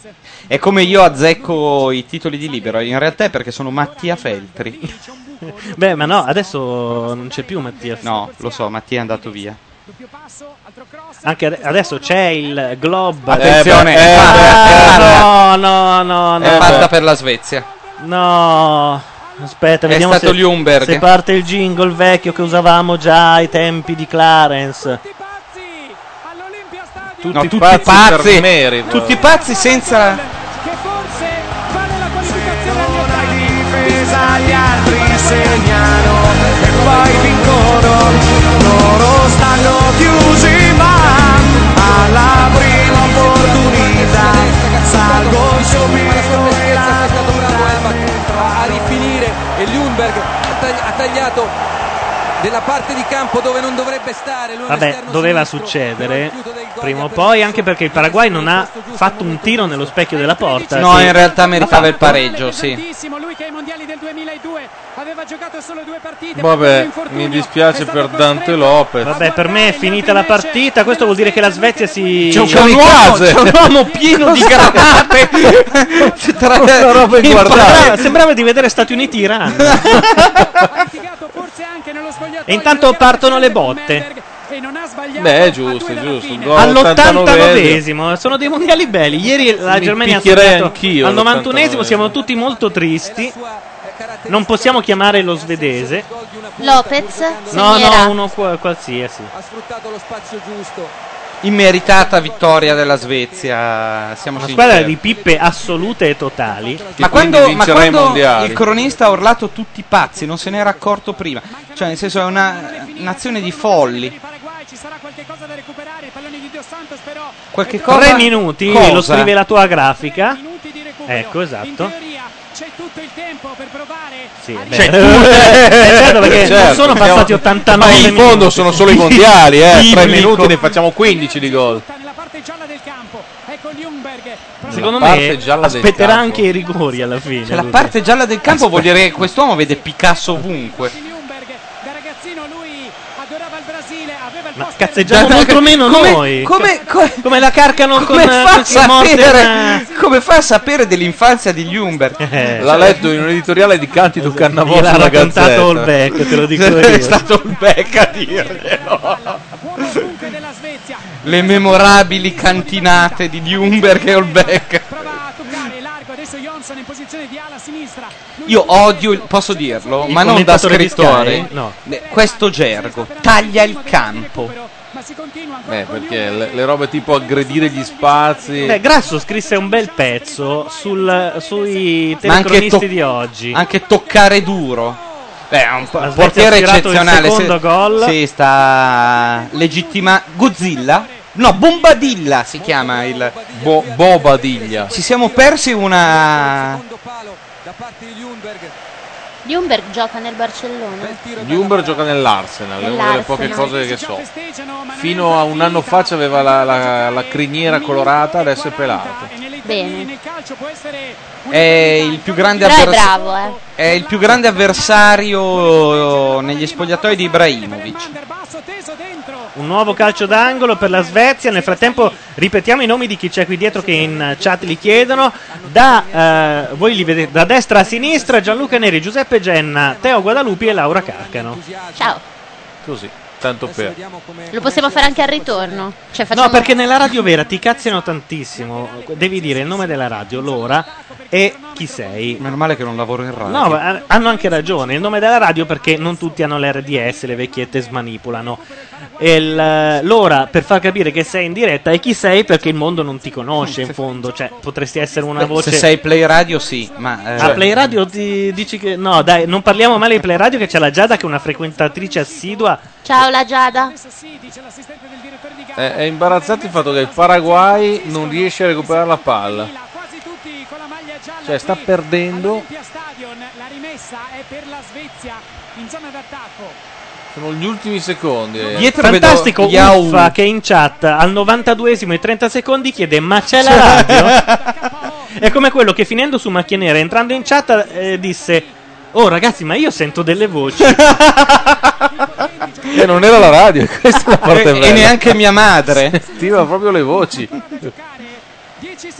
Cioè, è come io azzecco i titoli di libero, in realtà è perché sono Mattia Feltri.
Beh, ma no, adesso non c'è più Mattia.
No, lo so, Mattia è andato via.
Anche ade- adesso c'è il Globe.
Attenzione, Eh,
Eh,
è
ah, no,
fatta.
no, no, no.
È fatta per la Svezia.
No. Aspetta,
È
vediamo
stato
se,
Ljungberg.
se parte il jingle vecchio che usavamo già ai tempi di Clarence.
Tutti,
No, tutti pazzi,
per eh. merito.
tutti pazzi senza...
difesa gli altri segnano e poi vincono loro stanno chiusi ma alla prima opportunità salgono subito e la
a rifinire e Ljungberg ha tagli- ha tagliato della parte di campo dove non dovrebbe stare. lui è un
Vabbè,
esterno
doveva
sinistro,
succedere.
però il chiudo del
Prima o poi, anche perché il Paraguay non ha fatto un tiro nello specchio della porta.
No,
che-
in realtà
l'ha
meritava il
fatto.
pareggio, sì.
Vabbè, mi dispiace per Dante Lopez.
Vabbè, per me è finita la partita. Questo vuol dire che la Svezia si.
C'è un- c'è un uomo- c'è un uomo pieno di
granate.
Questa roba è inguardabile.
Sembrava di vedere Stati Uniti-Iran. e intanto partono le botte.
Beh, è giusto, è giusto. Il gol
All'89esimo, eh, sono dei mondiali belli. Ieri la
Mi
Germania ha
picchierei
segnato
anch'io
al 91esimo.
all'89esimo.
Siamo tutti molto tristi.
eh,
Non possiamo chiamare lo svedese.
Lopez
No,
segnerà.
no, uno qua- qualsiasi.
Immeritata vittoria della Svezia, siamo
Una
sinceri.
squadra di pippe assolute e totali.
Ma quando, ma quando il cronista ha urlato tutti pazzi, non se n'era accorto prima. Cioè, nel senso, è una nazione di folli. Qualche cosa.
Tre minuti,
Cosa?
lo scrive la tua
eh,
grafica. Ecco, esatto. Sì, è
C'è
vero.
tutto-
È vero, Eh, perché non
Cioè, Certo,
sono
abbiamo-
passati 89
Ma in
minuti.
fondo sono solo i mondiali, eh. Tre
Biblico.
minuti ne facciamo 15 di gol.
Ecco
Secondo
La parte
me
gialla del
aspetterà
campo.
anche i rigori alla fine.
Cioè, la
Luca.
parte gialla del campo vuol dire che quest'uomo vede Picasso ovunque.
Ma cazzeggiamo contro meno
come-
noi.
come-
Come la carcano
Come
con
fa, a
con
sapere, come fa a sapere dell'infanzia di Ljungberg?
Eh.
L'ha letto in un editoriale di Cantido Cannavò
certo. Esatto. Gliel'ha
sulla
raccontato
Gazzetta.
Holbeck, te lo dico
È
io.
stato il Beck a dirglielo. Le memorabili cantinate di Ljungberg e Holbeck. Io odio, il- posso dirlo,
Il
ma non da
commentatore di
scrittore,
Sky? No.
eh, questo gergo, taglia il campo.
Eh, perché le, le robe tipo aggredire gli spazi.
Beh, Eh, Grasso scrisse un bel pezzo sul- sui telecronisti
to-
di oggi.
anche toccare duro. Beh, è un po-
La Svezia
portiere
ha tirato il
eccezionale.
secondo gol.
Sì, sta legittima Godzilla. No, Bombadilla si chiama il
Bobadilla.
Ci siamo persi
Ah.
una
Ljungberg gioca nel Barcellona.
Ljungberg gioca nell'Arsenal, è una delle
Nell'Arsenal.
poche cose che
Diciamo
so. Fino a un anno fa c'aveva la, la- la criniera colorata, adesso è pelata.
Bene.
è il più grande
Però è
avversario
bravo, eh.
È il più grande avversario eh, negli spogliatoi di Ibrahimovic.
Un nuovo calcio d'angolo per la Svezia. Nel frattempo ripetiamo i nomi di chi c'è qui dietro che in eh, chat li chiedono. Da, eh, voi li vedete, da destra a sinistra Gianluca Neri, Giuseppe Genna, Teo Guadalupi e Laura Carcano.
Ciao.
Così, tanto per.
Lo possiamo fare anche al ritorno. Cioè, facciamo...
No, perché nella radio vera ti cazziano tantissimo. Devi dire il nome della radio, l'ora e chi sei.
Meno male che non lavoro in radio.
No, ma, eh, hanno anche ragione. Il nome della radio perché non tutti hanno l'RDS, le vecchiette smanipolano. E il, eh, l'ora per far capire che sei in diretta e chi sei perché il mondo non ti conosce in fondo. Cioè, potresti essere una
Beh,
voce.
Se sei play radio sì, ma eh,
A Play Radio ti dici che. No, dai, non parliamo male di Play Radio, che c'è la Giada, che è una frequentatrice assidua.
Ciao la Giada.
È, è imbarazzante il fatto che il Paraguay non riesce a recuperare la palla. Cioè, sta perdendo. Sono gli ultimi secondi. eh.
Fantastico
Yao.
Uffa che in chat al 92esimo e 30 secondi chiede ma c'è la radio? È come quello che finendo su Macchia Nera entrando in chat eh, disse oh ragazzi ma io sento delle voci.
E non era la radio, questa è la parte
E- e
bella.
neanche mia madre.
Sentiva proprio le voci.
10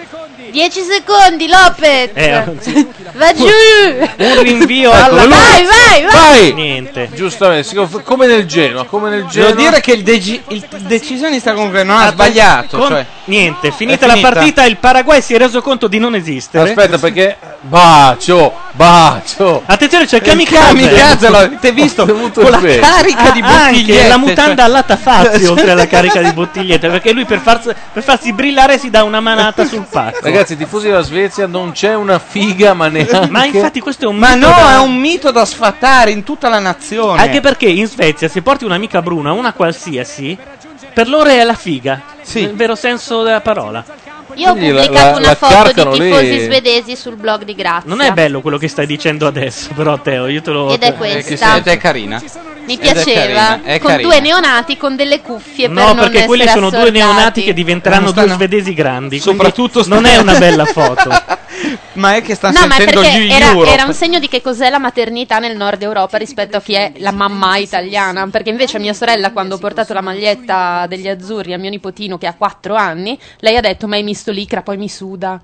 secondi, Lopez.
Eh,
Va giù.
Un rinvio
Ecco,
alla
lui- Ecco,
Vai, vai, vai.
Niente.
Giustamente, siccome- come nel Genoa, come nel
Devo
Genoa.
dire che il, deci- il decisionista comunque non ha sbagliato.
Con-
cioè-
Niente, finita
È
la
finita.
partita il Paraguay si è reso conto di non esistere.
Aspetta, perché bacio, bacio.
Attenzione, c'è il
Il kamikaze,
kamikaze.
l'avete visto? Con la
carica di
Ah, Anche
bottigliette,
la mutanda
cioè-
all'atta fazzi oltre alla carica di bottigliette. Perché lui per, farsi- per farsi brillare si dà una manata sul pacco.
Ragazzi, tifosi della Svezia non c'è una figa, ma neanche.
Ma infatti questo è un
Ma
mito
no,
da-
è un mito da sfatare in tutta la nazione.
Anche perché in Svezia se porti un'amica bruna, una qualsiasi, per loro è la figa. Nel vero senso della parola.
Io ho
Quindi la-
pubblicato
la-
una
la
foto
carcano
di
lì-
tifosi svedesi sul blog di Grazia.
Non è bello quello che stai dicendo adesso, però Teo, io te lo
Ed è questa.
Eh, è carina.
Mi
Ed è
piaceva.
carina, è
con
carina.
due neonati con delle cuffie per
No,
non
perché quelli
essere
sono due
assordati.
neonati che diventeranno
Non
due
stanno-
svedesi grandi. quindi
Soprattutto stanno-
non è una bella foto.
ma è che stanno
No, ma è
sentendo
perché
gli
era,
Europe.
era un segno di che cos'è la maternità nel nord Europa rispetto a chi è la mamma italiana. Perché invece mia sorella, quando ho portato la maglietta degli azzurri a mio nipotino che ha 4 anni, lei ha detto: Ma è mistolica, poi mi suda.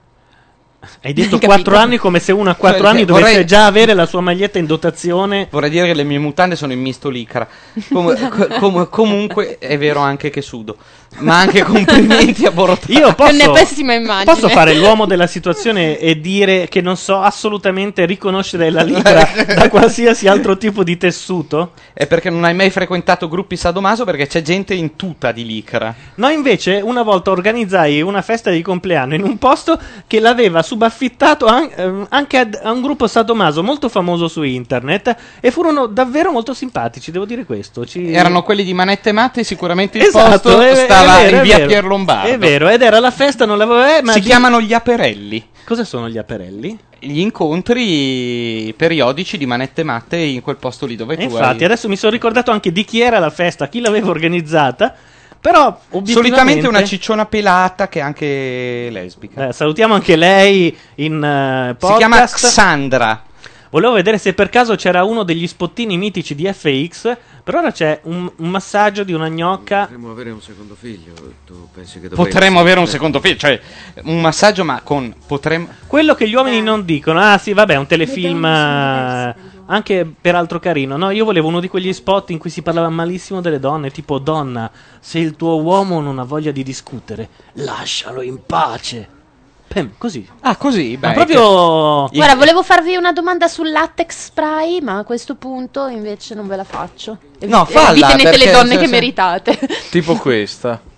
Hai detto
Capito?
4 anni come se uno a 4
Cioè,
anni
vorrei-
dovesse già avere la sua maglietta in dotazione.
Vorrei dire che le mie mutande sono in misto licra. Comu- co- com- comunque è vero anche che sudo. Ma anche complimenti a Borotà.
Io
Che ne
posso,
pessima immagine.
posso fare l'uomo della situazione e dire che non so assolutamente riconoscere la litra da qualsiasi altro tipo di tessuto?
È perché non hai mai frequentato gruppi sadomaso perché c'è gente in tuta di licra.
No, invece, una volta organizzai una festa di compleanno in un posto che l'aveva subaffittato an- ehm, anche ad- a un gruppo sadomaso molto famoso su internet e furono davvero molto simpatici, devo dire questo. Ci-
Erano quelli di manette matte, sicuramente il
Esatto,
posto
è- è
stava
vero, è
in via
vero.
Pier Lombardo.
È vero, ed era la festa, non l'avevo... eh, ma
si
di-
chiamano gli aperelli.
Cosa sono gli aperelli?
Gli incontri periodici di manette matte in quel posto lì dove
E
tu
infatti,
hai...
adesso mi sono ricordato anche di chi era la festa, chi l'aveva organizzata, però obiettivamente...
Solitamente una cicciona pelata che è anche lesbica.
Eh, salutiamo anche lei in eh, podcast.
Si chiama Xandra.
Volevo vedere se per caso c'era uno degli spottini mitici di FX. Per ora c'è un, un massaggio di una gnocca.
Potremmo avere un secondo figlio. Tu pensi che dovrei-
Potremmo avere un secondo figlio, cioè un massaggio ma con potremmo...
Quello che gli uomini non dicono. Ah, sì, vabbè, un telefilm. eh, Anche peraltro carino. No, io volevo uno di quegli spot in cui si parlava malissimo delle donne. Tipo, donna, se il tuo uomo non ha voglia di discutere, lascialo in pace. Pem, così.
Ah, così?
Ma proprio.
Guarda, volevo farvi una domanda sul latex spray, ma a questo punto invece non ve la faccio.
No,
fa
falla,
Vi tenete
perché-
le donne
se-
che
se-
meritate.
Tipo questa.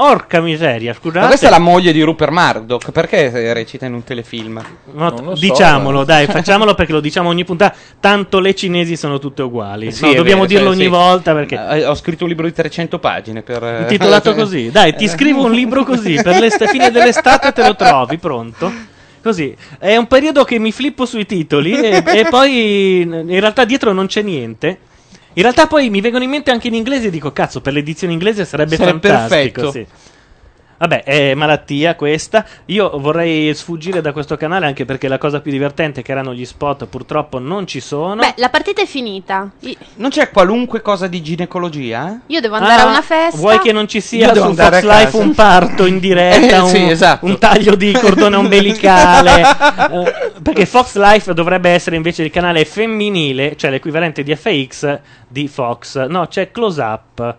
Orca miseria,
Ma
scusate.
questa è la moglie di Rupert Murdoch, perché recita in un telefilm?
No,
eh.
diciamolo, dai, facciamolo perché lo diciamo ogni puntata. Tanto le cinesi sono tutte uguali.
Eh Sì,
Eh, No,
è
dobbiamo
vero, cioè,
dirlo
sì,
ogni
sì.
volta perché.
Eh, Ho scritto un libro di 300 pagine per... eh,
Intitolato così. Dai, ti
eh.
scrivo un libro così. Per la fine dell'estate te lo trovi, pronto? Così. È un periodo che mi flippo sui titoli e, e poi in realtà dietro non c'è niente. In realtà poi mi vengono in mente anche in inglese e dico, cazzo, per l'edizione inglese sarebbe,
Sarebbe
fantastico.
perfetto.
sì. Vabbè, è malattia questa. Io vorrei sfuggire da questo canale anche perché la cosa più divertente che erano gli spot purtroppo non ci sono.
Beh, la partita è finita. I-
Non c'è qualunque cosa di ginecologia? eh?
Io devo andare
Ah,
a una festa.
Vuoi che non ci
Io
sia
devo
su
andare
Fox
a
Life
casa.
un parto in diretta,
Eh, sì,
un,
esatto.
un taglio di cordone ombelicale? Eh, perché Fox Life dovrebbe essere invece il canale femminile, cioè l'equivalente di FX di Fox. No, c'è Close Up.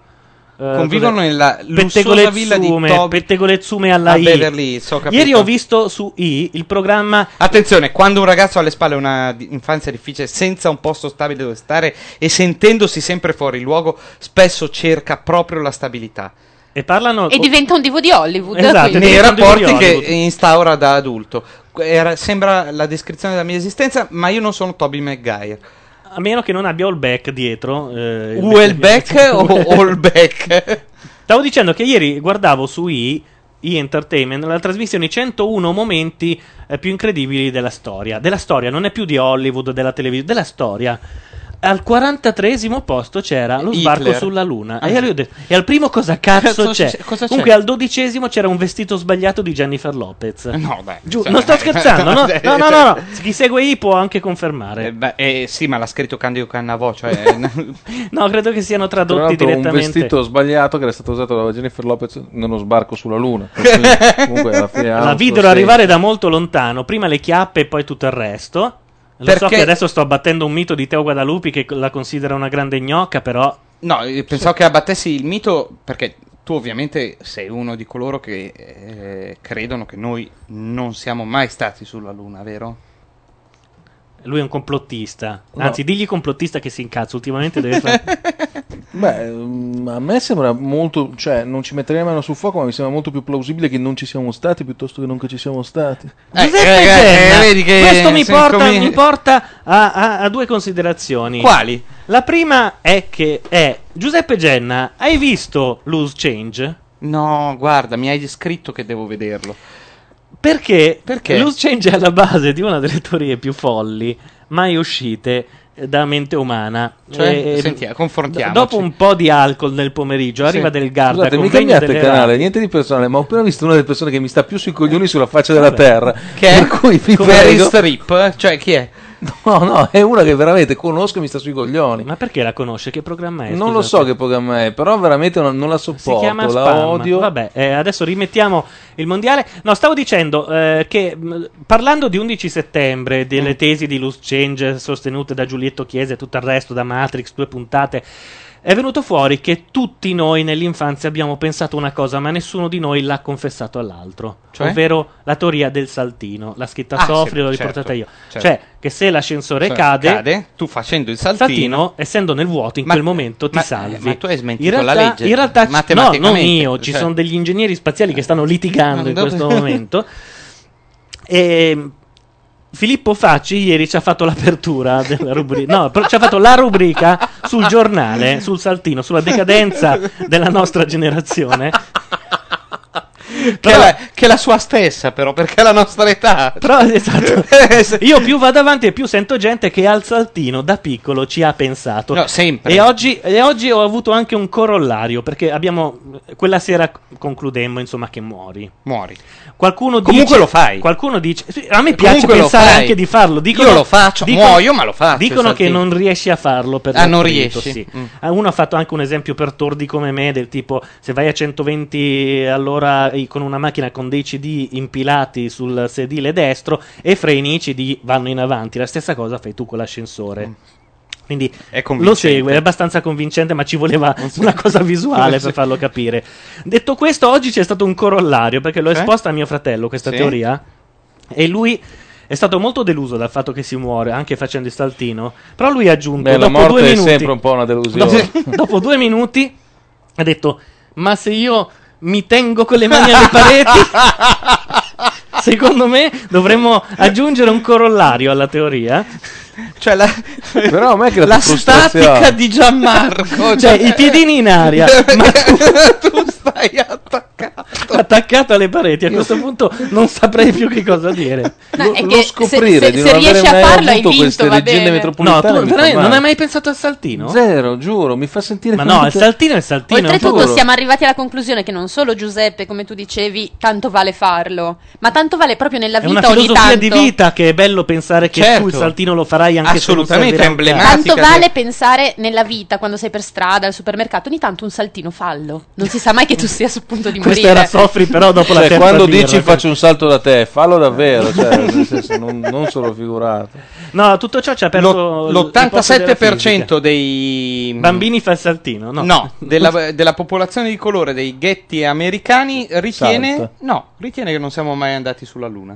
eh,
Convivono
cos'è?
nella lussuosa villa di
Pettegolezzume,
Tob-
Pettegolezzume alla
a
I.
Beverly Hills, ho capito.
Ieri ho visto su I il programma
Attenzione, quando un ragazzo ha alle spalle una di- infanzia difficile, senza un posto stabile dove stare e sentendosi sempre fuori luogo, spesso cerca proprio la stabilità.
E parlano
E diventa un divo di Hollywood.
Esatto,
quindi.
nei
diventa un divo di
rapporti che
Hollywood.
instaura da adulto. Que- era- sembra la descrizione della mia esistenza, ma io non sono Toby Maguire.
a meno che non abbia all back dietro. eh, il-
Uelbeck o Olbeck?
Stavo dicendo che ieri guardavo su I, I Entertainment la trasmissione i 101 momenti eh, più incredibili della storia. Della storia, non è più di Hollywood, della televisione, della storia. Al 43 posto c'era lo sbarco
Hitler.
sulla Luna. E,
Ah.
io ho detto, e al primo cosa cazzo
Cosa
c'è?
c'è? Cosa c'è?
Comunque al dodicesimo c'era un vestito sbagliato di Jennifer Lopez.
No, dai.
Giù,
Cioè,
non sto scherzando. No,
dai.
no, no, no, no. Chi segue I può anche confermare.
Eh, beh, eh, sì, ma l'ha scritto Candido Cannavò, cioè...
No, credo che siano
Tra
tradotti
l'altro un
direttamente.
vestito sbagliato che era stato usato da Jennifer Lopez nello sbarco sulla luna. Perché Comunque alla fine ha
La
un suo
videro arrivare
senso.
da molto lontano, prima le chiappe e poi tutto il resto. Lo so
Perché-
che adesso sto abbattendo un mito di Teo Guadalupi che la considera una grande gnocca, però
No, eh, pensavo che abbattessi il mito perché tu ovviamente sei uno di coloro che eh, credono che noi non siamo mai stati sulla Luna, vero?
lui è un complottista.
No.
Anzi, digli complottista che si incazza, ultimamente deve
Eh,
fare...
Beh, mm, a me sembra molto, cioè non ci metterei la mano sul fuoco, ma mi sembra molto più plausibile che non ci siamo stati piuttosto che non che ci siamo stati.
Giuseppe
eh,
Gemma,
eh, vedi che
questo mi
se
porta,
incomin-
mi porta a, a- a due considerazioni.
Quali?
La prima è che è Giuseppe Genna, hai visto Loose Change?
No, guarda, mi hai scritto che devo vederlo.
Perché,
Perché?
Loose Change è alla base di una delle teorie più folli mai uscite. eh, da mente umana.
Cioè?
E-
Sentiamo,
d-
confrontiamoci.
Dopo un po' di alcol nel pomeriggio,
eh, Sì.
arriva del Garda.
Scusate, mi
convegno
cambiate
delle
canale,
radio.
niente di personale, ma ho appena visto una delle persone che mi sta più sui coglioni sulla faccia della
Vabbè.
terra.
Che è?
Per cui vi
Come
prego-
Meryl Streep? Cioè, chi è?
No, no, è una che veramente conosco e mi sta sui coglioni.
Ma perché la conosce? Che programma è?
Non lo so che programma è, però veramente non, non la sopporto,
Si chiama
la
Spam.
odio.
Vabbè, eh, adesso rimettiamo il mondiale. No, stavo dicendo eh, che mh, parlando di 11 settembre, delle
Mm.
tesi di loose change sostenute da Giulietto Chiesa e tutto il resto, da Matrix, due puntate. È venuto fuori che tutti noi nell'infanzia abbiamo pensato una cosa, ma nessuno di noi l'ha confessato all'altro.
Cioè?
Ovvero la teoria del saltino. L'ha scritta
Ah,
Sofri,
sì,
l'ho
certo,
riportata io.
certo.
Cioè, che se l'ascensore
Cioè,
cade,
tu facendo il
saltino,
saltino,
essendo nel vuoto in quel momento ti salvi.
ma tu hai smentito
in realtà,
la legge,
In realtà ci- no, non
matematicamente,
io, ci
cioè-
sono degli ingegneri spaziali che stanno litigando in
Ma dove-
questo momento. E Filippo Facci ieri ci ha fatto l'apertura della rubrica, no, però ci ha fatto la rubrica sul giornale, sul saltino, sulla decadenza della nostra generazione.
che, è la, che è la sua stessa, però, perché è la nostra età.
Però esatto. Io più vado avanti e più sento gente che al saltino da piccolo ci ha pensato.
No, sempre.
E oggi, e oggi ho avuto anche un corollario perché abbiamo. Quella sera concludemmo insomma che muori.
Muori.
Qualcuno
Comunque
dice-
lo fai.
Qualcuno dice. sì, A me piace
Comunque lo
pensare
fai.
anche di farlo. Dicono,
Io lo faccio,
dicono-
muoio, ma lo faccio,
Dicono
il
che
saltino.
non riesci a farlo per
Ah, non
l'appunto,
riesci.
sì.
Mm.
Ah, Uno ha fatto anche un esempio per tordi come me, del tipo se vai a 120 all'ora eh, con una macchina con dei CD impilati sul sedile destro e freni i CD vanno in avanti. La stessa cosa fai tu con l'ascensore.
Mm.
Quindi lo
convincente.
segue, è abbastanza convincente, ma ci voleva una cosa visuale per
Sì.
farlo capire. Detto questo, oggi c'è stato un corollario perché l'ho
Eh?
esposta a mio fratello questa
Sì.
teoria e lui è stato molto deluso dal fatto che si muore anche facendo il saltino. Però lui ha aggiunto:
Beh, Eh, la
dopo
morte
due
è
minuti,
sempre un po' una delusione.
Dopo, dopo due minuti ha detto: Ma se io mi tengo con le mani alle pareti, secondo me dovremmo aggiungere un corollario alla teoria.
Cioè, la,
Però a me che la,
La
frustrazione-
statica
di Gianmarco.
cioè, i piedini in aria, ma tu, stai attaccato. alle pareti. A questo punto non saprei più che cosa dire.
No, è che se- se- se riesci a farlo hai vinto, va bene.
No, tu
mi fa
veramente non
male.
hai mai pensato al saltino?
Zero, giuro, mi fa sentire
Ma no, il saltino è il saltino.
Oltretutto siamo arrivati alla conclusione che non solo Giuseppe, come tu dicevi, tanto vale farlo, ma tanto vale proprio nella
È una
vita ogni
filosofia
tanto.
di vita che è bello pensare che
Certo.
tu il saltino lo farai anche se non
Assolutamente,
servirà
è
un cazzo.
Tanto vale pensare nella vita quando sei per strada, al supermercato, ogni tanto un saltino fallo. Non si sa mai che tu sia sul punto di morire.
Questo era Sofri però dopo la
Cioè,
terza
quando
birra,
dici faccio un salto da te, fallo davvero, cioè, nel senso, non, non solo figurato.
No, tutto ciò ci ha perso il posto della fisica.
l'87% dei
bambini fa il saltino, no?
della, della popolazione di colore dei ghetti americani ritiene
Salta.
no, ritiene che non siamo mai andati sulla luna.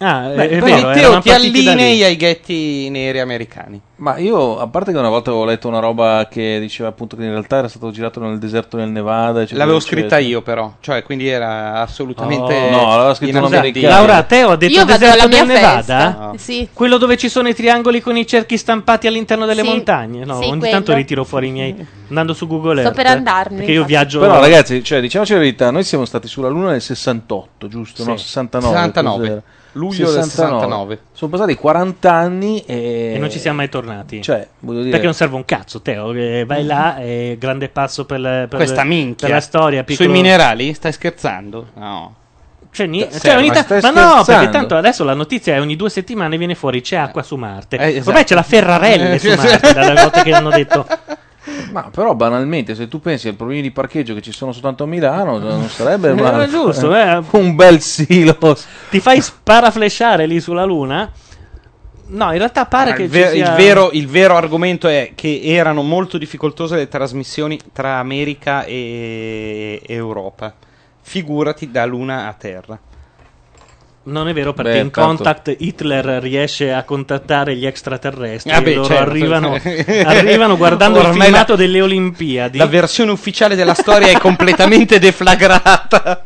Ah, è-
Beh,
è
quindi
vero,
te
eravamo
ti
partiti da
allinei
lì.
ai ghetti neri americani.
Ma io, a parte che una volta avevo letto una roba che diceva appunto che in realtà era stato girato nel deserto del Nevada, eccetera,
L'avevo
eccetera.
scritta io però, cioè quindi era assolutamente
Oh, no, l'aveva scritto un
inaudito.
americano.
Esatto. Laura, a te ho detto
Io vado alla
deserto
mia
del
festa.
Nevada?
Sì.
Quello dove ci sono i triangoli con i cerchi stampati all'interno delle
Sì.
montagne? No,
Sì,
ogni
quello.
tanto ritiro fuori i miei andando su Google
Sto
Earth.
per andarmene,
Perché io
infatti.
viaggio
Però ragazzi, cioè, diciamoci la verità, noi siamo stati sulla Luna nel 68, giusto?
Sì.
No, 69.
69.
cos'era?
Luglio del 69.
Sono passati 40 anni e...
e non ci siamo mai tornati.
Cioè, voglio dire...
Perché non serve un cazzo, Teo. eh, Vai
Mm.
là, e grande passo per, la- per-
Questa minchia
per la storia. piccolo-
sui minerali? Stai scherzando? No.
Cioè, ni-
Serve.
cioè, ogni
Ma
ta-
stai
ma no, perché
scherzando?
tanto adesso la notizia è ogni due settimane viene fuori c'è acqua su Marte.
Eh, esatto.
Ormai c'è la Ferrarelle
Eh,
su
sì, sì.
Marte, dalle volte che hanno detto
Ma però banalmente, se tu pensi ai problemi di parcheggio che ci sono soltanto a Milano, non sarebbe
Eh,
male.
giusto, eh.
un bel silo.
Ti fai sparaflesciare lì sulla Luna? No, in realtà pare
Ah,
che
il, ver-
ci sia...
il vero, il vero argomento è che erano molto difficoltose le trasmissioni tra America e Europa. Figurati da Luna a Terra.
Non è vero perché
Beh,
in
tanto-
Contact Hitler riesce a contattare gli extraterrestri
Ah, beh,
e loro
certo.
arrivano, arrivano guardando il
Ormai
filmato
la-
delle Olimpiadi.
La versione ufficiale della storia è completamente deflagrata.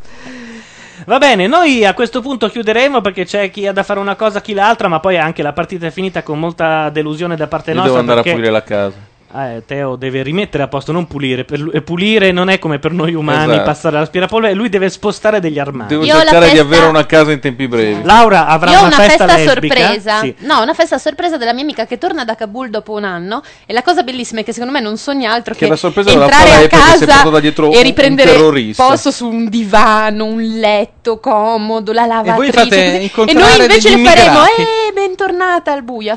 Va bene, noi a questo punto chiuderemo perché c'è chi ha da fare una cosa, chi l'altra, ma poi anche la partita è finita con molta delusione da parte
Io
nostra.
devo andare
perché-
a pulire la casa.
Eh, Teo deve rimettere a posto, non pulire. Per lui- pulire non è come per noi umani
Esatto.
passare l'aspirapolvere. Lui deve spostare degli armadi.
Devo cercare di avere una casa in tempi brevi.
Laura avrà
Io ho
una
una
festa,
festa,
lesbica?
sorpresa.
Sì.
No, una festa sorpresa della mia amica che torna da Kabul dopo un anno. E la cosa bellissima è che secondo me non sogna altro
Che
che,
la sorpresa della
entrare a
Palep che si è
casa
portato da dietro un-
e
un
riprendere
terrorista.
posto su un divano, un letto comodo, la lavatrice.
voi fate
così. e
incontrare
noi invece
degli
le faremo.
immigrati.
Eh, bentornata al buio, a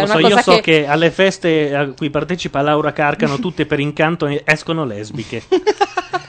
Lo
è una
so,
cosa
io so
che...
che... alle feste a cui partecipa Laura Carcano, tutte per incanto e- escono lesbiche.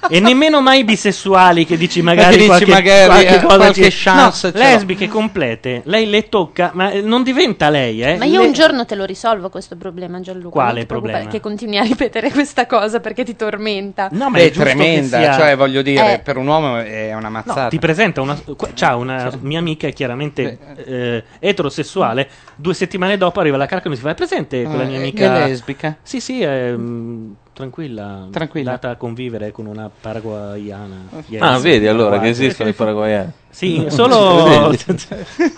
e nemmeno mai bisessuali che dici magari
Perché dici,
qualche,
magari,
qualche
eh,
cosa
qualche
ci-
chance
No,
ce l'ho.
lesbiche complete. Lei le tocca, ma eh, non diventa lei, eh?
Ma io
Le-
un giorno te lo risolvo questo problema, Gianluca.
Quale
non ti preoccupare,
problema?
Che continui a ripetere questa cosa perché ti tormenta.
No, ma
è,
è giusto che
tremenda,
sia-
cioè voglio dire,
Eh.
per un uomo è una mazzata.
Esatto.
Ti presenta una. qua- C'ha una mia amica, chiaramente eh, eterosessuale. Due settimane dopo arriva la carca e mi si fa: È presente quella
Ah,
mia
è-
amica?
è lesbica?"
Sì, sì, è, mm, tranquilla. Tranquilla. Andata a convivere con una paraguayana. ieri
Ah,
sera,
vedi allora che
guarda.
esistono Ecco i paraguayani.
Sì, solo.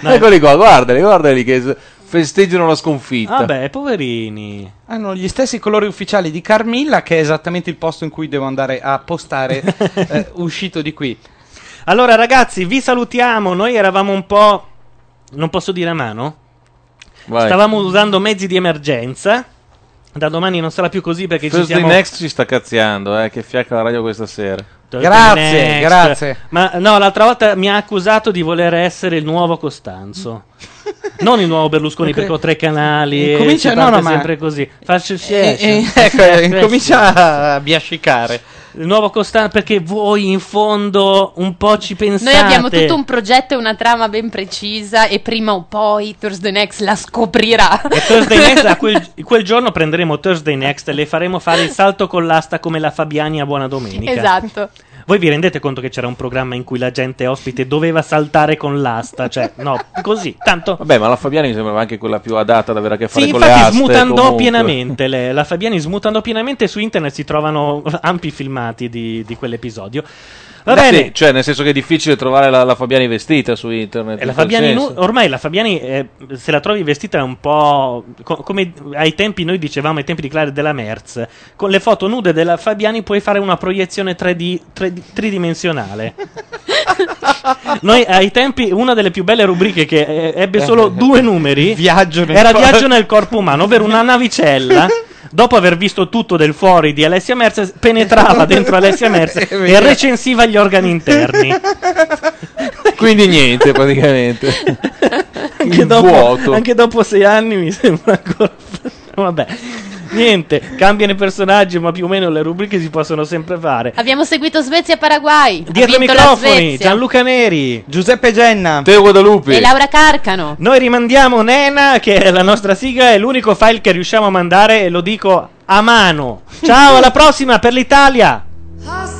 No,
Eccoli qua, guardali, guardali che s- festeggiano la sconfitta.
Vabbè, poverini.
Hanno gli stessi colori ufficiali di Carmilla, che è esattamente il posto in cui devo andare a postare eh, uscito di qui.
Allora, ragazzi, vi salutiamo. Noi eravamo un po'. Non posso dire a mano.
Vai.
Stavamo usando mezzi di emergenza. Da domani non sarà più così perché ci
Thursday
siamo.
Next ci sta cazziando, eh, che fiacca la radio questa sera.
Thursday Next. Ma no, l'altra volta mi ha accusato di voler essere il nuovo Costanzo. non il nuovo Berlusconi
Ok.
perché ho tre canali. E
Incomincia-
ci
no, no,
parte
ma-
sempre così. Faccio
E- e- ecco, incomincia a biascicare.
Il nuovo Costanzo perché voi in fondo un po' ci pensate.
Noi abbiamo tutto un progetto e una trama ben precisa e prima o poi Thursday Next la scoprirà.
E Thursday Next, a quel, quel giorno prenderemo Thursday Next e le faremo fare il salto con l'asta come la Fabiani a Buona Domenica.
esatto.
Voi vi rendete conto che c'era un programma in cui la gente ospite doveva saltare con l'asta? Cioè, no, così, tanto.
Vabbè, ma la Fabiani mi sembrava anche quella più adatta ad avere a che fare
Sì,
con le
infatti
aste.
smutandò
comunque.
pienamente le- la Fabiani smutandò pienamente su internet si trovano ampi filmati di, di quell'episodio. Va
Beh,
bene.
sì, cioè, nel senso che è difficile trovare la, la Fabiani vestita su internet.
E la
in quel
Fabiani
senso.
nu- ormai la Fabiani, eh, se la trovi vestita è un po' co- come ai tempi noi dicevamo, ai tempi di Clara della Merz, con le foto nude della Fabiani puoi fare una proiezione 3D, 3D tridimensionale. noi ai tempi una delle più belle rubriche che eh, ebbe solo due numeri
nel
era
corpo-
Viaggio nel corpo umano, ovvero una navicella. Dopo aver visto tutto del fuori di Alessia Merz, penetrava dentro Alessia Merz e
vero.
recensiva gli organi interni.
Quindi niente, praticamente.
anche,
Il
dopo,
vuoto.
anche dopo sei anni mi sembra ancora. Vabbè, niente, cambiano i personaggi, ma più o meno le rubriche si possono sempre fare.
Abbiamo seguito Svezia e Paraguay. Ha
Dietro i
vinto la
microfoni,
Svezia.
Gianluca Neri,
Giuseppe Genna,
Teo Guadalupi.
E Laura Carcano.
Noi rimandiamo Nena, che è la nostra sigla, è l'unico file che riusciamo a mandare e lo dico a mano. Ciao, alla prossima per l'Italia!
How's